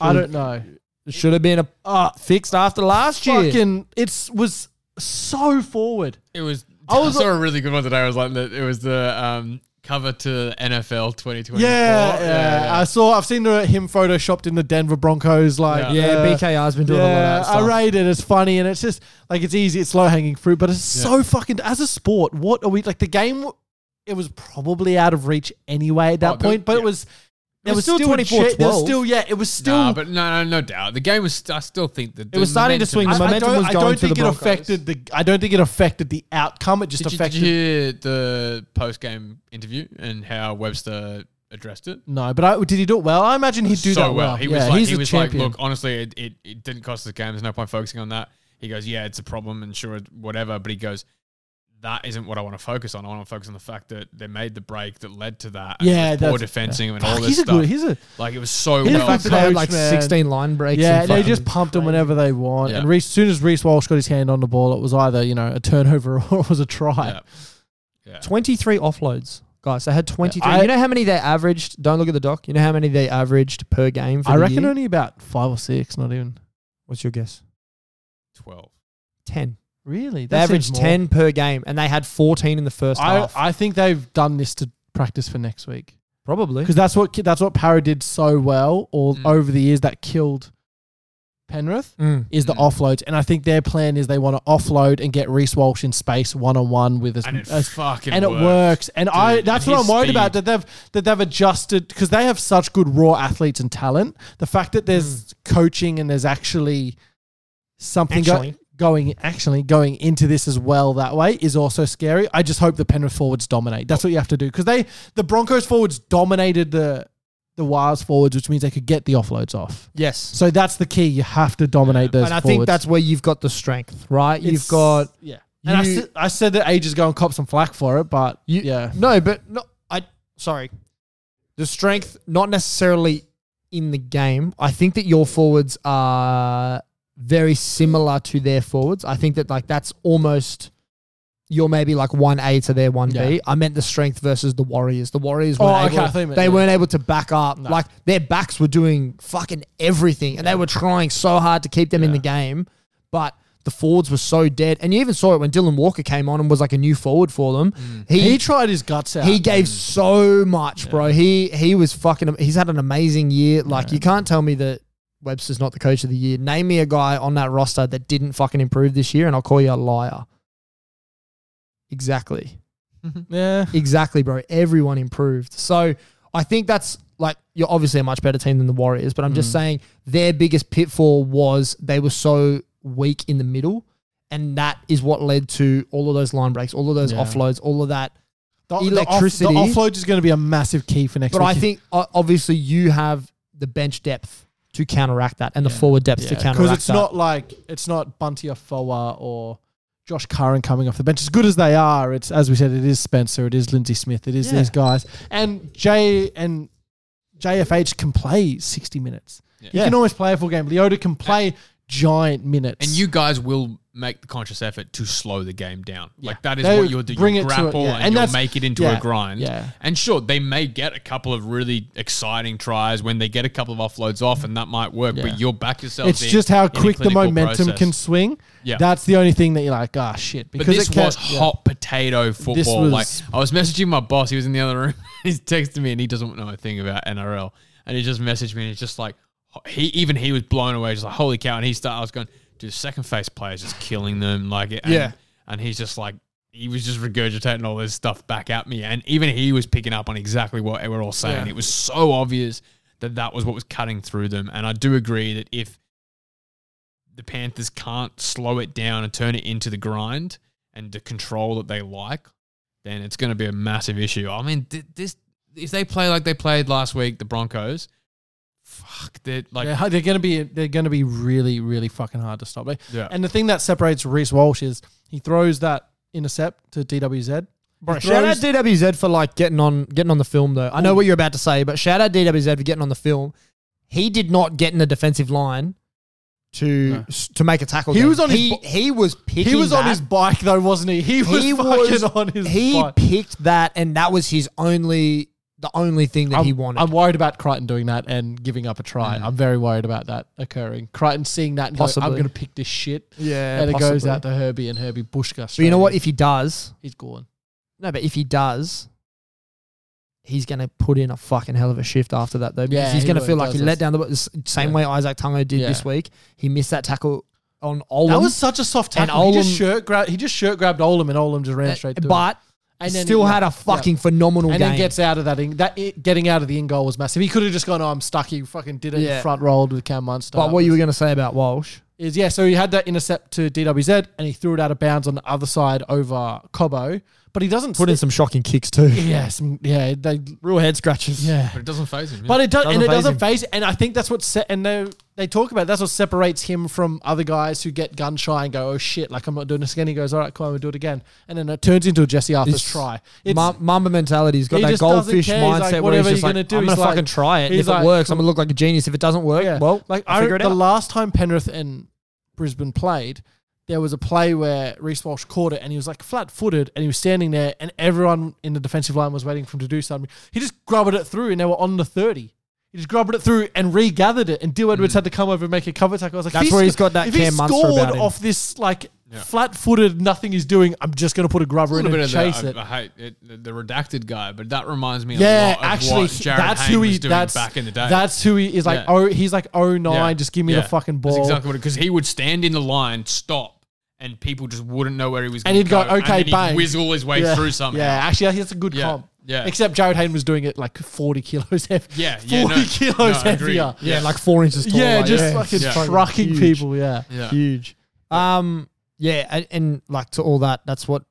B: I
I: Should-
B: don't know.
I: should have been a uh, fixed after last year?
B: Fucking it's was so forward.
C: It was.
B: I
C: I,
B: was-
C: saw a really good one today. I was like, the- it was the um, cover to NFL twenty twenty four.
B: Yeah, yeah, I saw. I've seen the, him photoshopped in the Denver Broncos. Like
I: Yeah,
B: uh,
I: BKR's been doing a lot of that stuff.
B: I rate it. It's funny and it's just like it's easy. It's low hanging fruit, but it's so fucking as a sport. What are we like? The game, it was probably out of reach anyway at that
C: Oh, the-
B: point, but it
C: yeah.
B: was.
I: was
B: There was
I: still
B: still 24 There was
I: 24-12.
B: still, yeah, it was still.
C: Nah, but no, no, no doubt. The game was. St- I still think that
I: was starting to swing.
B: I-
I: The
B: I
I: momentum
B: don't-
I: was
B: I
I: going
B: don't
I: to the
B: think it
I: Broncos.
B: affected the. I don't think it affected the outcome. It just
C: Did you, did
B: affected.
C: you hear the post game interview and how Webster addressed it.
B: No, but I, did he do it well? I imagine he'd do
C: so
B: that well.
C: He
B: yeah,
C: was like,
B: he's
C: he
B: a
C: was
B: champion.
C: like, look, honestly, it, it, it didn't cost us the game. There's no point focusing on that. He goes, yeah, it's a problem and sure, whatever. But he goes, that isn't what I want to focus on. I want to focus on the fact that they made the break that led to that. and it
B: Yeah,
C: was
B: that's-
C: poor defensing and
B: Fuck,
C: all this
B: he's a
C: stuff.
B: good- he's a-
C: like it was so
B: he's a
C: well.
B: good
C: done.
B: player.
I: They had
B: Coach,
I: like
B: man.
I: 16 line breaks.
B: yeah,
I: and
B: they
I: fucking-
B: just pumped him whenever they want.
C: Yeah.
B: And Reece, soon as Reese Walsh got his hand on the ball, it was either you know a turnover or it was a try.
C: Yeah. Yeah.
I: 23 offloads, guys. They had 23.
B: I-
I: you know how many they averaged? Don't look at the doc. You know how many they averaged per game? For
B: I
I: the
B: reckon
I: year?
B: only about five or six, not even.
I: What's your guess?
C: 12.
I: 10.
B: Really,
I: They averaged 10 per game, and they had 14 in the first
B: I,
I: half.
B: I think they've done this to practice for next week
I: Probably.
B: because that's what that's what Parra did so well all
C: Mm.
B: over the years that killed Penrith.
I: Mm.
B: Is the offloads, and I think their plan is they want to offload and get Reese Walsh in space one on one with as,
C: And it
B: as
C: fucking
B: and it
C: worked.
B: works. And I
C: Dude,
B: that's
C: and
B: what I'm
C: his
B: worried
C: speed.
B: about that they've that they've adjusted because they have such good raw athletes and talent. The fact that there's coaching and there's actually something go-
I: Hmm. Actually.
B: going actually going into this as well that way is also scary. I just hope the Penrith forwards dominate. That's what you have to do because they the Broncos forwards dominated the the Wires forwards, which means they could get the offloads off.
I: yes.
B: So that's the key. You have to dominate those.
I: And I think
B: forwards.
I: that's where you've got the strength, right?
B: It's-
I: you've got.
B: yeah. And I,
I: you-
B: said, I said that ages ago and cop some flack for it, but
I: You,
B: yeah.
I: No, but no, I. Sorry. The strength, not necessarily in the game. I think that your forwards are very similar to their forwards. I think that like that's almost you're maybe like one A to their one
B: Yeah.
I: B. I meant the strength versus the Warriors. The Warriors
B: Oh,
I: weren't
B: okay,
I: able,
B: I thought you meant-
I: they
B: yeah.
I: weren't able to back up.
B: No.
I: Like their backs were doing fucking everything, and they were trying so hard to keep them in the game, but. The forwards were so dead, and you even saw it when Dylan Walker came on and was like a new forward for them.
B: Mm. He tried his guts out.
I: He gave so much, bro. He he was fucking. He's had an amazing year. Like you can't tell me that Webster's not the coach of the year. Name me a guy on that roster that didn't fucking improve this year, and I'll call you a liar. Exactly,
B: yeah.
I: exactly, bro. Everyone improved. So I think that's like you're obviously a much better team than the Warriors, but I'm just saying their biggest pitfall was they were so weak in the middle. And that is what led to all of those line breaks, all of those
B: Yeah.
I: offloads, all of that
B: The,
I: Electricity.
B: The, off, the offload is going to be a massive key for next
I: But
B: week.
I: I think o- obviously you have the bench depth to counteract that and the forward depth to counteract
B: because it's
I: that.
B: not like it's not Bunty or Foa or Josh Curran coming off the bench. As good as they are, it's as we said, it is Spencer, it is Lindsay Smith, it is
I: Yeah.
B: these guys, and J and JFH can play sixty minutes. You can almost play a full game. Leota can play giant minutes,
C: And you guys will make the conscious effort to slow the game down. Like that is
B: They
C: what you'll do.
B: bring
C: you'll
B: it to it,
C: grapple
B: yeah.
C: and,
B: And
C: you'll
B: that's-
C: make it into
B: yeah,
C: a grind.
B: yeah.
C: And sure, they may get a couple of really exciting tries when they get a couple of offloads off, and that might work.
B: Yeah.
C: But you'll back yourself.
B: It's
C: in-
B: just how
C: in a
B: quick the
C: clinical
B: momentum
C: process.
B: can swing.
C: Yeah.
B: that's the only thing that you're like, ah, shit.
C: But
B: Because
C: this
B: it can,
C: was
B: yeah.
C: hot potato football.
B: was-
C: like I was messaging my boss, he was in the other room. he's texting me, and he doesn't know a thing about NRL. And he just messaged me, and he's just like, he even he was blown away. Just like holy cow! And he started. I was going, dude, second face players just killing them. Like it. And,
I: Yeah.
C: And he's just like. He was just regurgitating all this stuff back at me, and even he was picking up on exactly what they were all saying. It was so obvious that that was what was cutting through them. And I do agree that if the Panthers can't slow it down and turn it into the grind and the control that they like, then it's going to be a massive issue. I mean, th- this if they play like they played last week, the Broncos, fuck, they're like
B: they're, hard- they're gonna be they're gonna be really really fucking hard to stop. Like,
C: Yeah.
B: And the thing that separates Reese Walsh is he throws that intercept to DWZ. He
I: Shout out
B: throws-
I: DWZ for like getting on getting on the film though. I know what you're about to say, but shout out DWZ for getting on the film. He did not get in the defensive line to s- to make a tackle.
B: He
I: there.
B: was on his
I: he,
B: bo-
I: he was picking
B: he was on
I: that.
B: his bike though, wasn't he? He was
I: he
B: fucking
I: was
B: on his
I: he
B: bike.
I: picked that and that was his only the only thing that
B: I'm,
I: he wanted. Mm.
B: I'm worried about Crichton doing that and giving up a try. I'm very worried about that occurring. Crichton seeing that and going, I'm
I: Possibly.
B: going to pick this shit.
I: yeah,
B: and it goes
I: possibly.
B: out to Herbie and Herbie Bushka.
I: But you know what? If he does,
B: he's gone.
I: No, but if he does, he's going to put in a fucking hell of a shift after that, though. Because
B: Yeah,
I: he's
B: he
I: going to
B: will.
I: feel
B: He
I: like he
B: does
I: let
B: that.
I: down the s- same
B: Yeah.
I: way Isaac Tungo did
B: Yeah.
I: this week. He missed that tackle on Olam.
B: That was such a soft
I: And
B: tackle. he, just
I: Olam-
B: shirt gra- he just shirt grabbed Olam and Olam just ran
I: Uh,
B: straight through.
I: but
B: and then
I: still
B: yeah,
I: had
B: yeah.
I: a fucking phenomenal
B: and
I: game.
B: then gets out of that. In, that i getting out of the in goal was massive. He could have just gone, "Oh, I'm stuck." He fucking did it
I: Yeah.
B: front rolled with Cam Munster.
I: but what you were going to say about Walsh?
B: is yeah, so he had that intercept to DWZ and he threw it out of bounds on the other side over Cobo, but he doesn't
I: Put in some shocking kicks too.
B: Yeah, some, yeah, they
I: Real head scratches.
B: yeah.
C: But it doesn't phase him. yeah.
B: But it does, and
I: Doesn't
B: it
I: faze
B: doesn't
I: him.
B: phase. And I think that's what se- and they they talk about. That's what separates him from other guys who get gun shy and go, "Oh shit, like I'm not doing this again." He goes, "All right, come on, we'll do it again." And then it turns into a Jesse Arthur's
I: It's-
B: try. It's
I: Ma- Mamba mentality. He's got
B: He
I: that
B: just doesn't
I: goldfish
B: care. He's like,
I: mindset where he's
B: whatever
I: just
B: you're
I: like,
B: gonna do,
I: I'm going
B: he's
I: to
B: like-
I: fucking try it.
B: he's
I: If it
B: like-
I: works, I'm going to look like a genius. If it doesn't work,
B: yeah.
I: well,
B: like
I: I'll
B: I
I: figure it
B: the
I: out.
B: last time Penrith and Brisbane played, there was a play where Reese Walsh caught it and he was like flat footed and he was standing there and everyone in the defensive line was waiting for him to do something. He just grubbed it through and they were on the 30. He just grubbed it through and regathered it and
C: Hmm.
B: Dill Edwards had to come over and make a cover tackle. I was like,
I: That's
B: if he
I: where he's
B: sco-
I: got that
B: if he
I: Cam Munster
B: scored
I: about him.
B: off this like flat footed, nothing he's doing, I'm just going to put a grubber
C: a
B: in
C: little
B: and
C: bit of
B: chase
C: the,
B: it.
C: I, I hate it, the, the redacted guy, but that reminds me
B: Yeah,
C: a lot of
B: actually,
C: what
B: he-
C: Jared
B: that's
C: Hayne
B: who
C: was
B: he.
C: doing
B: That's
C: back in the day.
B: That's who he is. Like,
C: Yeah.
B: oh, he's like, oh nine,
C: Yeah.
B: just give me
C: Yeah.
B: the fucking ball.
C: That's exactly what because he would stand in the line, stop, and people just wouldn't know where he was.
B: And
C: gonna
B: he'd go,
C: and
B: "Okay,
C: then he'd
B: bang."
C: whizzle his way
B: yeah.
C: through something.
B: Yeah, actually, that's a good
C: Yeah.
B: comp.
C: Yeah.
B: Except Jared Hayden was doing it like 40 kilos heavier.
C: yeah,
B: 40
C: yeah, no,
B: kilos
C: no, agreed.
B: heavier.
I: yeah, like four inches tall.
B: Yeah,
I: like,
B: just
I: yeah.
B: fucking
C: Yeah.
B: trucking
I: Huge.
B: people. Yeah.
C: yeah.
I: huge. Um, yeah, and, and like to all that, that's what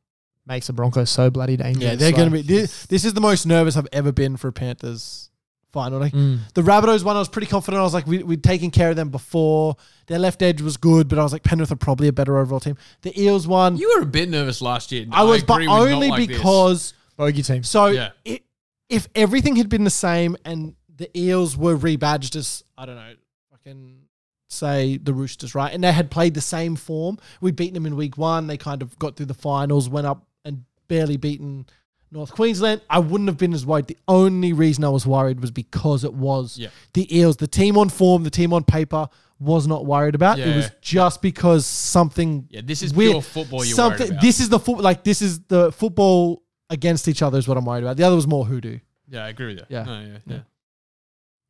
I: makes the Broncos so bloody dangerous.
B: Yeah, they're going to
I: Like,
B: be. This, this is the most nervous I've ever been for a Panthers final. Like
I: Mm.
B: the Rabbitohs one, I was pretty confident. I was like, we, we'd taken care of them before. Their left edge was good, but I was like, Penrith are probably a better overall team. The Eels one,
C: You were a bit nervous last year.
B: I was, but
C: agree with not
B: only
C: like this.
B: because
I: bogey team.
B: so
C: Yeah.
B: i- if everything had been the same and the Eels were rebadged as I don't know, fucking say the Roosters, right? And they had played the same form. We'd beaten them in week one. They kind of got through the finals, went up and barely beaten North Queensland. I wouldn't have been as worried. The only reason I was worried was because it was
C: Yeah.
B: the Eels, the team on form, the team on paper. Was not worried about. It
C: Yeah.
B: was just because something.
C: Yeah, this is
B: weird-
C: pure football you're worried
B: something.
C: about.
B: This is the foot. Like this is the football against each other is what I'm worried about. The other was more hoodoo.
C: Yeah, I agree with you.
B: Yeah.
C: No, yeah, yeah.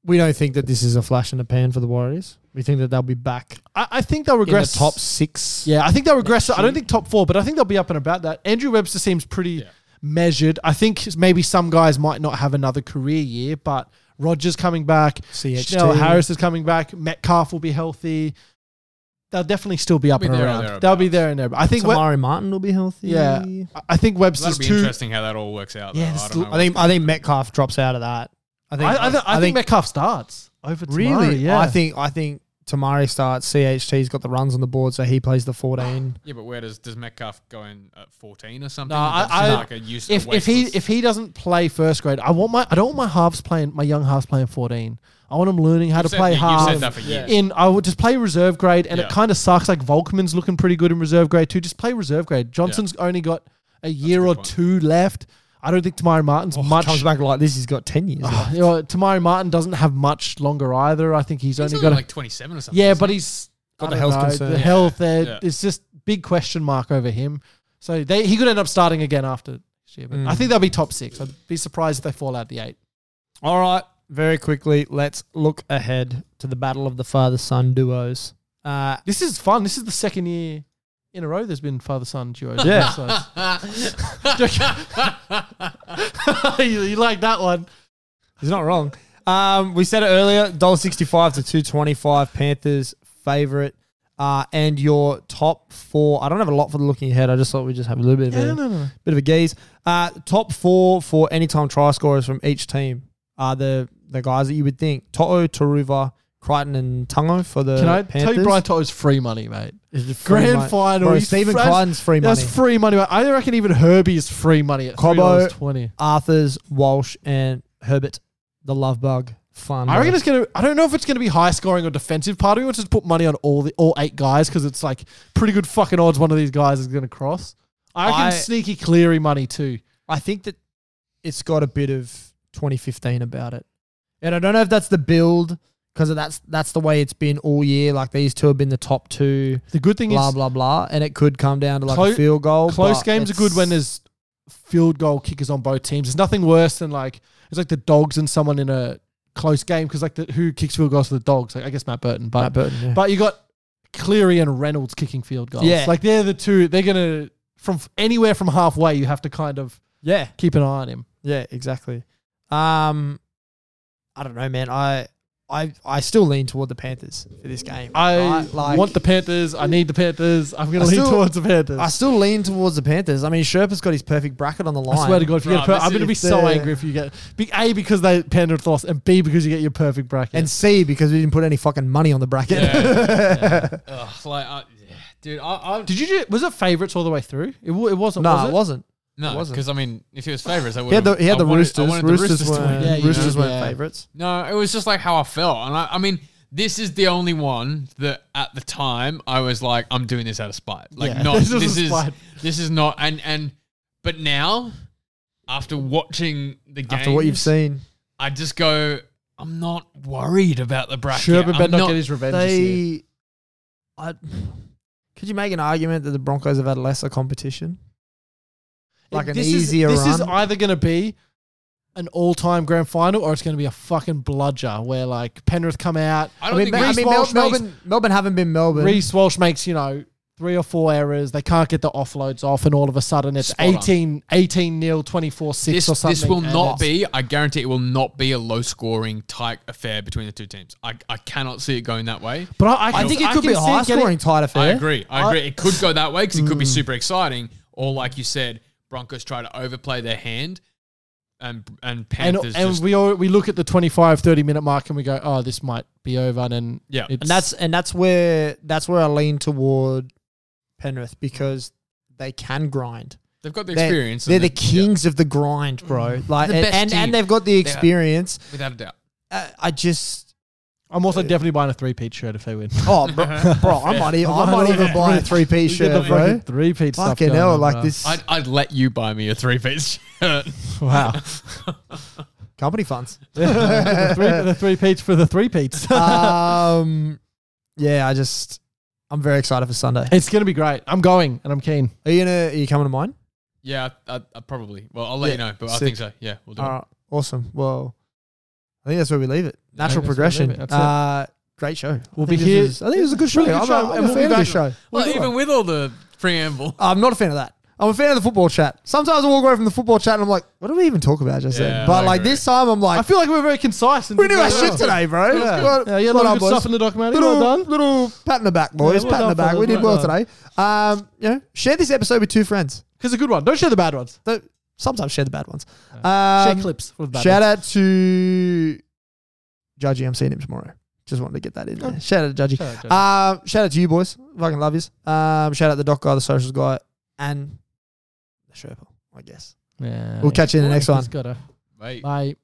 I: We don't think that this is a flash in the pan for the Warriors. We think that they'll be back
B: I, I think they'll regress.
I: in the top six.
B: Yeah, I think they'll regress. I don't think top four, but I think they'll be up and about that. Andrew Webster seems pretty
C: Yeah.
B: measured. I think maybe some guys might not have another career year, but Rogers coming back,
I: CHT.
B: Chanel Harris is coming back, Metcalf will be healthy. They'll definitely still be up
C: Be
B: and
C: there or
B: around. They'll be there and there. But I think we-
I: Tamari Martin will be healthy.
B: yeah, I- I think Webster's
C: That'll be
B: too.
C: interesting how that all works out.
B: Yeah,
C: Yeah, though.
B: this
C: I
B: l-
C: don't know.
I: I think I think Metcalf drops out of that. I think
B: I, I, th- I, think,
I: think
B: Metcalf starts over Tamari.
I: really.
B: Yeah,
I: I think I think Tamari starts. CHT's got the runs on the board, so he plays the fourteen.
C: yeah, but where does does Metcalf go in at fourteen or something?
B: No, I-
C: That's just
B: I-
C: like a use
B: if, if he if he doesn't play first grade, I want my I don't want my halves playing my young halves playing fourteen. I want him learning how to play
C: you,
B: half.
C: have said that for years.
B: in I would just play reserve grade, and it
C: Yeah.
B: kind of sucks. Like Volkman's looking pretty good in reserve grade too. Just play reserve grade. Johnson's only got a year or
C: point.
B: two left. I don't think Tamari Martin's much.
I: Comes back like this. He's got ten years. left.
B: You know, Tamari Martin doesn't have much longer either. I think he's,
C: He's
B: only
C: only
B: got a-
C: like twenty seven or something.
B: yeah,
C: isn't
B: but
C: he?
B: he's
I: Got
B: I
I: the
B: don't
I: health
B: know,
I: concern.
B: The health there,
C: Yeah.
B: it's just big question mark over him. So they he could end up starting again after this year. But
I: Mm.
B: I think they'll be top six. I'd be surprised if they fall out the eight.
I: All right. Very quickly, let's look ahead to the battle of the father son duos. Uh,
B: This is fun. This is the second year in a row there's been father son duos.
I: Yeah.
B: So it's- you, you like that one?
I: he's not wrong. Um, we said it earlier. Dollar sixty-five to two twenty-five. Panthers favorite. Uh, and your top four. I don't have a lot for the looking ahead. I just thought we'd just have a little bit of a,
B: no.
I: bit of a gaze. Uh, top four for anytime try scorers from each team are the the guys that you would think: To'o, Taruva, Crichton, and Tungo for the.
B: Can I
I: Panthers.
B: tell you Brian Toto's free money, mate?
I: Is it free
B: Grand
I: money?
B: final.
I: Bro,
B: he's
I: Stephen
B: fresh-
I: Crichton's free money.
B: That's free money. Mate. I reckon even Herbie is free money at
I: Cobbo.
B: $3.20. twenty.
I: Arthur's, Walsh, and Herbert, the love bug. Fun.
B: I reckon it's gonna. I don't know if it's gonna be high scoring or defensive. Part of me wants to just put money on all the all eight guys because it's like pretty good fucking odds one of these guys is gonna cross. I reckon
I: I-
B: sneaky Cleary money too.
I: I think that it's got a bit of 2015 about it, and I don't know if that's the build because that's that's the way it's been all year. Like these two have been the top two,
B: The good thing
I: blah
B: is
I: blah blah, and it could come down to like
B: Clo-
I: a field goal.
B: close
I: but
B: games are good
I: it's-
B: when there's field goal kickers on both teams. There's nothing worse than like it's like the dogs and someone in a close game because like the, who kicks field goals for the dogs? Like I guess Matt Burton, but
I: Matt Burton, yeah.
B: but you got Cleary and Reynolds kicking field goals.
I: Yeah.
B: like they're the two. They're gonna from anywhere from halfway. You have to kind of
I: yeah,
B: keep an eye on him.
I: yeah, exactly. Um, I don't know, man. I I, I still lean toward the Panthers for this game.
B: I
I: right?
B: want the Panthers. I need the Panthers. I'm going
I: I
B: to lean
I: still-
B: towards the Panthers.
I: I still lean towards the Panthers. I mean, Sherpa's got his perfect bracket on the line.
B: I swear to God, if you get a
C: Bruh,
B: per-
C: this
B: I'm going to be
C: is
B: so
I: the-
B: angry if you get be- A because they Panthers lost, and B because you get your perfect bracket.
I: And C because we didn't put any fucking money on the bracket.
F: Ugh, it's like, I, yeah, dude, I, I
B: did you? ju- Was it favorites all the way through? It, wa- it wasn't.
I: no,
B: was
I: it
B: it?
I: wasn't.
C: no,
I: wasn't.
C: because I mean, if he was favourites, I would.
I: He had the, he had
C: I
I: the
C: wanted, I
I: Roosters.
C: wanted the
I: Roosters,
C: Roosters to win.
I: weren't,
B: Yeah, you
I: Roosters
B: know.
I: weren't
B: Yeah.
I: favourites.
C: No, it was just like how I felt, and I, I mean, this is the only one that at the time I was like, I'm doing this out of spite. Like,
B: Yeah,
C: not
B: this
C: this,
B: was a
C: is
B: spite.
C: this is not, and and but now, after watching the game,
I: After what you've seen,
C: I just go, I'm not worried about the bracket.
B: Sherpa better
C: I'm
B: not, get his revenge. this year.
I: they. I, could you make an argument that the Broncos have had lesser competition? Like an
B: This is-
I: easier
B: This
I: run.
B: is either going to be an all-time grand final, or it's going to be a fucking bludger where like Penrith come out.
C: I don't think-
I: I
B: Reece
I: mean, Mel-
B: Walsh makes-
I: Melbourne, Melbourne haven't been Melbourne.
B: Reece Walsh makes, you know, three or four errors. They can't get the offloads off, and all of a sudden it's
C: Spot on.
B: 18, 18 nil, 24 6
C: This,
B: or something.
C: this will
B: and
C: not
B: it's-
C: be, I guarantee it will not be a low scoring tight affair between the two teams. I, I cannot see it going that way.
B: But I, I,
I: I
B: can-
I: think it
B: I
I: could
B: can
I: be a
B: see it
I: high
B: getting-
I: scoring tight affair.
C: I agree. I agree. It could go that way because it
I: Hmm.
C: could be super exciting. Or like you said, Broncos try to overplay their hand, and and
B: And,
C: Panthers
B: and
C: just
B: we all, we look at the 25, 30 minute mark and we go, oh, this might be over. And then
C: Yeah.
B: it's-
I: And that's and that's where that's where I lean toward Penrith because they can grind.
C: they've got the
I: They're-
C: experience.
I: They're,
C: and
I: the kings of the grind, bro. Like
F: the
I: and,
F: best
I: and,
F: team.
I: and they've got the experience.
C: yeah, without a doubt.
I: Uh, I just
B: I'm also definitely buying a three peat shirt if they win.
I: oh bro, bro I might even, I might even buy a three piece shirt, bro.
B: Three peat stuff.
I: Fucking
B: going
I: hell,
B: on,
I: like
B: bro.
I: this
C: I'd, I'd let you buy me a three piece shirt.
B: Wow.
I: company funds.
B: the, three, the three peats for the three peats.
I: um, yeah, I just I'm very excited for Sunday.
B: it's going to be great. I'm going and I'm keen.
I: Are you gonna are you coming to mine?
C: yeah, I, I, I probably. Well, I'll let you know, but I
I: sick. Uh,
C: think so. Yeah, we'll do
I: All
C: it.
I: right, awesome. Well, I think that's where we leave it.
B: that's
I: Natural
B: where we leave
I: progression.
B: it. That's it.
I: Uh, great show.
B: We'll
I: I think
B: be
I: this
B: here-
I: was- I think it was a good show.
B: Really good
I: I'm,
B: show,
I: I'm
B: and
I: a
B: we'll
I: fan
B: be
I: of this
B: back.
I: show.
C: Well, even with all the preamble,
I: I'm not a fan of that. I'm a fan of the football chat. Sometimes I walk away from the football chat and I'm like, what did we even talk about just
C: Yeah,
I: then? But
C: I
I: like
C: agree.
I: this time, I'm
B: I
I: like,
B: feel like we're very concise. And
I: we knew
B: did
I: our
B: very
I: shit
B: well.
I: today, bro.
B: Yeah.
I: Well,
B: Yeah, you had a
I: well
B: lot
I: done,
B: of good
I: boys.
B: stuff in the documentary.
I: Little,
B: well done.
I: little pat in the back, boys.
B: well
I: pat in
B: done,
I: the back.
B: fellas.
I: We did
B: Well
I: well
B: done.
I: today. Um, you know, share this episode with two friends.
B: It's a good one. Don't share the bad ones.
I: Though Sometimes share the bad ones.
B: Share
I: Um,
B: clips. For the bad
I: Shout
B: ones.
I: out to Judgy. I'm seeing him tomorrow. Just wanted to get that in
B: Oh.
I: there. Shout out to Judgy.
B: Shout out, Judgy.
I: Um, shout out to you boys. Fucking love yous. Um, shout out the doc guy, the socials guy, and the Sherpa, I guess.
B: Yeah,
I: We'll catch you in the next one.
B: Gotta,
C: mate.
B: bye.